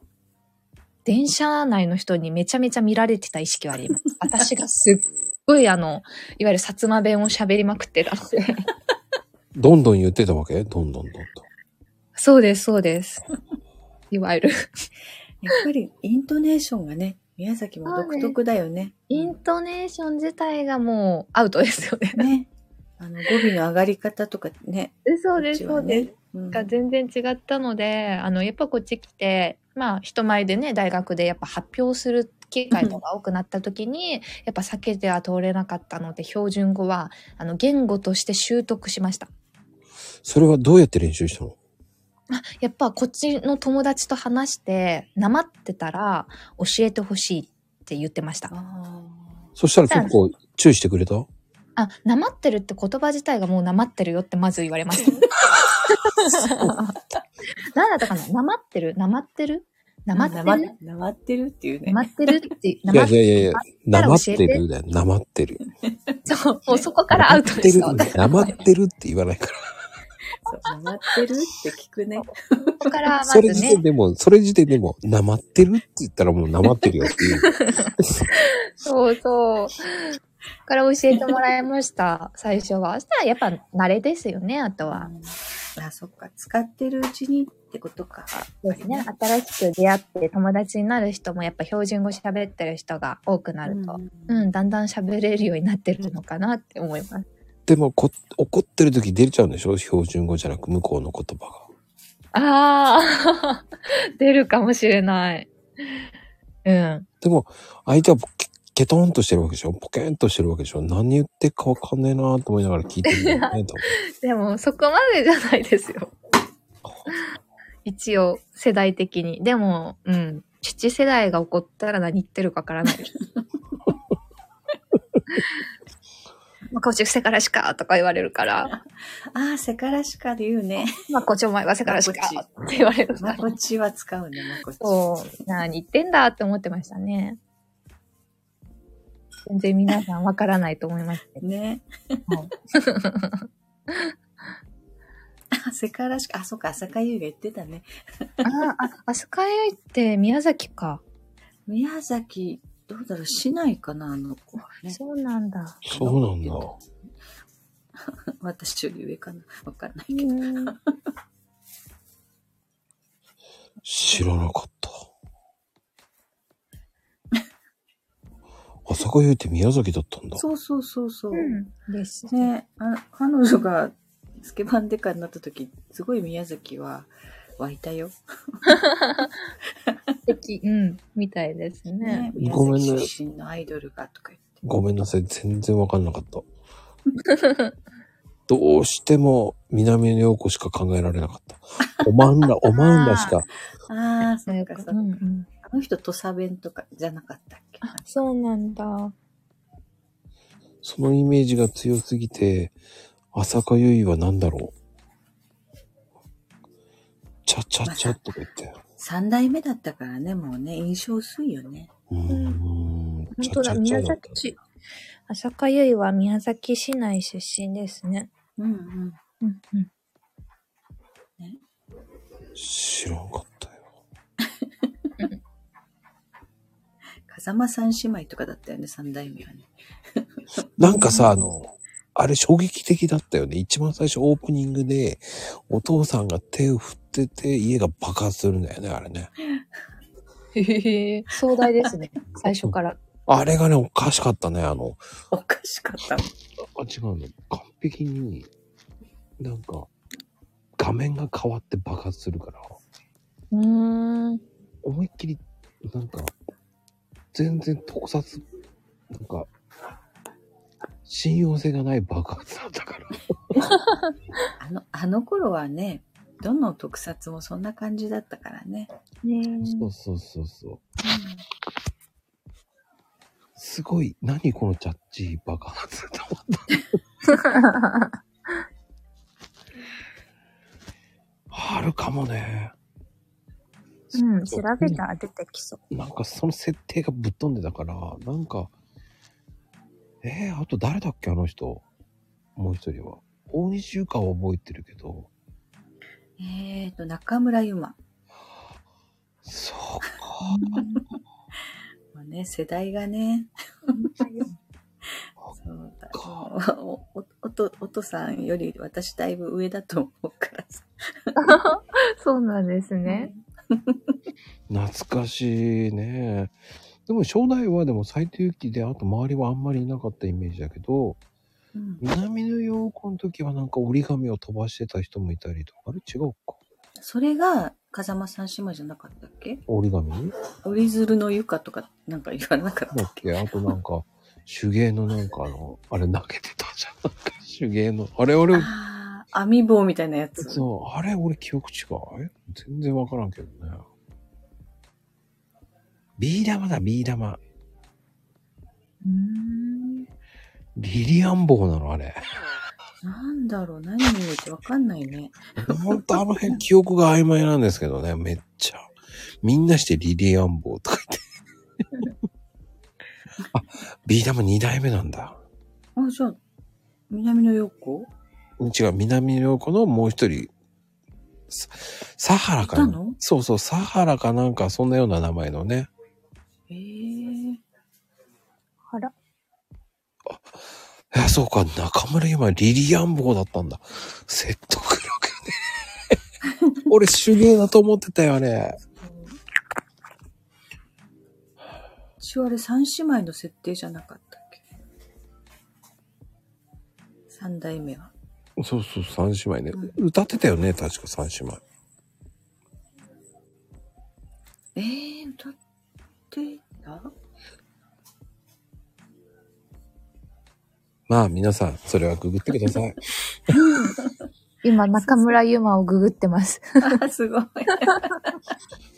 [SPEAKER 2] 電車内の人にめちゃめちゃ見られてた意識はあ ります。私がすっごいあの、いわゆる薩摩弁を喋りまくってたので。
[SPEAKER 1] どんどん言ってたわけどんどんどんどん。
[SPEAKER 2] そうです、そうです。いわゆる。
[SPEAKER 4] やっぱりイントネーションがね、宮崎も独特だよね。
[SPEAKER 2] イントネーション自体がもうアウトですよね。
[SPEAKER 4] ね。あの、語尾の上がり方とかね。
[SPEAKER 2] そう
[SPEAKER 4] こっちはね。うん
[SPEAKER 2] が全然違ったので、あの、やっぱこっち来て、まあ、人前でね、大学でやっぱ発表する機会とか多くなった時に、やっぱ避けては通れなかったので、標準語は、あの、言語として習得しました。
[SPEAKER 1] それはどうやって練習したの
[SPEAKER 2] やっぱこっちの友達と話して、なまってたら教えてほしいって言ってました。
[SPEAKER 4] あ
[SPEAKER 1] そしたら結構注意してくれた
[SPEAKER 2] あ、なまってるって言葉自体がもうなまってるよってまず言われま した。何だったか ななまってるなまってるな
[SPEAKER 4] ー
[SPEAKER 2] まって
[SPEAKER 4] な
[SPEAKER 2] る
[SPEAKER 4] まなまってるっていうね
[SPEAKER 2] な。まってるって、ないま
[SPEAKER 1] や
[SPEAKER 2] っ
[SPEAKER 1] いやいやいや、なまって
[SPEAKER 2] 教えて
[SPEAKER 1] るだよ。なまってる。
[SPEAKER 2] そう、もうそこからアウトでした。私
[SPEAKER 1] なまってるって言わないから。
[SPEAKER 4] そうなまってるって聞くね。
[SPEAKER 2] そこからまず
[SPEAKER 1] それ時点
[SPEAKER 2] ね、
[SPEAKER 1] でも、それ時点でも、なまってるって言ったらもうなまってるよっていう。
[SPEAKER 2] そうそう。そこから教えてもらいました、最初は。そしたらやっぱ慣れですよね、あとは。
[SPEAKER 4] あ、そっか。使ってるうちにってことか。
[SPEAKER 2] そうですね。新しく出会って友達になる人もやっぱ標準語喋ってる人が多くなると、うん、だんだん喋れるようになってるのかなって思います。
[SPEAKER 1] でもこ、怒ってる時出ちゃうんでしょ標準語じゃなく向こうの言葉が。
[SPEAKER 2] ああ、 出るかもしれない。うん。
[SPEAKER 1] でも、相手はケケトンとしてるわけでしょポケンとしてるわけでしょ何言ってっかわかんねえなと思いながら聞いてるんだよね、と。
[SPEAKER 2] でも、そこまでじゃないですよ。一応、世代的に。でも、うん。父世代が怒ったら何言ってるかわからない。 まこっちせからしかとか言われるから、
[SPEAKER 4] ああ、せからしかで言うね。
[SPEAKER 2] まこっちお前はせからしかって言われるか
[SPEAKER 4] ま
[SPEAKER 2] ら。
[SPEAKER 4] こっちは使うね、まこっち。
[SPEAKER 2] そう、何言ってんだって思ってましたね。全然皆さんわからないと思いますけど。
[SPEAKER 4] ね。
[SPEAKER 2] はい
[SPEAKER 4] あせからしか、あ、そっか、浅香優が言ってたね。
[SPEAKER 2] ああ、あすかゆいって宮崎か。
[SPEAKER 4] 宮崎、どうだろう、市内かな、あの子はね。
[SPEAKER 2] そうなんだ。
[SPEAKER 1] そうなんだ。
[SPEAKER 4] 私より上かな。わかんない。
[SPEAKER 2] うん
[SPEAKER 1] 知らなか った。朝霞湯って宮崎だったんだ。
[SPEAKER 4] そうそうそうそう。
[SPEAKER 2] うん。です。
[SPEAKER 4] ねあ、彼女がスケバンデカになった時、すごい宮崎は湧いたよ。
[SPEAKER 2] 素敵。うん。みたいですね。
[SPEAKER 4] 宮
[SPEAKER 1] ごめんね
[SPEAKER 4] 崎出身のアイドルがとか言って。
[SPEAKER 1] ごめんなさい。全然わかんなかった。 どうしても南の陽子しか考えられなかった。おまん ら、おまんらしか。
[SPEAKER 4] ああ、そ
[SPEAKER 2] な
[SPEAKER 4] っ
[SPEAKER 2] んか
[SPEAKER 4] かそっか。
[SPEAKER 2] うんうん
[SPEAKER 4] あの人、土佐弁とかじゃなかったっけ
[SPEAKER 2] あ、そうなんだ。
[SPEAKER 1] そのイメージが強すぎて、朝香ゆいは何だろうチャチャチャとか言って。
[SPEAKER 4] 三代目だったからね、もうね、印象薄いよね。
[SPEAKER 1] うーん。
[SPEAKER 2] 本
[SPEAKER 1] チ
[SPEAKER 2] 当
[SPEAKER 1] ャチ
[SPEAKER 2] だ、
[SPEAKER 1] ャチ
[SPEAKER 2] 宮
[SPEAKER 1] ャだっ
[SPEAKER 2] 崎市。浅香ゆいは宮崎市内出身ですね。
[SPEAKER 4] うんう
[SPEAKER 2] う
[SPEAKER 4] ん。
[SPEAKER 2] んうん。
[SPEAKER 1] た。知らんかったよ。
[SPEAKER 4] 風間三姉妹とかだったよね、三代目はね。
[SPEAKER 1] なんかさ、あの、あれ衝撃的だったよね。一番最初オープニングで、お父さんが手を振ってて、家が爆発するんだよね、あれね。
[SPEAKER 2] へえ、壮大です ね。最初から。
[SPEAKER 1] あれがね、おかしかったね。あの、
[SPEAKER 4] おかしかった。
[SPEAKER 1] あ、違うの。完璧に、なんか、画面が変わって爆発するから、
[SPEAKER 2] うーん。
[SPEAKER 1] 思いっきり、なんか、全然特撮、なんか、信用性がない爆発だったから。
[SPEAKER 4] あの、あの頃はね、どの特撮もそんな感じだったからね。
[SPEAKER 1] そ
[SPEAKER 2] ね
[SPEAKER 1] うそうそうそう。すごい、何このジャッジ爆発と思った。あるかもね。
[SPEAKER 2] うん、調べたら出てきそう。
[SPEAKER 1] なんかその設定がぶっ飛んでたから、なんか、えー、あと誰だっけあの人。もう一人は。大西ゆかは覚えてるけど。
[SPEAKER 4] えーと、中村ゆま。
[SPEAKER 1] そう
[SPEAKER 4] もうね、世代がね。
[SPEAKER 1] か。
[SPEAKER 4] そうだ
[SPEAKER 1] か
[SPEAKER 4] もうおおとおとさんより私だいぶ上だと思うからさ。
[SPEAKER 2] そうなんですね。
[SPEAKER 1] 懐かしいね。でも、初代はでも斎藤由貴で、あと周りはあんまりいなかったイメージだけど、
[SPEAKER 4] うん。
[SPEAKER 1] 南の陽子の時はなんか折り紙を飛ばしてた人もいたりとか、あれ違うか。
[SPEAKER 4] それが風間さん姉妹じゃなかったっけ
[SPEAKER 1] 折り紙
[SPEAKER 4] 折り鶴の床とかなんか言わなかった
[SPEAKER 1] だっけあとなんか、手芸のなんかあの、あれ投げてたじゃん。なん か手芸の。あれ、俺、
[SPEAKER 4] ああ、網棒みたいなやつ。
[SPEAKER 1] そう、あれ俺記憶違う全然わからんけどね。ビー玉だ、ビー玉。
[SPEAKER 2] うん。
[SPEAKER 1] リリアン棒なの、あれ。
[SPEAKER 4] なんだろう、何を言うてわかんないね。
[SPEAKER 1] ほんとあの辺記憶が曖昧なんですけどね、めっちゃ。みんなしてリリアン棒とか言 って。あ、ビー玉2代目なんだ。
[SPEAKER 4] あ、じゃあ、南の陽子
[SPEAKER 1] 違う、南良子のもう一人、ササハラかない
[SPEAKER 4] たの
[SPEAKER 1] そうそう、サハラかなんか、そんなような名前のね。
[SPEAKER 4] ええ
[SPEAKER 2] あら。
[SPEAKER 1] え、そうか、中村今、リリアンボーだったんだ。説得力 ね。俺、手芸だと思ってたよね。
[SPEAKER 4] 私はあれ三姉妹の設定じゃなかったっけ三代目は。
[SPEAKER 1] そうそう、三姉妹ね。歌ってたよね、確か三姉妹。
[SPEAKER 4] ええー、歌ってた
[SPEAKER 1] まあ、皆さん、それはググってくだ さい。
[SPEAKER 2] 今、中村ゆまをググってます。
[SPEAKER 4] あ、すごい。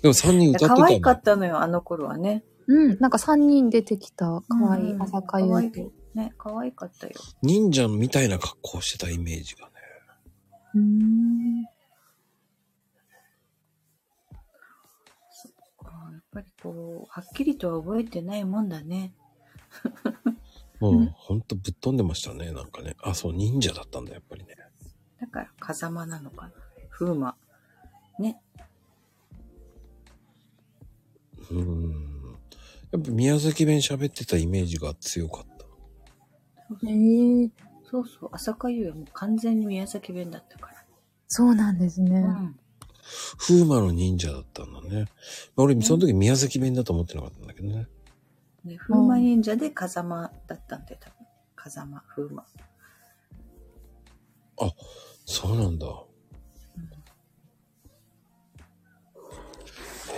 [SPEAKER 1] でも3人歌ってた
[SPEAKER 4] 可
[SPEAKER 1] んだ
[SPEAKER 4] 愛かったのよ、あの頃はね。
[SPEAKER 7] うん、なんか3人出てきた、かわいい
[SPEAKER 4] うん
[SPEAKER 7] 朝香優
[SPEAKER 4] 可愛
[SPEAKER 7] と
[SPEAKER 4] い。ね、可愛かったよ。
[SPEAKER 1] 忍者みたいな格好してたイメージがね。
[SPEAKER 7] うーん
[SPEAKER 4] あーやっぱりこう、はっきりとは覚えてないもんだね。
[SPEAKER 1] も
[SPEAKER 7] う
[SPEAKER 1] うんほんとぶっ飛んでましたね、なんかね。あ、そう、忍者だったんだ、やっぱりね。
[SPEAKER 4] だから、風間なのかな。風魔。ね。
[SPEAKER 1] うーん。やっぱ宮崎弁喋ってたイメージが強かった。
[SPEAKER 7] へえ
[SPEAKER 4] そうそう、朝香優はもう完全に宮崎弁だったから。
[SPEAKER 7] そうなんですね。
[SPEAKER 4] うん。
[SPEAKER 1] 風魔の忍者だったんだね。まあ俺、その時宮崎弁だと思ってなかったんだけどね。
[SPEAKER 4] ね、風魔忍者で風間だったんで、多分。風間、風魔。
[SPEAKER 1] そうなんだ。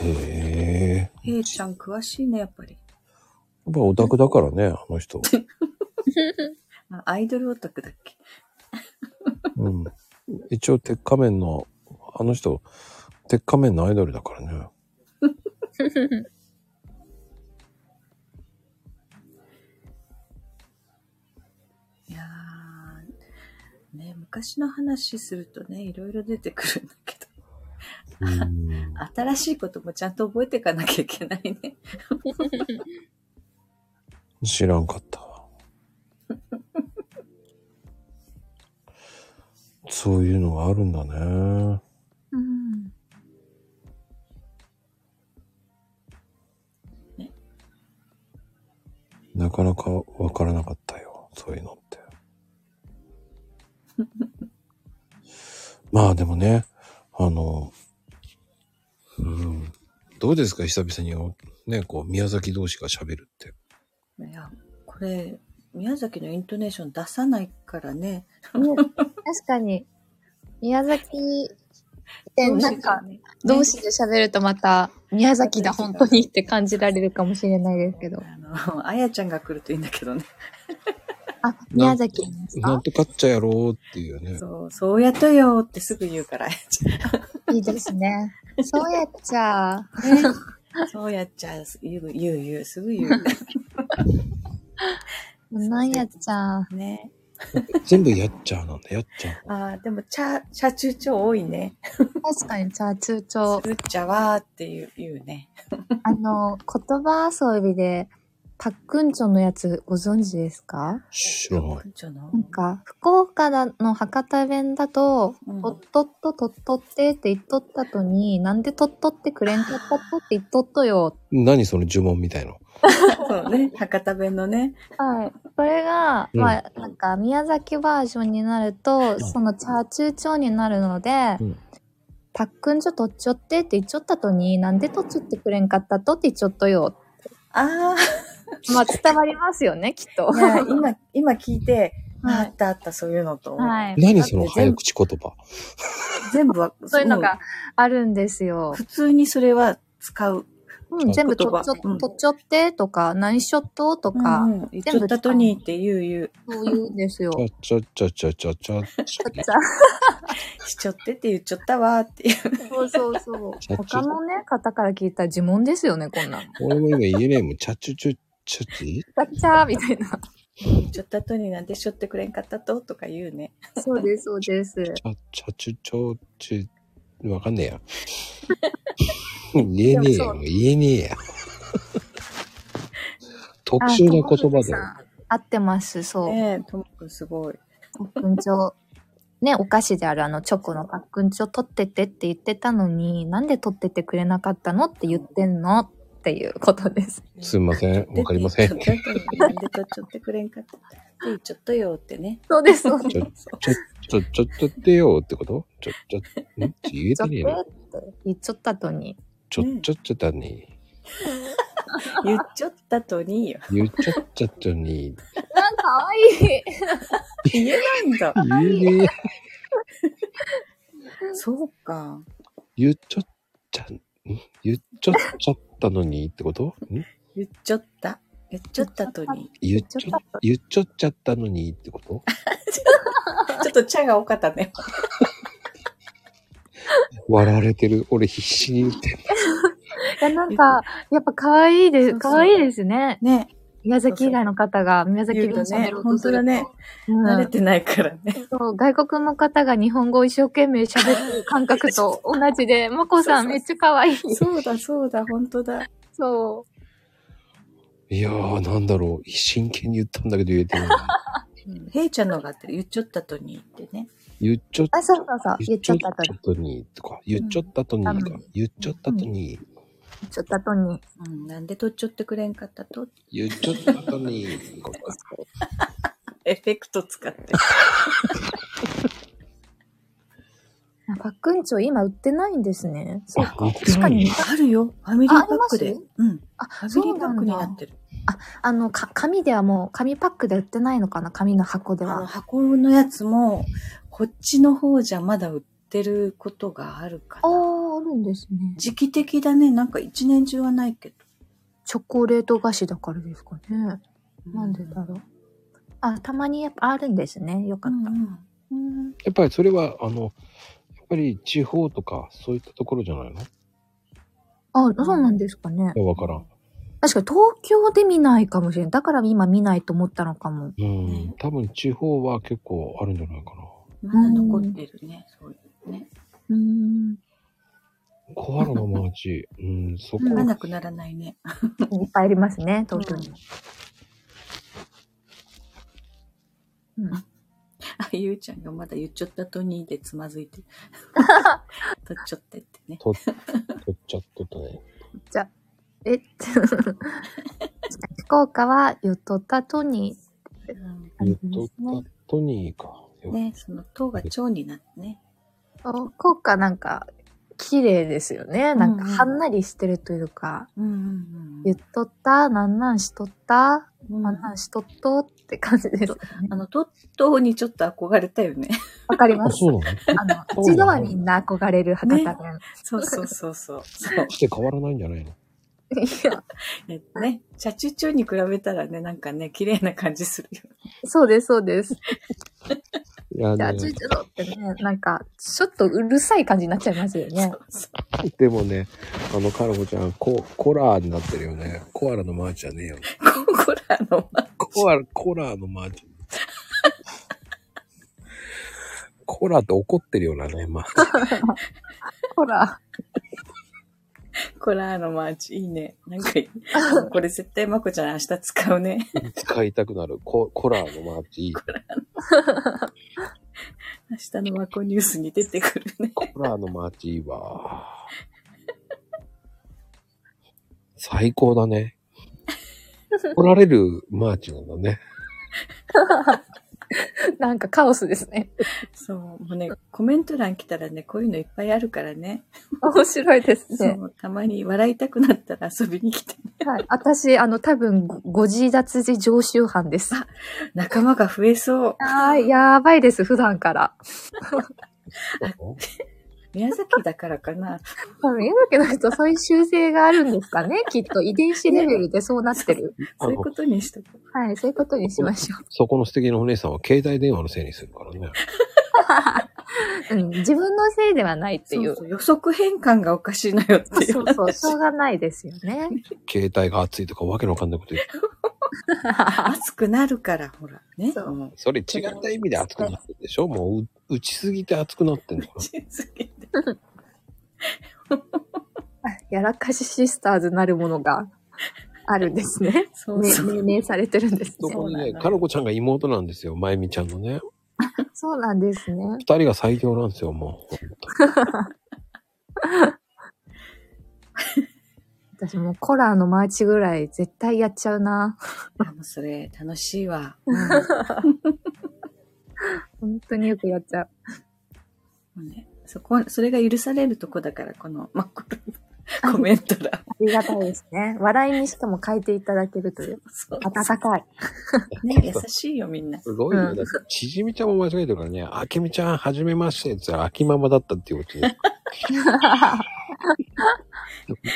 [SPEAKER 1] へえ。
[SPEAKER 4] へいちゃん詳しいね、やっぱり。
[SPEAKER 1] やっぱオタクだからね、あの人。
[SPEAKER 4] あアイドルオタクだっけ
[SPEAKER 1] うん。一応、鉄仮面の、あの人、鉄仮面のアイドルだからね。
[SPEAKER 4] いやー、ね、昔の話するとね、いろいろ出てくるんだけど、
[SPEAKER 1] うん。
[SPEAKER 4] 新しいこともちゃんと覚えていかなきゃいけないね。
[SPEAKER 1] 知らんかったわ。そういうのがあるんだね。
[SPEAKER 7] うん。
[SPEAKER 1] なかなかわからなかったよ。そういうのって。 まあでもね、あの、うん。どうですか久々にお、ね、こう、宮崎同士が喋るって。
[SPEAKER 4] いや、これ、宮崎のイントネーション出さないからね。
[SPEAKER 2] 確かに、宮崎って
[SPEAKER 4] どうし
[SPEAKER 2] な
[SPEAKER 4] よ
[SPEAKER 2] ん
[SPEAKER 4] う
[SPEAKER 2] か、
[SPEAKER 4] ね
[SPEAKER 2] 同士で喋るとまた、宮崎だ、本当にって感じられるかもしれないですけど。
[SPEAKER 4] あの、あやちゃんが来るといいんだけどね。
[SPEAKER 2] あ、宮崎です
[SPEAKER 1] な
[SPEAKER 2] か
[SPEAKER 1] んとかっちゃやろうっていうね。
[SPEAKER 4] そう、そうやとよってすぐ言うから、あやち
[SPEAKER 2] いいですね。そうやっちゃう。
[SPEAKER 4] ゃん。そうやっちゃう、言う、言う、言う、すぐ言う。
[SPEAKER 2] なんやっちゃう。
[SPEAKER 4] ね。
[SPEAKER 1] 全部やっちゃうなんだ、やっちゃう。
[SPEAKER 4] ああ、でも、チャ、チャ中長多いね。
[SPEAKER 2] 確かに、じゃあ通
[SPEAKER 4] う
[SPEAKER 2] 帳。
[SPEAKER 4] っちゃわーっていう、言うね。
[SPEAKER 2] あの、言葉遊びで、パックンチョンのやつご存知ですか
[SPEAKER 1] 知らない。
[SPEAKER 4] ちょの
[SPEAKER 2] なんか、福岡の博多弁だと、
[SPEAKER 4] うん
[SPEAKER 2] とっとっととっとってって言っとったとに、なんでとっとってくれんとっとっとって言っとっとよ。
[SPEAKER 1] 何その呪文みたいの。
[SPEAKER 4] そうね。博多弁のね。
[SPEAKER 2] はい。それが、
[SPEAKER 1] うん
[SPEAKER 2] まあ、なんか、宮崎バージョンになると、そのチャーチューチョーになるので、
[SPEAKER 1] うん
[SPEAKER 2] パックンちょとっちょってって言っちょったとに、なんでとっちょってくれんかったとって言っちょっとよ。
[SPEAKER 4] あ
[SPEAKER 2] まあ、伝わりますよ ね、きっと。
[SPEAKER 4] あ、いや、今、今聞いて、
[SPEAKER 2] はい
[SPEAKER 4] あったあった、そういうのと。
[SPEAKER 2] はい。
[SPEAKER 1] 何その
[SPEAKER 4] だって全
[SPEAKER 1] 早
[SPEAKER 4] 部
[SPEAKER 1] 口言葉。
[SPEAKER 4] 全部は、
[SPEAKER 2] そういうの
[SPEAKER 4] も
[SPEAKER 2] があるんですよ
[SPEAKER 4] う。普通にそれは使う。
[SPEAKER 2] うん、全部
[SPEAKER 4] 言
[SPEAKER 2] と
[SPEAKER 4] 葉
[SPEAKER 2] っちょ、
[SPEAKER 4] うん
[SPEAKER 2] とっちょってとか、何しょっととか、
[SPEAKER 4] うんうん、言っちゃったとにって言う言う。
[SPEAKER 2] そういうんですよ。
[SPEAKER 1] ちゃちゃちゃちゃちゃちゃちゃ。
[SPEAKER 4] しちょってって言っちゃったわーっていう。
[SPEAKER 2] そうそうそう
[SPEAKER 1] ちゃ。
[SPEAKER 2] 他のね、方から聞いたら呪文ですよね、こんなん。
[SPEAKER 1] 俺も今言えねえもん。ちゃちゃちゃちゃち
[SPEAKER 2] チャチャーみたいな。
[SPEAKER 4] 言っちゃったとになんでしょってくれんかったととか言うね。
[SPEAKER 2] そうです、そうです。
[SPEAKER 1] ゃちゃちゃちゃちゃ。わかんねえや。言えねえや。もう言えねえや。特殊な言葉だよ。
[SPEAKER 2] 合ってます、そう。
[SPEAKER 4] ねえ、ともくんすごい。
[SPEAKER 2] パックンチョ。ね、お菓子であるあのチョコのパックンチョ取ってってって言ってたのに、なんで取ってってくれなかったのって言ってんのっていうことです。
[SPEAKER 1] すみません。わかりません。
[SPEAKER 4] で
[SPEAKER 1] ち
[SPEAKER 4] 言っちゃったとになんで取っちゃってくれんかったって言っちゃったよってね。
[SPEAKER 2] そうです、そうです。
[SPEAKER 1] ちょちょちょちょってよってことちょちょ、んって言え
[SPEAKER 2] ちょ
[SPEAKER 1] てねえ
[SPEAKER 2] っと
[SPEAKER 1] の
[SPEAKER 2] って言っちゃったとに。
[SPEAKER 1] ちょちょちょだね。
[SPEAKER 4] 言っちゃったとによ。
[SPEAKER 1] 言っちゃっちゃっちゃに。
[SPEAKER 2] なんかわいい。
[SPEAKER 4] 言えない んだ。
[SPEAKER 1] 言えねえ。
[SPEAKER 4] そうか。
[SPEAKER 1] 言っちゃっちゃ、ん言っちゃっちゃったのにってことん
[SPEAKER 4] 言っちゃった。言っちゃったとに。
[SPEAKER 1] 言っちゃ、言っちゃっちゃったのにってこと
[SPEAKER 4] ちょっと茶が多かったね。
[SPEAKER 1] 笑われてる。俺必死に言ってんだ。
[SPEAKER 2] や、なんか、やっぱ可愛いで
[SPEAKER 4] そうそ
[SPEAKER 2] す。
[SPEAKER 4] う
[SPEAKER 2] 可愛いですね。
[SPEAKER 4] ね、
[SPEAKER 2] 宮崎以外の方が、宮崎
[SPEAKER 4] 言
[SPEAKER 2] 弁
[SPEAKER 4] うとね
[SPEAKER 2] 喋ろ、うと
[SPEAKER 4] 本
[SPEAKER 2] す
[SPEAKER 4] 当
[SPEAKER 2] る
[SPEAKER 4] だ
[SPEAKER 2] と
[SPEAKER 4] ね。
[SPEAKER 2] うん
[SPEAKER 4] 慣れてないからね。
[SPEAKER 2] そう、外国の方が日本語を一生懸命喋ってる感 覚と同じで、まこさんめっちゃ可愛い。
[SPEAKER 4] そうだ、そうだ、本当だ。
[SPEAKER 2] そ
[SPEAKER 1] いやー、なんだろう。真剣に言ったんだけど言えてない。
[SPEAKER 4] うんヘイちゃんのがあってる、言っちゃったとにってね。
[SPEAKER 1] 言っちゃっ
[SPEAKER 2] う。あ、そうそうそう。言
[SPEAKER 1] 言
[SPEAKER 2] っ
[SPEAKER 1] っ
[SPEAKER 2] ち
[SPEAKER 1] ち
[SPEAKER 2] ゃ
[SPEAKER 1] ゃ
[SPEAKER 2] っ
[SPEAKER 1] った
[SPEAKER 2] とに。
[SPEAKER 1] たとに、とか、言っちゃったとに、とか、言っちゃったとに、
[SPEAKER 2] 言っちゃったとに。
[SPEAKER 4] うん、なんで取っちゃってくれんかったと。
[SPEAKER 1] 言っちゃったとに、とか。
[SPEAKER 4] エフェクト使って。
[SPEAKER 2] あパックンチョ今売ってないんですね。そうか。
[SPEAKER 1] あ
[SPEAKER 2] 確かに。
[SPEAKER 4] あるよ。ファミリーパック
[SPEAKER 2] ああ
[SPEAKER 4] で
[SPEAKER 2] り。
[SPEAKER 4] うん。フ
[SPEAKER 2] あ、
[SPEAKER 4] ァミ
[SPEAKER 2] そ
[SPEAKER 4] リ
[SPEAKER 2] う
[SPEAKER 4] ーパ
[SPEAKER 2] な
[SPEAKER 4] ック
[SPEAKER 2] ん
[SPEAKER 4] になっ
[SPEAKER 2] だ。
[SPEAKER 4] てる。
[SPEAKER 2] あの、か、紙ではもう、紙パックで売ってないのかな紙の箱で
[SPEAKER 4] あの、
[SPEAKER 2] は。
[SPEAKER 4] 箱のやつも、こっちの方じゃまだ売ってることがあるか
[SPEAKER 2] あ
[SPEAKER 4] ら。
[SPEAKER 2] ー、あるんですね。
[SPEAKER 4] 時期的だね。なんか一年中はないけど。
[SPEAKER 2] チョコレート菓子だからですかね。なんでだろう。あ、たまにやっぱあるんですね。よか
[SPEAKER 4] う
[SPEAKER 2] っ
[SPEAKER 4] んう
[SPEAKER 2] た。
[SPEAKER 4] ん。
[SPEAKER 2] うん
[SPEAKER 1] やっぱりそれは、あの、やっぱり地方とか、そういったところじゃないのい
[SPEAKER 2] あ、そうなんですかね。
[SPEAKER 1] やわからん。
[SPEAKER 2] 確かに東京で見ないかもしれない。だから今見ないと思ったのかも。
[SPEAKER 1] うん
[SPEAKER 4] ね。
[SPEAKER 1] 多分地方は結構あるんじゃないかな。
[SPEAKER 4] まだ残ってるね。そういうね。
[SPEAKER 2] うーん。
[SPEAKER 1] コアラのマーチ。うん、そこ。
[SPEAKER 4] まだなくならないね。
[SPEAKER 2] いっぱいありますね、東京にも。うん
[SPEAKER 4] あ、ゆうちゃんがまだ言っちゃったとにでつまず いてる。取っちゃってってね。
[SPEAKER 1] と、取っちゃったとね。
[SPEAKER 2] え、 福岡は、よとたとに、あ
[SPEAKER 1] 言っ
[SPEAKER 2] りま
[SPEAKER 1] と
[SPEAKER 2] す
[SPEAKER 1] っ
[SPEAKER 2] ね。
[SPEAKER 1] たとにか。
[SPEAKER 4] ね、その塔が蝶になってね。
[SPEAKER 2] 福岡なんか、綺麗ですよね。なんか、
[SPEAKER 4] うんうん
[SPEAKER 2] はんなりしてるというか、
[SPEAKER 4] うんうんう
[SPEAKER 2] 言っとった、なんなんしとった、
[SPEAKER 4] ん。
[SPEAKER 2] あんなんしとっとって感じです。
[SPEAKER 4] あの、塔塔にちょっと憧れたよ ね。
[SPEAKER 2] わかりま
[SPEAKER 1] あ、
[SPEAKER 2] す。
[SPEAKER 1] そうなの
[SPEAKER 2] あの、一度はみんな憧れる博多弁。
[SPEAKER 4] そうそうそうそう。そう
[SPEAKER 1] して変わらないんじゃないの
[SPEAKER 2] いや、
[SPEAKER 4] えっとね、チャチュチュに比べたらね、なんかね、綺麗な感じするよ。
[SPEAKER 2] そうです、そうです。
[SPEAKER 1] いや
[SPEAKER 2] じゃあ、
[SPEAKER 1] ね
[SPEAKER 2] ちょいちょろってね、なんか、ちょっとうるさい感じになっちゃいますよね
[SPEAKER 4] そ。うそう
[SPEAKER 1] でもね、あの、カラコちゃん、コ、コラーになってるよね。コアラのマーチじゃねえよ。
[SPEAKER 4] ココラの、
[SPEAKER 1] コアラ、コラーのマーチ。 コラーって怒ってるようなね、まあ。
[SPEAKER 2] ほら。
[SPEAKER 4] コラのマーチ、いいね。なんかいい、これ絶対まこちゃん明日使うね。
[SPEAKER 1] 使いたくなる。コ、コラーのマーチ。いい
[SPEAKER 4] 明日のまこニュースに出てくるね。
[SPEAKER 1] コラーのマーチいいわ。最高だね。怒られるマーチなんだ ね。
[SPEAKER 2] なんかカオスですね。
[SPEAKER 4] そう、もうね、コメント欄来たらね、こういうのいっぱいあるからね。
[SPEAKER 2] 面白いです
[SPEAKER 4] そ
[SPEAKER 2] ね。
[SPEAKER 4] う、たまに笑いたくなったら遊びに来て。
[SPEAKER 2] はい。私、あの、多分、ごご自立時常習犯です。
[SPEAKER 4] 仲間が増えそう。
[SPEAKER 2] はい、やばいです、普段から。
[SPEAKER 4] 宮崎だからか な。
[SPEAKER 2] 多分、家だけの人、そういう習性があるんですかね、きっと。遺伝子レベルでそうなってる。
[SPEAKER 1] あ
[SPEAKER 4] そういう
[SPEAKER 1] の
[SPEAKER 4] ことにしとこう。
[SPEAKER 2] はい、そういうことにしましょ
[SPEAKER 1] そこの素敵なお姉さんは携帯電話のせいにするからね。
[SPEAKER 2] う。うん、自分のせいではないっていう。
[SPEAKER 4] そうそう予測変換がおかしいのよっていう
[SPEAKER 2] そう
[SPEAKER 4] 話。
[SPEAKER 2] そう、しょうがないですよね。
[SPEAKER 1] 携帯が熱いとかわけのわかんないこと言って。
[SPEAKER 4] 熱くなるから、ほら。ね。
[SPEAKER 2] そう
[SPEAKER 4] もう
[SPEAKER 1] それ違った意味で熱くなってるでしょもうう打ちすぎて熱くなってんのかな。
[SPEAKER 4] しすぎて
[SPEAKER 2] やらかしシスターズなるものがあるんですね。
[SPEAKER 4] そう
[SPEAKER 2] ね
[SPEAKER 4] そう。
[SPEAKER 2] 命名されてるんです
[SPEAKER 1] そ
[SPEAKER 2] ね。
[SPEAKER 1] こに
[SPEAKER 4] そうな
[SPEAKER 1] ね、
[SPEAKER 4] のよ
[SPEAKER 1] かのこちゃんが妹なんですよ。まゆみちゃんのね。
[SPEAKER 2] そうなんですね。
[SPEAKER 1] 二人が最強なんですよ、もう。
[SPEAKER 2] 私もうコラーのマーチぐらい絶対やっちゃうな。
[SPEAKER 4] あもうそれ、楽しいわ。
[SPEAKER 2] 本当によくやっちゃう。
[SPEAKER 4] もうね、そこ、それが許されるとこだから、この、まあ、このコメント欄。
[SPEAKER 2] ありがたいですね。笑いにしかも変えていただけるという。
[SPEAKER 4] そう。
[SPEAKER 2] 温かい。
[SPEAKER 4] ね、優しいよ、みんな。
[SPEAKER 1] すごいよ、
[SPEAKER 2] うん
[SPEAKER 1] ね。だってちじみちゃんも間違えてるからね、あけみちゃん、はじめましてって言ったら、あきママだったっていうことで。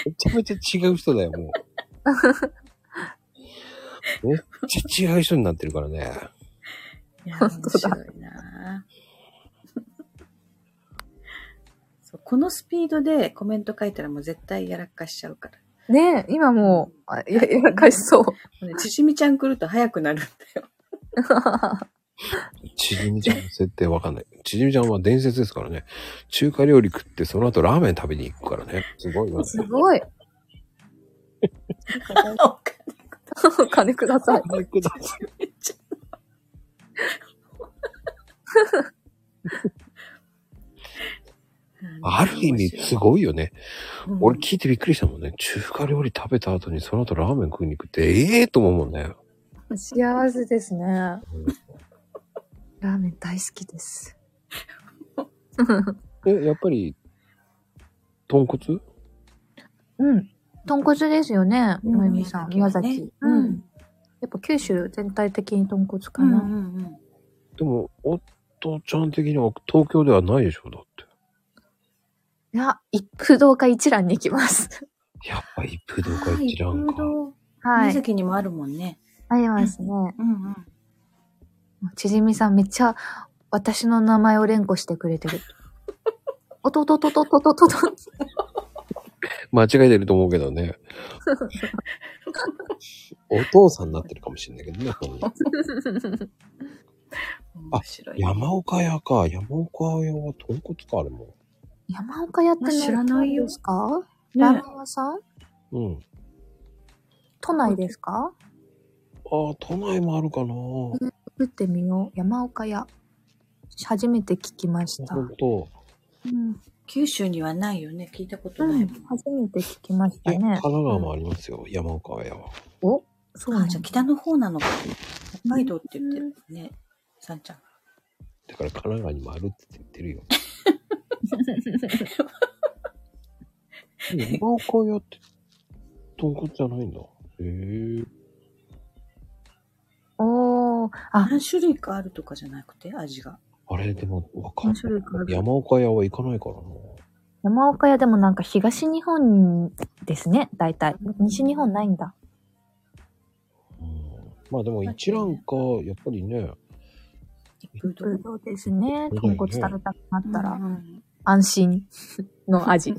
[SPEAKER 1] めちゃめちゃ違う人だよ、も う。めっちゃ違う人になってるからね。
[SPEAKER 4] いや、
[SPEAKER 2] 本当だ
[SPEAKER 4] 面白いなぁ そう、このスピードでコメント書いたらもう絶対やらかしちゃうから。
[SPEAKER 2] ねえ、今もう、あや、やらかしそう。
[SPEAKER 4] もうねちしみちゃん来ると早くなるんだよ。
[SPEAKER 1] ちじみちゃんの設定わかんない。ちじみちゃんは伝説ですからね。中華料理食って、その後ラーメン食べに行くからね。すごいよね。
[SPEAKER 2] すごい。お金ください。
[SPEAKER 1] ある意味すごいよね。
[SPEAKER 4] うん
[SPEAKER 1] 俺聞いてびっくりしたもんね。中華料理食べた後にその後ラーメン食いに行くって、ええと思うもんね。
[SPEAKER 2] 幸せですね。ラーメン大好き です。
[SPEAKER 1] え、やっぱり、豚骨
[SPEAKER 2] うん。豚骨ですよね、
[SPEAKER 4] うん
[SPEAKER 2] のえみさん。宮崎、
[SPEAKER 4] ね
[SPEAKER 2] う
[SPEAKER 4] うんん。。
[SPEAKER 2] やっぱ九州全体的に豚骨か
[SPEAKER 4] うん
[SPEAKER 2] な。
[SPEAKER 4] うんうん。
[SPEAKER 1] でも、おっとちゃん的には東京ではないでしょ、だって。
[SPEAKER 2] いや、一風堂か一蘭に行きます。
[SPEAKER 1] やっぱ一風堂か一覧か。
[SPEAKER 2] は
[SPEAKER 4] 宮
[SPEAKER 2] い。
[SPEAKER 4] 崎にもあるもんね。
[SPEAKER 2] ありますね。
[SPEAKER 4] うんうん。
[SPEAKER 2] ちじみさんめっちゃ私の名前を連呼してくれ てる。おとととととととと。
[SPEAKER 1] 間違えてると思うけどね。お父さんになってるかもしれないけどね。本人
[SPEAKER 4] 面白い。
[SPEAKER 1] 山岡屋か。山岡屋は豚骨か、あれも。
[SPEAKER 2] 山岡やって
[SPEAKER 4] まあ知らないよ
[SPEAKER 2] ですか、ラーメ
[SPEAKER 4] ね
[SPEAKER 2] ン屋さん
[SPEAKER 1] うん。
[SPEAKER 2] 都内ですか
[SPEAKER 1] ああ、都内もあるかな。
[SPEAKER 2] 打ってみよう。山岡屋。初めて聞きました。う
[SPEAKER 1] 本当。
[SPEAKER 2] ん。
[SPEAKER 4] 九州にはないよね。聞いたこと
[SPEAKER 2] う
[SPEAKER 4] ない
[SPEAKER 2] ん
[SPEAKER 4] もん。
[SPEAKER 2] 初めて聞きまし
[SPEAKER 1] い
[SPEAKER 2] た
[SPEAKER 1] や、神
[SPEAKER 2] ね
[SPEAKER 1] 奈。川もありますよ。山岡屋は。
[SPEAKER 2] おそうなん
[SPEAKER 4] あ、じゃあ北の方なのか。北海道って言ってるね。さんちゃん。
[SPEAKER 1] だから神奈川にもあるって言って るよ。山岡屋って豚骨じゃないんだ。へえ。
[SPEAKER 2] おー。あ、
[SPEAKER 4] 何種類かあるとかじゃなくて、味が。
[SPEAKER 1] あれ、でも、わかん
[SPEAKER 2] 面白いから
[SPEAKER 1] ない。山岡屋は行かないからな。
[SPEAKER 2] 山岡屋でもなんか東日本ですね、大体。西日本ないんだ。
[SPEAKER 1] うんまあでも一覧か、やっぱりね、
[SPEAKER 4] ブドウ
[SPEAKER 2] そうですね。
[SPEAKER 1] そうだよ
[SPEAKER 2] 豚
[SPEAKER 1] ね
[SPEAKER 2] 骨食べたくなったら
[SPEAKER 4] う、ん
[SPEAKER 2] 安心の味。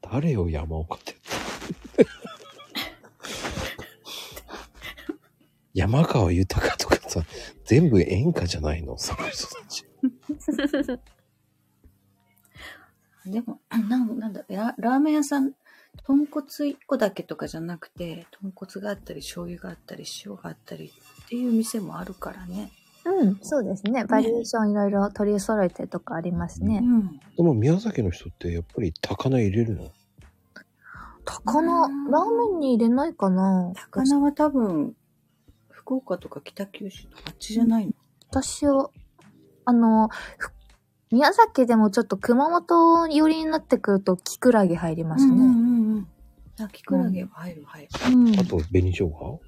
[SPEAKER 1] 誰よ山岡って。 山川豊とかさ、全部演歌じゃないの、その人たち。
[SPEAKER 4] でも、 なんなんだラ、ラーメン屋さん、豚骨1個だけとかじゃなくて、豚骨があったり、醤油があったり、塩があったりっていう店もあるからね。
[SPEAKER 2] うん、そうですね。バリエーションいろいろ取り揃えてとかありますね。
[SPEAKER 4] ん。
[SPEAKER 1] でも宮崎の人ってやっぱり高菜入れるの
[SPEAKER 2] 高菜、ラー
[SPEAKER 4] うん
[SPEAKER 2] メンに入れないかな
[SPEAKER 4] 高菜は多分、福岡とか北九州とかあっちじゃないの。
[SPEAKER 2] 私は、あの、ふ宮崎でもちょっと熊本寄りになってくると、キクラゲ入ります
[SPEAKER 4] うん
[SPEAKER 2] ね。
[SPEAKER 4] うんうん。あ、キクラゲは入る、入る。
[SPEAKER 2] うん。
[SPEAKER 1] あと紅生姜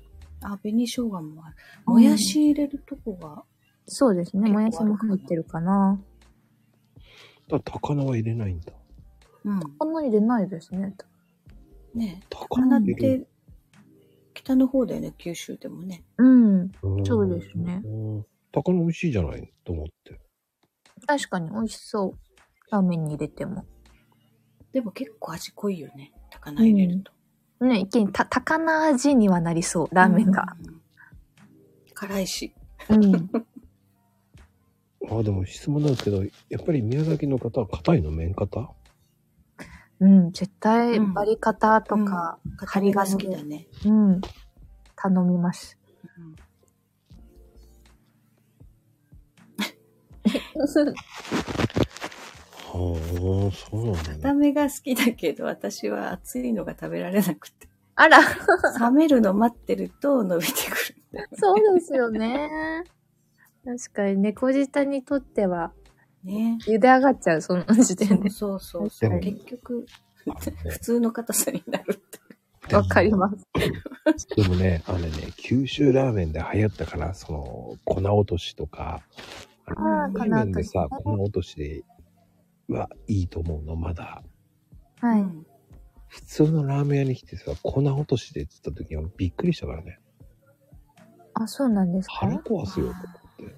[SPEAKER 4] あ、紅生姜もある。もやし入れるとこが、
[SPEAKER 2] そうですね。
[SPEAKER 4] 結
[SPEAKER 2] も
[SPEAKER 4] 構
[SPEAKER 2] やしも入ってるかな。
[SPEAKER 1] だから高菜は入れないんだ。
[SPEAKER 4] うん。
[SPEAKER 2] こんな入れないですね。
[SPEAKER 4] ね。
[SPEAKER 1] 高
[SPEAKER 4] 高菜
[SPEAKER 1] 菜
[SPEAKER 4] っ
[SPEAKER 1] 入れる。
[SPEAKER 4] て、北の方だよね、九州でもね。
[SPEAKER 2] うん。
[SPEAKER 1] ん
[SPEAKER 2] そうですね。
[SPEAKER 1] うん高菜美味しいじゃないと思って。
[SPEAKER 2] 確かに美味しそう。ラーメンに入れても。
[SPEAKER 4] でも結構味濃いよね、高菜入れると。
[SPEAKER 2] ね、一見、た、高菜味にはなりそう。ラーメンが。
[SPEAKER 4] うん。辛いし。
[SPEAKER 2] うん。
[SPEAKER 1] あ、でも質問なんですけど、やっぱり宮崎の方は硬いの麺方
[SPEAKER 2] うん、絶対
[SPEAKER 4] うん
[SPEAKER 2] バリカタとか、
[SPEAKER 4] カニが好きだね。
[SPEAKER 2] うん、頼みます。
[SPEAKER 1] はあ、そうなんだね。
[SPEAKER 4] 固めが好きだけど、私は熱いのが食べられなくて。
[SPEAKER 2] あら、
[SPEAKER 4] 冷めるの待ってると伸びてくるんだよね。
[SPEAKER 2] そうですよね。確かに、猫舌にとっては、
[SPEAKER 4] ね。
[SPEAKER 2] 茹で上がっちゃう、その時点で。
[SPEAKER 4] そうそうそ
[SPEAKER 1] で
[SPEAKER 4] うそ
[SPEAKER 1] も
[SPEAKER 4] う。結局、普通の硬さになるって。
[SPEAKER 2] わかり
[SPEAKER 1] ま
[SPEAKER 2] ます。
[SPEAKER 1] す。でもね、あれね、九州ラーメンで流行ったから、その、粉落としとか、あ
[SPEAKER 2] あ
[SPEAKER 1] の
[SPEAKER 2] ー
[SPEAKER 1] ラーメンでさ、
[SPEAKER 2] 粉落と
[SPEAKER 1] 粉落と
[SPEAKER 2] し
[SPEAKER 1] しではいいと思うの、まだ。
[SPEAKER 2] は
[SPEAKER 4] う
[SPEAKER 2] い。
[SPEAKER 4] ん
[SPEAKER 1] 普通のラーメン屋に来てさ、粉落としでって言った時に俺びっくりしたからね。
[SPEAKER 2] あ、そうなんですか
[SPEAKER 1] 腹壊すよ、と思って。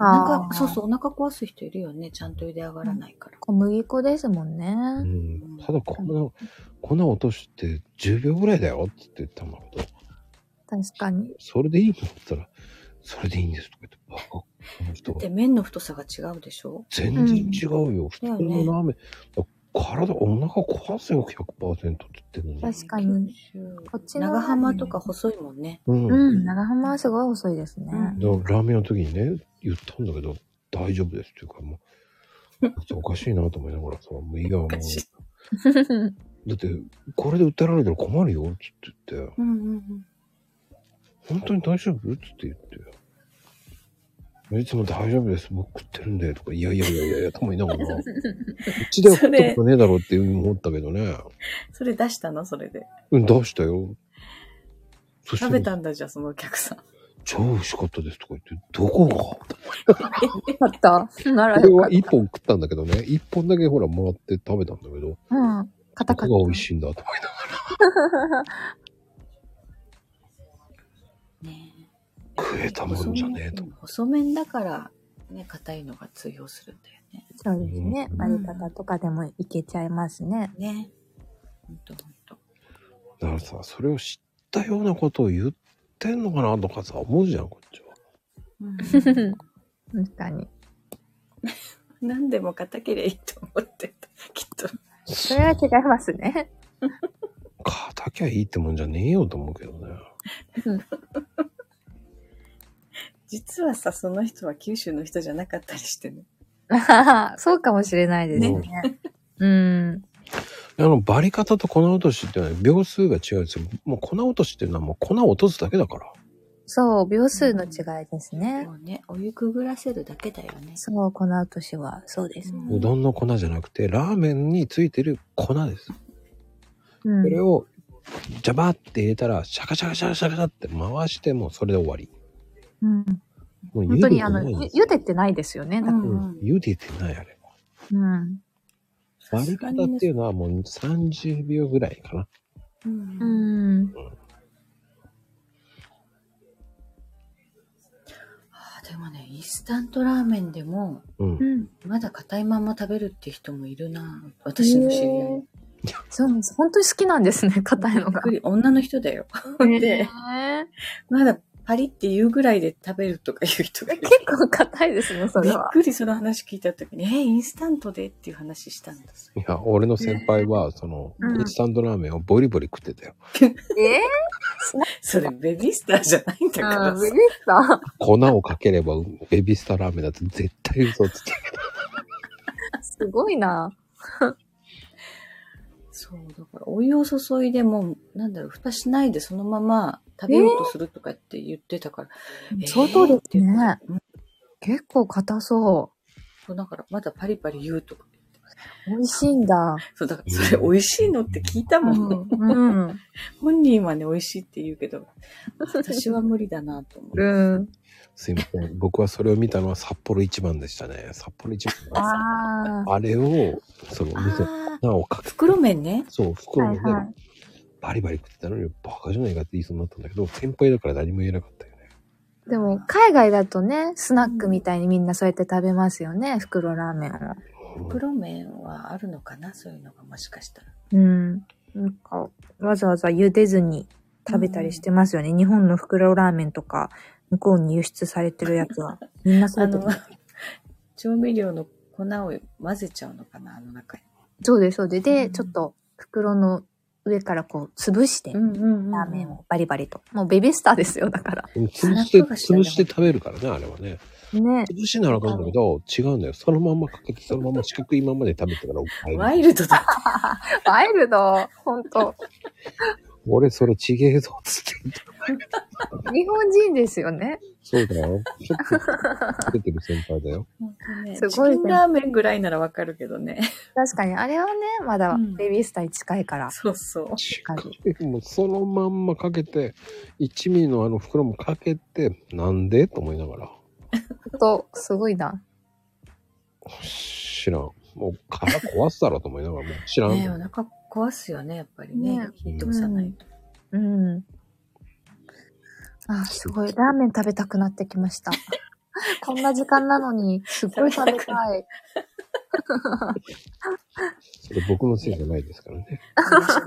[SPEAKER 4] お腹、そうそう、お腹壊す人いるよね。ちゃんと茹で上がらないから。
[SPEAKER 7] 小麦粉ですもんね。
[SPEAKER 1] うん、ただこんな、こんな落として10秒ぐらいだよって言ってたんだけど、
[SPEAKER 7] 確かに。
[SPEAKER 1] それでいいのって言ったら、それでいいんですとか言って、バカ、この人
[SPEAKER 4] だって麺の太さが違うでしょ
[SPEAKER 1] 全然違うよ。普通
[SPEAKER 4] だ
[SPEAKER 1] の
[SPEAKER 4] よ
[SPEAKER 1] ラー
[SPEAKER 4] ね
[SPEAKER 1] メン。体、お腹壊すよ、100%って言ってるのに。
[SPEAKER 7] 確かに。こっちの
[SPEAKER 4] 長浜とか細いもんね。
[SPEAKER 1] うん。
[SPEAKER 7] うん、長浜はすごい細いですね。
[SPEAKER 4] うん
[SPEAKER 1] だからラーメンの時にね、言ったんだけど、大丈夫ですっていうか、もう、おかしいなと思いながらさ、もういいや、もう。
[SPEAKER 4] おかしい
[SPEAKER 1] だって、これで訴えられたら困るよ、つって言って、
[SPEAKER 4] うんうんうん。
[SPEAKER 1] 本当に大丈夫つって言って。いつも大丈夫です、僕食ってるんで、とか、いやいやいやいやいや、と思いながら、 うちでは食ったことねえだろうって思ったけどね。
[SPEAKER 4] それ出したのそれで。
[SPEAKER 1] うん、出したよ。そした
[SPEAKER 4] 食
[SPEAKER 1] ら
[SPEAKER 4] べたんだ、じゃあ、そのお客さん。
[SPEAKER 1] 超美味しかったですとか言って、どこが
[SPEAKER 7] よかった。なら
[SPEAKER 1] これ
[SPEAKER 7] よか
[SPEAKER 1] は
[SPEAKER 7] っ
[SPEAKER 1] 一本食ったんだけどね、一本だけほら回って食べたんだけど、
[SPEAKER 7] た。うん。硬
[SPEAKER 1] ど
[SPEAKER 7] かっ
[SPEAKER 1] こが美味しいんだと思いなが
[SPEAKER 4] ねえ
[SPEAKER 1] ら食えたもんじゃねえと。
[SPEAKER 4] 細麺細麺だから、ね、硬いのが通用するんだよね。
[SPEAKER 7] た。そうですね
[SPEAKER 1] う。ん
[SPEAKER 2] バリカタとかでもいけちゃいま すね。
[SPEAKER 4] ね。ほんとほんと。
[SPEAKER 1] だからさ、それを知ったようなことを言ってんのかなとかさ、思うじゃん、こっちは。
[SPEAKER 4] うん
[SPEAKER 2] 確かに。
[SPEAKER 4] 何でも硬けりゃいいと思ってた。きっと。
[SPEAKER 2] それは違いますね。
[SPEAKER 1] 硬きゃいいってもんじゃねえよと思うけどね。
[SPEAKER 4] 実はさ、その人は九州の人じゃなかったりしてね。
[SPEAKER 2] そうかもしれないですね。うん。
[SPEAKER 1] あの、バリ方と粉落としってのは秒数が違うんですよ。もう粉落としっていうのはもう粉を落とすだけだから。
[SPEAKER 2] そう、秒数の違いですね。
[SPEAKER 4] もうね、お湯くぐらせるだけだよね。
[SPEAKER 2] そう、この年は、そうです。
[SPEAKER 4] うん
[SPEAKER 1] うどんの粉じゃなくて、ラーメンについてる粉です。
[SPEAKER 2] うん
[SPEAKER 1] そ。れを、ジャバーって入れたら、シャカシャカシャカシャカって回して、もうそれで終わり。
[SPEAKER 2] うん
[SPEAKER 1] もう
[SPEAKER 2] 本
[SPEAKER 1] 茹
[SPEAKER 2] 当
[SPEAKER 1] でて
[SPEAKER 2] に、あ
[SPEAKER 1] な
[SPEAKER 2] の、
[SPEAKER 1] いんです
[SPEAKER 2] ゆ茹でてないですよね。だから
[SPEAKER 1] うん茹でてないあれ。
[SPEAKER 2] うん。
[SPEAKER 1] 割り方っていうのはもう30秒ぐらいかな。
[SPEAKER 4] うん
[SPEAKER 2] うん。
[SPEAKER 4] あでもね、インスタントラーメンでも、
[SPEAKER 1] うん。
[SPEAKER 4] まだ硬いまま食べるって人もいるな。私の知り合い。
[SPEAKER 2] そうなんです。本当に好きなんです ね、硬い
[SPEAKER 4] びっ
[SPEAKER 2] のが
[SPEAKER 4] く。り、女の人だよ。 で、
[SPEAKER 2] ね
[SPEAKER 4] まだパリって言うぐらいで食べるとかいう人がいる。
[SPEAKER 2] 結構硬いですね、そ
[SPEAKER 4] び
[SPEAKER 2] れ
[SPEAKER 4] っ
[SPEAKER 2] は。
[SPEAKER 4] くりその話聞いた時に、えー、インスタントでっていう話したんです
[SPEAKER 1] いや、俺の先輩は、その、
[SPEAKER 2] うん
[SPEAKER 1] インスタントラーメンをボリボリ食ってたよ。
[SPEAKER 2] え
[SPEAKER 4] それベビースターじゃないんだか
[SPEAKER 2] ー、
[SPEAKER 4] ら
[SPEAKER 2] うん
[SPEAKER 4] さ
[SPEAKER 2] びっくりした。
[SPEAKER 1] 粉をかければ、ベビースターラーメンだって絶対嘘つ け。
[SPEAKER 2] すごいな。
[SPEAKER 4] そう、だからお湯を注いでもう、なんだろう、蓋しないでそのまま食べようとするとかって言ってたから、えー
[SPEAKER 2] 相当ですね
[SPEAKER 4] うん。
[SPEAKER 2] 結構硬そ
[SPEAKER 4] そうだからまだパリパリ言うとか。
[SPEAKER 2] う。美味しいんだ。
[SPEAKER 4] そう、だからそれ美味しいのって聞いたもん。
[SPEAKER 2] うん。
[SPEAKER 4] 本人はね、美味しいって言うけど、私は無理だなと思う。
[SPEAKER 2] うん。
[SPEAKER 1] すいません。僕はそれを見たのは札幌一番でしたね。札幌一番。
[SPEAKER 2] あ
[SPEAKER 1] あれを、その、店、
[SPEAKER 4] ああ、
[SPEAKER 1] 粉をかけ、
[SPEAKER 4] 袋麺ね。
[SPEAKER 1] そう、袋で
[SPEAKER 2] はいは
[SPEAKER 1] バリバリ食ってたのに、バカじゃないかって言いそうになったんだけど、先輩だから何も言えなかったよね。
[SPEAKER 2] あ。でも、海外だとね、スナックみたいにみんなそうやって食べますよね、袋ラーメンを。
[SPEAKER 4] 袋麺はあるのかなそういうのがもしかしたら。
[SPEAKER 2] うん。なんか、わざわざ茹でずに食べたりしてますよね。日本の袋ラーメンとか、向こうに輸出されてるやつ は。みんなそう
[SPEAKER 4] あ
[SPEAKER 2] やって
[SPEAKER 4] の、 調味料の粉を混ぜちゃうのかなあの中に。
[SPEAKER 2] そうです、そうです。で、
[SPEAKER 4] うん
[SPEAKER 2] ちょっと袋の上からこう、潰して、
[SPEAKER 4] んうん
[SPEAKER 2] ラーメンをバリバリと。もうベビースターですよ、だから。
[SPEAKER 1] うん潰して、
[SPEAKER 4] スナック菓子だね
[SPEAKER 1] 潰して食べるからね、あれはね。
[SPEAKER 2] ね。
[SPEAKER 1] 潰しならあかんだけど、違うんだよ。そのまんまかけて、そのまんま四角いまんまで食べてからおっぱい
[SPEAKER 4] ワイルドだ。
[SPEAKER 2] ワイルド、ほんと。
[SPEAKER 1] 俺それちげえぞ、つって言って。
[SPEAKER 2] 日本人ですよね。
[SPEAKER 1] そうだよ。ちょっと、つけてる先輩だよ。
[SPEAKER 4] す
[SPEAKER 2] す
[SPEAKER 4] ご
[SPEAKER 2] ご
[SPEAKER 4] い、
[SPEAKER 2] い
[SPEAKER 4] チキンラーメンぐらいならわかるけどね。
[SPEAKER 2] 確かに、あれはね、まだ
[SPEAKER 4] うん
[SPEAKER 2] ベビースターに近いから。
[SPEAKER 4] そうそう。
[SPEAKER 1] もうそのまんまかけて、一味のあの袋もかけて、なんでと思いながら。
[SPEAKER 2] ほんと、すごいな。
[SPEAKER 1] 知らん。もう殻壊すだろと思いながら、もう知らん。
[SPEAKER 4] ねえお腹壊すよね、やっぱりね。
[SPEAKER 2] ね
[SPEAKER 4] 火通さないと。
[SPEAKER 2] うん。あ、すごい。ラーメン食べたくなってきました。 こんな時間なのに、すごい食べたい。
[SPEAKER 1] それ僕のせいじゃないですからね。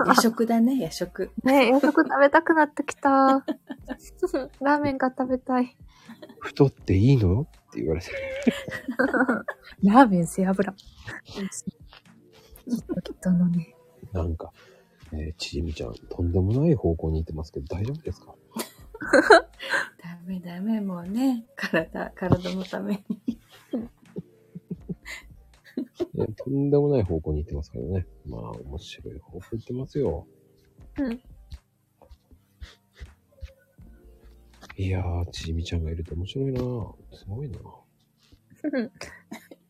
[SPEAKER 4] 夜食だね、夜食。
[SPEAKER 2] ね夜食食べたくなってきた。ラーメンが食べた い。
[SPEAKER 1] 太っていいのって言われて。
[SPEAKER 2] ラーメン背脂。人のね。
[SPEAKER 1] なんか、えー、ちじみちゃん、とんでもない方向に行ってますけど、大丈夫ですか
[SPEAKER 4] ダメダメ、もうね、体、体のために。
[SPEAKER 1] いやとんでもない方向に行ってますからね。まあ、面白い方向行ってますよ。
[SPEAKER 2] うん
[SPEAKER 1] いやー、ちじみちゃんがいると面白いなすごいな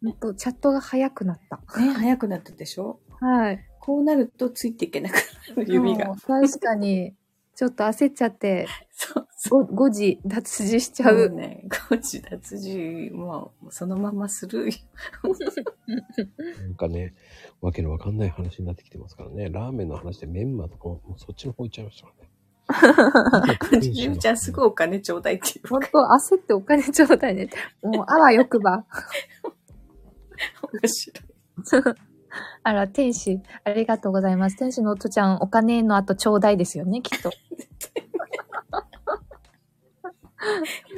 [SPEAKER 2] ほんとチャットが早くなった。
[SPEAKER 4] ね、早くなったでしょ
[SPEAKER 2] はい。
[SPEAKER 4] こうなるとついていけなくなる、指が
[SPEAKER 2] も。う確かに、ちょっと焦っちゃって、
[SPEAKER 4] そう、
[SPEAKER 2] 5, 時脱字しちゃ
[SPEAKER 4] そう
[SPEAKER 2] う。
[SPEAKER 4] ね。コーチ脱字、もう、そのままするよ。。
[SPEAKER 1] なんかね、わけのわかんない話になってきてますからね。ラーメンの話でメンマとかも、もうそっちの方行っちゃいましたから ね
[SPEAKER 4] ちじみちゃん、すごいお金ちょうだいっていう。
[SPEAKER 2] ほんと焦ってお金ちょうだいね。もう、あわよくば。
[SPEAKER 4] 面白い。
[SPEAKER 2] あら、天使、ありがとうございます。天使のおとちゃん、お金の後ちょうだいですよね、きっ と。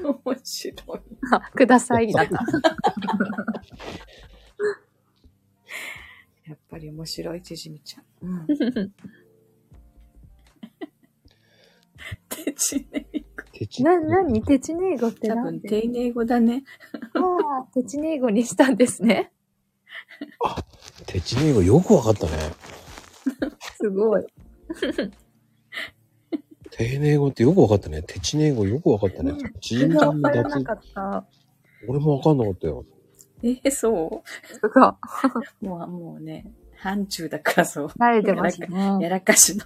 [SPEAKER 4] 面白い。
[SPEAKER 2] あください、だった。
[SPEAKER 4] やっぱり面白い、ちじみちゃん。うん。てちね。
[SPEAKER 1] 手ち
[SPEAKER 2] な、なに、テチネーゴって
[SPEAKER 4] 多
[SPEAKER 2] なん
[SPEAKER 4] 分、
[SPEAKER 2] で
[SPEAKER 4] 丁寧語だね。
[SPEAKER 2] ああ、テチネーゴにしたんですね。
[SPEAKER 1] 手ちねえがよくわかったね。
[SPEAKER 2] すごい。
[SPEAKER 1] 丁寧語ってよくわかったね。手ちねえ語よくわかったね。ちじみちゃんの
[SPEAKER 2] わから
[SPEAKER 1] 脱
[SPEAKER 2] な、かった。
[SPEAKER 1] 俺もわかんなかったよ。
[SPEAKER 4] えー、そう
[SPEAKER 2] すごい。
[SPEAKER 4] もう、もうね、範疇だからそう。
[SPEAKER 2] 慣れてますね。
[SPEAKER 4] やらかしの。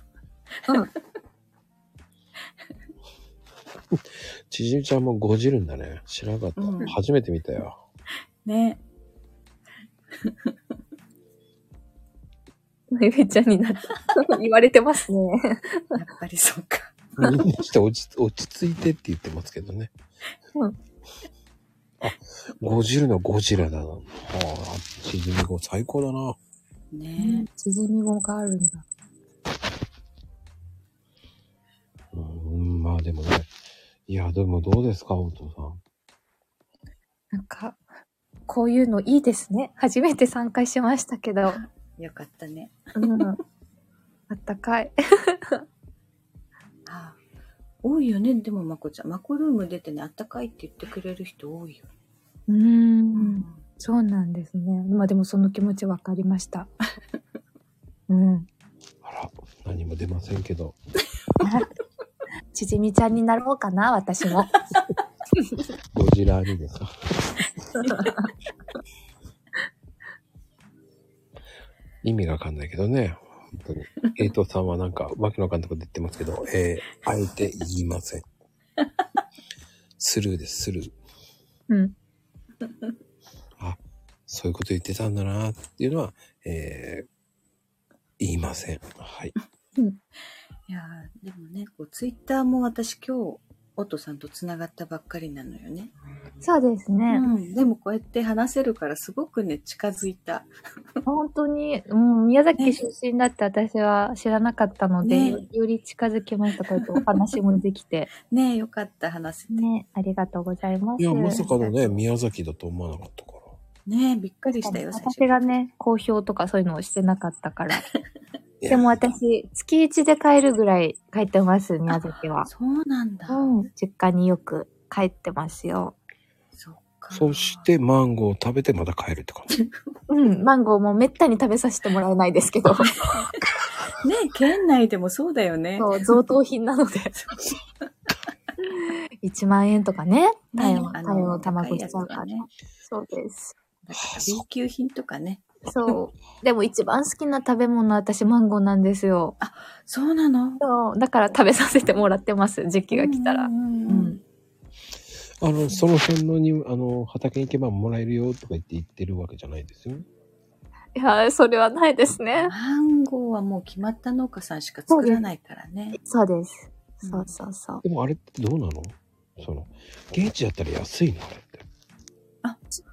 [SPEAKER 1] ちじみちゃんもごじるんだね。知らなかった。
[SPEAKER 4] うん
[SPEAKER 1] 初めて見たよ。
[SPEAKER 4] ね。
[SPEAKER 2] ゆめちゃんになった。 言われてますね。
[SPEAKER 4] やっぱりそうか。
[SPEAKER 1] みんなして落ち、落ち着いてって言ってますけどね。
[SPEAKER 2] うん
[SPEAKER 1] あ、ゴジルのゴジラだな。はあ、ちじみ語最高だな。
[SPEAKER 4] ね
[SPEAKER 2] 縮み語があるんだ。
[SPEAKER 1] うん、まあでもね。いや、でもどうですか、お父さん。
[SPEAKER 2] なんか、こういうのいいですね。初めて参加しましたけど。
[SPEAKER 4] よかったね。
[SPEAKER 2] うん。 あったかい。
[SPEAKER 4] ああ多いよね、でもまこちゃん。まこルーム出てね、あったかいって言ってくれる人多いよ。
[SPEAKER 2] う。
[SPEAKER 4] うん
[SPEAKER 2] そうなんですね。まあでもその気持ちわかりました。 うん。
[SPEAKER 1] あら、何も出ませんけど。
[SPEAKER 2] ちじみちゃんになろうかな、私も。
[SPEAKER 1] ゴジラにですか。意味がわかんないけどね。本当に。エイトさんはなんか、わけのわかんないこと言ってますけど、えー、あえて言いません。スルーです、スルー。
[SPEAKER 2] うん。
[SPEAKER 1] そういうこと言ってたんだなっていうのは、えー、言いません。はい。
[SPEAKER 4] いやーでもね、こうツイッターも私今日、オトさんと繋がったばっかりなのよね。
[SPEAKER 2] そうです
[SPEAKER 4] う
[SPEAKER 2] ね。
[SPEAKER 4] ん。でもこうやって話せるからすごくね、近づいた。
[SPEAKER 2] 本当に、うん、宮崎出身だって私は知らなかったので、
[SPEAKER 4] ね
[SPEAKER 2] より近づきました。こうやってお話もできて。
[SPEAKER 4] ねよかった、話せて。
[SPEAKER 2] ね、ありがとうございます。
[SPEAKER 1] いや、まさかのね、宮崎だと思わなかったから。
[SPEAKER 4] ねびっくりしたよ、最初
[SPEAKER 2] 私。がね、公表とかそういうのをしてなかった から。でも私、月1で帰るぐらい帰ってます、宮崎は。
[SPEAKER 4] そうなんだ。
[SPEAKER 2] うん、実家によく帰ってますよ。
[SPEAKER 4] そっか。
[SPEAKER 1] そし。て、マンゴーを食べてまた帰るって感じ。
[SPEAKER 2] うん、マンゴーもめったに食べさせてもらえないですけど、
[SPEAKER 4] ね県内でもそうだよね。
[SPEAKER 2] そう贈答品なの で。1万円とかね、タイのタ
[SPEAKER 4] ね
[SPEAKER 2] イの卵しちゃうから
[SPEAKER 4] 高いやつがね
[SPEAKER 2] ね。そうです。
[SPEAKER 4] だから B 級品とかね。
[SPEAKER 2] そう。でも一番好きな食べ物は私マンゴーなんですよ。
[SPEAKER 4] そうなの
[SPEAKER 2] そう。だから食べさせてもらってます、時期が来たら
[SPEAKER 4] う。ん
[SPEAKER 2] う
[SPEAKER 4] うんうん
[SPEAKER 2] ん。
[SPEAKER 1] あの、その辺のに、あの、畑に行けばもらえるよとか言って言ってるわけじゃないですよね。
[SPEAKER 2] いやー、それはないですね。
[SPEAKER 4] マンゴーはもう決まった農家さんしか作らないからね。
[SPEAKER 2] そうです。
[SPEAKER 4] うん
[SPEAKER 2] そうそうそう。
[SPEAKER 1] でもあれってどうなのその、現地だったら安いのあれって。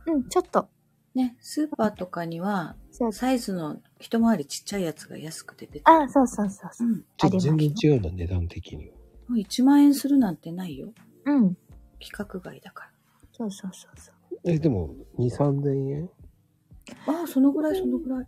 [SPEAKER 2] うん、ちょっと。
[SPEAKER 4] ね、スーパーとかには、
[SPEAKER 2] そう
[SPEAKER 4] サイズの一回りちっちゃいやつが安くて出てる。
[SPEAKER 2] あ、そうそうそうそうう。
[SPEAKER 4] ん。
[SPEAKER 2] あります
[SPEAKER 1] 全然違うんだ、値段的には。
[SPEAKER 4] もう1万円するなんてないよ。
[SPEAKER 2] うん。
[SPEAKER 4] 規格外だか
[SPEAKER 2] そうそうそうそう。
[SPEAKER 1] え、でも、2、3000円
[SPEAKER 4] ら。ああ、そのぐらい、そのぐらい。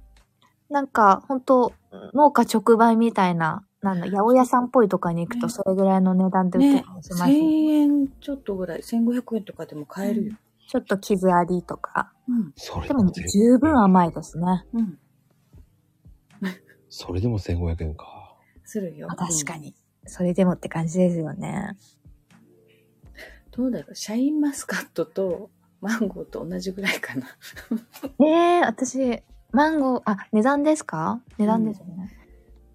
[SPEAKER 2] なんか、本当農家直売みたいな、なんだ、八百屋さんっぽいとかに行くと、
[SPEAKER 4] ね
[SPEAKER 2] それぐらいの値段で売って
[SPEAKER 4] ね
[SPEAKER 2] たりします、
[SPEAKER 4] 1000円ちょっとぐらい、1500円とかでも買えるよ。
[SPEAKER 2] ちょっと傷ありとか。
[SPEAKER 4] うん。
[SPEAKER 1] それ
[SPEAKER 2] でも、十分甘いですね。
[SPEAKER 4] うん。
[SPEAKER 1] それでも1500円か。
[SPEAKER 4] するよ。
[SPEAKER 2] あ確かに。それでもって感じですよね。
[SPEAKER 4] どうだろうシャインマスカットとマンゴーと同じぐらいかな。
[SPEAKER 2] ねえ、私、マンゴー、あ、値段ですか値段ですよね。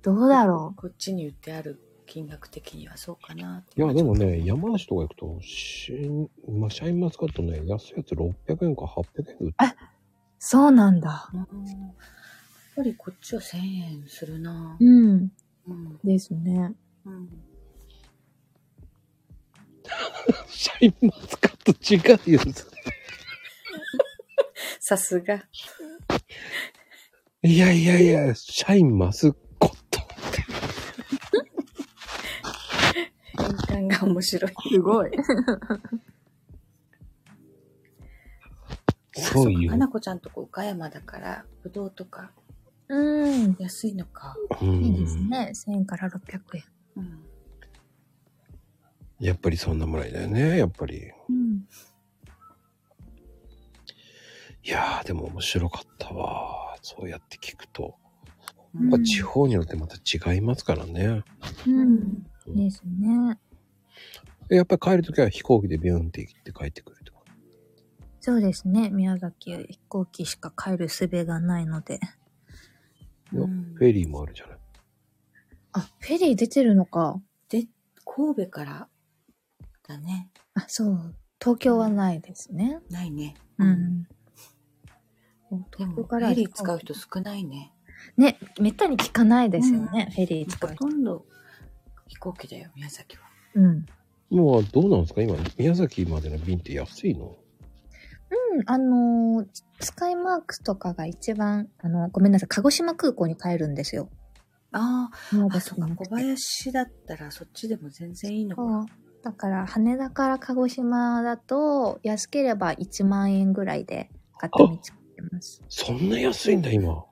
[SPEAKER 2] どうだろ
[SPEAKER 4] こっちに売ってある金額的にはそうかな。
[SPEAKER 1] いや、でもね、山梨とか行くと、シンまあ、シャインマスカットね、安いやつ600円か800円で売って
[SPEAKER 2] うそうなんだ。
[SPEAKER 4] うんやっぱりこっちは1000円するな
[SPEAKER 2] う。ん。
[SPEAKER 4] うん。
[SPEAKER 2] ですね。
[SPEAKER 4] うん。
[SPEAKER 1] シャインマスカット違うよ。
[SPEAKER 4] さすが。
[SPEAKER 1] いやいやいや、シャインマスコット。
[SPEAKER 4] 変換が面白い。
[SPEAKER 2] すごい。
[SPEAKER 1] そうい
[SPEAKER 4] か
[SPEAKER 1] う。
[SPEAKER 4] なこちゃんとこ岡山だから、ぶどうとか
[SPEAKER 2] うん。
[SPEAKER 4] 安いのか。
[SPEAKER 1] うん
[SPEAKER 2] いいですね。1000円から600円。
[SPEAKER 4] うん。
[SPEAKER 1] やっぱりそんなもらいだよね、やっぱり。
[SPEAKER 2] うん。
[SPEAKER 1] いやー、でも面白かったわ。そうやって聞くと。
[SPEAKER 4] う
[SPEAKER 1] や
[SPEAKER 4] ん
[SPEAKER 1] っぱ地方によってまた違いますからね。
[SPEAKER 2] うん。ですね。
[SPEAKER 1] やっぱり帰るときは飛行機でビューンって行って帰ってくるとか。
[SPEAKER 2] そうですね。宮崎飛行機しか帰る術がないので。
[SPEAKER 4] うん
[SPEAKER 1] フェリーもあるじゃない。
[SPEAKER 2] あ、フェリー出てるのか。
[SPEAKER 4] で、神戸からだね。
[SPEAKER 2] あ、そう。東京はないですね。
[SPEAKER 4] ないね。
[SPEAKER 2] うん。
[SPEAKER 4] でも、
[SPEAKER 2] こ
[SPEAKER 4] フ
[SPEAKER 2] から
[SPEAKER 4] ェリー使う人少ないね。
[SPEAKER 2] ね、めったに聞かないですよね。フェリー使
[SPEAKER 4] ほ
[SPEAKER 2] う人。
[SPEAKER 4] とんど飛行機だよ、宮崎は。
[SPEAKER 2] うん。
[SPEAKER 1] もうどうなんですか今、宮崎までの便って安いの
[SPEAKER 2] うん、あのースカイマークとかが一番、あの、ごめんなさい、鹿児島空港に帰るんですよ。
[SPEAKER 4] あ
[SPEAKER 2] ま
[SPEAKER 4] あ、あ、そうか、小林だったらそっちでも全然いいのか。
[SPEAKER 2] だから、羽田から鹿児島だと、安ければ1万円ぐらいで買ってみちゃってます。
[SPEAKER 1] そんな安いんだ、今。
[SPEAKER 2] そ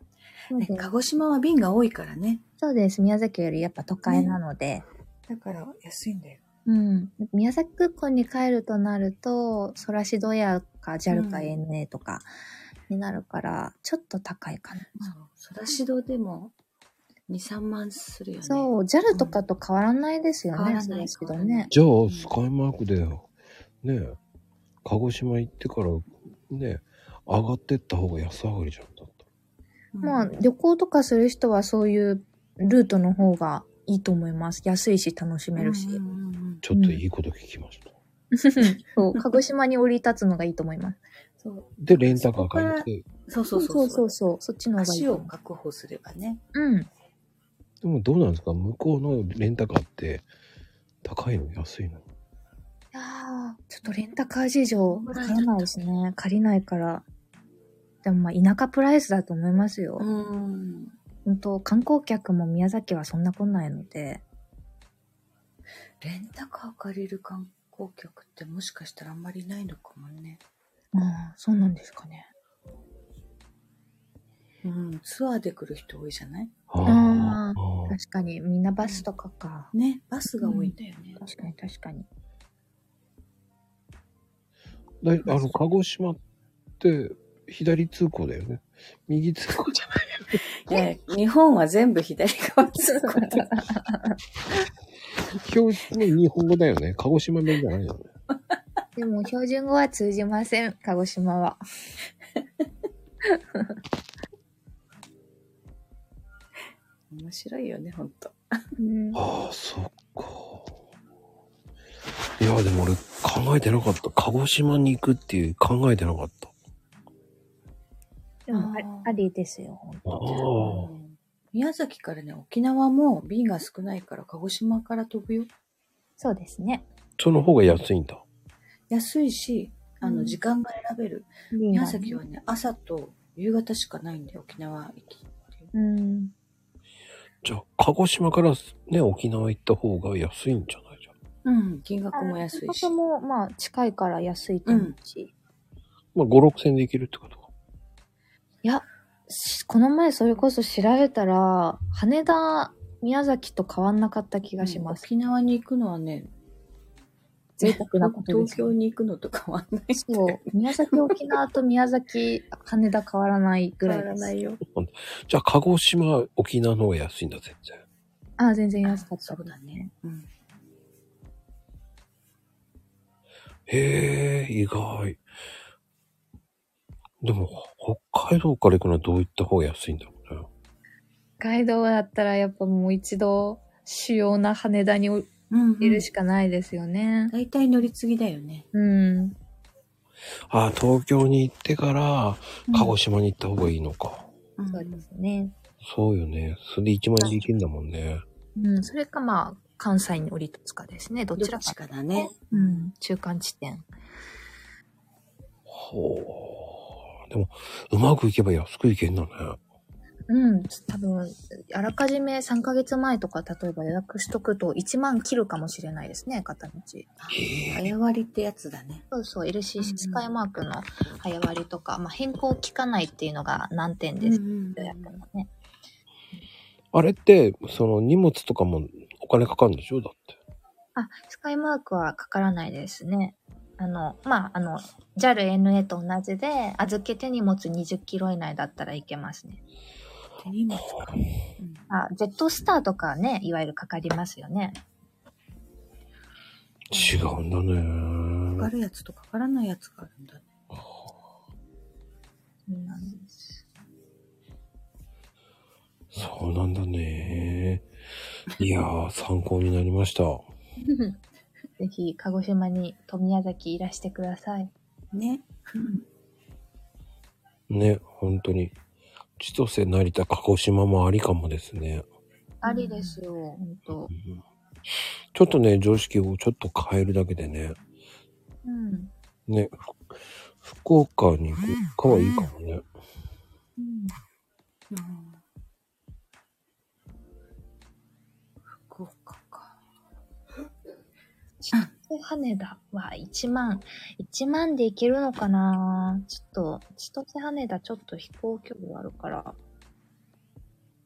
[SPEAKER 2] う
[SPEAKER 4] ね
[SPEAKER 2] で
[SPEAKER 4] 鹿児島は便が多いからね。
[SPEAKER 2] そうです。宮崎よりやっぱ都会なので、
[SPEAKER 4] だから安いんだよ。
[SPEAKER 2] うん。宮崎空港に帰るとなると、ソラシドエアか JAL か
[SPEAKER 4] うん
[SPEAKER 2] ANA とかになるから、ちょっと高いかな。
[SPEAKER 4] そう。ソラシドでも2、3万するよね。う。
[SPEAKER 2] そう、JAL とかと変わらないですよね。
[SPEAKER 4] 変わらない
[SPEAKER 2] ソラシドね。
[SPEAKER 1] じゃあ
[SPEAKER 4] ん、
[SPEAKER 1] スカイマークで、ねえ、鹿児島行ってから、ねえ、上がってった方が安上がりじゃん。だったら
[SPEAKER 2] まあ、旅行とかする人はそういうルートの方がいいと思います。安いし楽しめるし。
[SPEAKER 4] うんうんうんうん
[SPEAKER 1] ちょっといいこと聞きました。
[SPEAKER 2] そう、鹿児島に降り立つのがいいと思います。
[SPEAKER 4] そう
[SPEAKER 1] で、レンタカー買います。で
[SPEAKER 4] そうそうそう。
[SPEAKER 2] そうそうそっちの方がいい
[SPEAKER 4] 足
[SPEAKER 2] と
[SPEAKER 4] を
[SPEAKER 2] 思
[SPEAKER 4] 確保すればね。
[SPEAKER 2] う。うん。
[SPEAKER 1] もどうなんですか向こうのレンタカーって、高いの安いの
[SPEAKER 2] いやーちょっとレンタカー事情わからないですね。借りないから。でもまあ、田舎プライスだと思いますよ。
[SPEAKER 4] ん。
[SPEAKER 2] 本当観光客も宮崎はそんな来ないので。
[SPEAKER 4] レンタカー借りる観光客ってもしかしたらあんまりないのかもね。
[SPEAKER 2] ああ、そうなんですかね。
[SPEAKER 4] うん。ツアーで来る人多いじゃない
[SPEAKER 1] あ
[SPEAKER 2] あ
[SPEAKER 1] あ
[SPEAKER 2] 確かに、みんなバスとかか。
[SPEAKER 4] ね。バスが多いんだよね。
[SPEAKER 2] 確かに確かに。
[SPEAKER 1] だいあの、鹿児島って、左通行だよね。右通行 じゃない。
[SPEAKER 4] いや、日本は全部左側通 行だ。
[SPEAKER 1] 標準の日本語だよね。鹿児島弁じゃないよね。
[SPEAKER 2] でも標準語は通じません、鹿児島は。
[SPEAKER 4] 面白いよね、ほんと。
[SPEAKER 2] うん、
[SPEAKER 1] ああ、そっか。いや、でも俺考えてなかった。鹿児島に行くっていう考えてなかった。
[SPEAKER 2] でもあり
[SPEAKER 4] あー
[SPEAKER 2] ありですよ、本
[SPEAKER 1] ああ
[SPEAKER 2] 当。
[SPEAKER 4] うん宮崎からね、沖縄も便が少ないから、鹿児島から飛ぶよ。
[SPEAKER 2] そうですね。
[SPEAKER 1] その方が安いんだ。
[SPEAKER 4] 安いし、あ
[SPEAKER 2] う
[SPEAKER 4] の
[SPEAKER 2] ん
[SPEAKER 4] 時間が選べる、宮崎はね朝と夕方しかないんで沖縄行き
[SPEAKER 2] うん。
[SPEAKER 1] じゃあ、鹿児島からね、沖縄行った方が安いんじゃないじゃん。
[SPEAKER 4] うん金額も安いし
[SPEAKER 2] 価格も、まあ、近いから安いと思うし。
[SPEAKER 1] まあ、5、6千で行けるってことか。
[SPEAKER 2] いや、しこの前それこそ調べたら、羽田、宮崎と変わんなかった気がします。
[SPEAKER 4] 沖縄に行くのはね
[SPEAKER 2] 贅沢なことです
[SPEAKER 4] 東
[SPEAKER 2] よ
[SPEAKER 4] 京に行くのと変わんない
[SPEAKER 2] そう。宮崎、沖縄と宮崎、羽田変わらないぐ
[SPEAKER 4] 変
[SPEAKER 2] ら
[SPEAKER 4] わ
[SPEAKER 2] い
[SPEAKER 4] ら
[SPEAKER 2] で
[SPEAKER 4] な
[SPEAKER 2] す。
[SPEAKER 4] いよ
[SPEAKER 1] じゃあ、鹿児島、沖縄の方が安いんだ、全然。
[SPEAKER 2] ああ、全然安かった。
[SPEAKER 4] そうだね、うん、
[SPEAKER 1] へえ、意外。でも、北海道から行くのはどういった方が安いんだろうね。
[SPEAKER 2] 北海道だったらやっぱもう一度、主要な羽田に降
[SPEAKER 4] うん
[SPEAKER 2] りるしかないですよね。
[SPEAKER 4] 大体乗り継ぎだよね
[SPEAKER 2] うん。
[SPEAKER 1] ああ、東京に行ってから、鹿児島に行った方がいいのか。
[SPEAKER 4] うん
[SPEAKER 2] そうですね。
[SPEAKER 1] そうよね。それで1万円で行けんだもんね。
[SPEAKER 2] うん。それかまあ、関西に降り立つかですね。ど
[SPEAKER 4] どっ
[SPEAKER 2] ちら
[SPEAKER 4] ち
[SPEAKER 2] か。
[SPEAKER 4] かだね
[SPEAKER 2] うん。中間地点。
[SPEAKER 1] ほう。でも、うまくいけば安くいけんだね。
[SPEAKER 2] うん。多分、あらかじめ3ヶ月前とか、例えば予約しとくと1万切るかもしれないですね、片道。
[SPEAKER 1] へえ。
[SPEAKER 4] 早割りってやつだね
[SPEAKER 2] そうそう、
[SPEAKER 4] うんう
[SPEAKER 2] LCC
[SPEAKER 4] ん
[SPEAKER 2] スカイマークの早割りとか、まあ、変更効かないっていうのが難点
[SPEAKER 4] う
[SPEAKER 2] で
[SPEAKER 4] ん
[SPEAKER 2] す。
[SPEAKER 4] うん
[SPEAKER 2] 予約のね。
[SPEAKER 1] あれって、その荷物とかもお金かかるんでしょだって。
[SPEAKER 2] あ、スカイマークはかからないですね。あの、まあ、あの、JAL、NA と同じで、預けて荷物20キロ以内だったらいけますね。
[SPEAKER 4] 手荷物か、うん
[SPEAKER 2] あ、ジェットスターとかね、いわゆるかかりますよね。
[SPEAKER 1] 違うんだ
[SPEAKER 4] かか
[SPEAKER 1] ね。
[SPEAKER 4] るやつとかからないやつがあるんだね。
[SPEAKER 2] そうなんです。
[SPEAKER 1] そうなんだね。いやー、参考になりました。
[SPEAKER 2] ぜひ、鹿児島に、富宮崎いらしてください。
[SPEAKER 4] ね。
[SPEAKER 1] ね、本当に。千歳、成田、鹿児島もありかもですね。
[SPEAKER 2] ありですよ、ほんと。
[SPEAKER 1] ちょっとね、常識をちょっと変えるだけでね。
[SPEAKER 2] うん。
[SPEAKER 1] ね、ふ福岡に行くかはいいかもね。
[SPEAKER 2] うん
[SPEAKER 4] 福岡か。
[SPEAKER 2] 羽田は1万、1万で行けるのかなちょっと、千歳羽田ちょっと飛行距離があるから、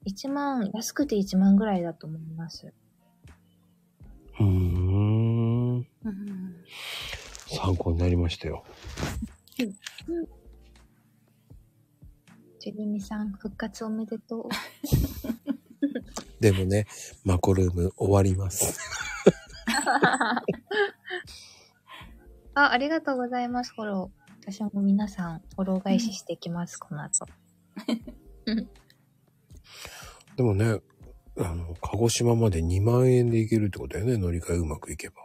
[SPEAKER 2] 1万、安くて1万ぐらいだと思います。
[SPEAKER 1] うーん。
[SPEAKER 4] うん。
[SPEAKER 1] 参考になりましたよ。
[SPEAKER 2] ジェリミさん、復活おめでとう。
[SPEAKER 1] でもね、マコルーム終わります。
[SPEAKER 2] あ、ありがとうございます、フォロー。私も皆さん、フォロー返ししてきます、この後。
[SPEAKER 1] でもね、あの、鹿児島まで2万円で行けるってことだよね。乗り換えうまくいけば。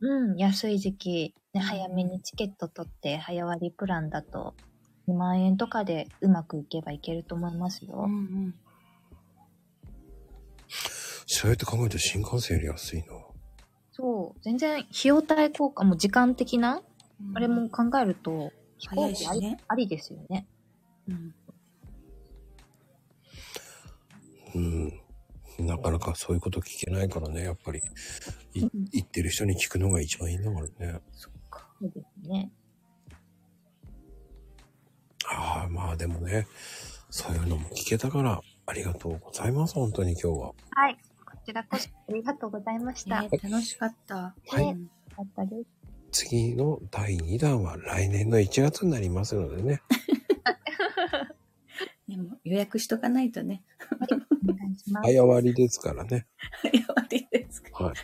[SPEAKER 2] うん、安い時期、ね、早めにチケット取って、早割りプランだと、2万円とかでうまくいけばいけると思いますよ。
[SPEAKER 4] うんうん。
[SPEAKER 1] そうやって考えると新幹線より安いな。
[SPEAKER 2] そう、全然費用対効果も時間的な、あれも考えると、飛
[SPEAKER 4] 早
[SPEAKER 2] 行
[SPEAKER 4] い
[SPEAKER 2] 機
[SPEAKER 4] し
[SPEAKER 2] あり,、
[SPEAKER 4] ね。
[SPEAKER 2] ありですよね。
[SPEAKER 4] うん。
[SPEAKER 1] うん。なかなかそういうこと聞けないからね、やっぱり。い行ってる人に聞くのが一番いいんだからね。
[SPEAKER 4] そっか。
[SPEAKER 2] そうですね。
[SPEAKER 1] ああ、まあでもね、そういうのも聞けたから、ありがとうございます、本当に今日は。
[SPEAKER 2] はい。こちらこそありがとうございました。
[SPEAKER 4] ね楽しかった。
[SPEAKER 1] はい
[SPEAKER 4] うん
[SPEAKER 2] あったです。
[SPEAKER 1] 次の第2弾は来年の1月になりますのでね。
[SPEAKER 4] でも予約しとかないとね。
[SPEAKER 2] お願いします。
[SPEAKER 1] 早割りですからね。
[SPEAKER 4] 早割りですか。
[SPEAKER 1] はい。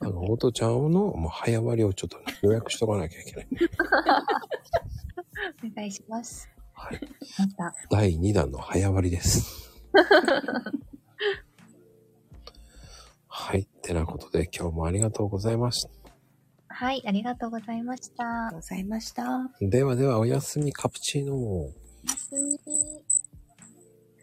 [SPEAKER 1] あの、おとちゃんのもう早割りをちょっとね、予約しとかなきゃいけない。
[SPEAKER 2] お願いします。
[SPEAKER 1] はい。
[SPEAKER 2] また、
[SPEAKER 1] 第2弾の早割りです。はい。てなことで今日もありがとうございました。
[SPEAKER 2] はい、ありがとうございました
[SPEAKER 4] ありがとう。ございました。
[SPEAKER 1] ではではおやすみカプチーノ。
[SPEAKER 2] おやすみ。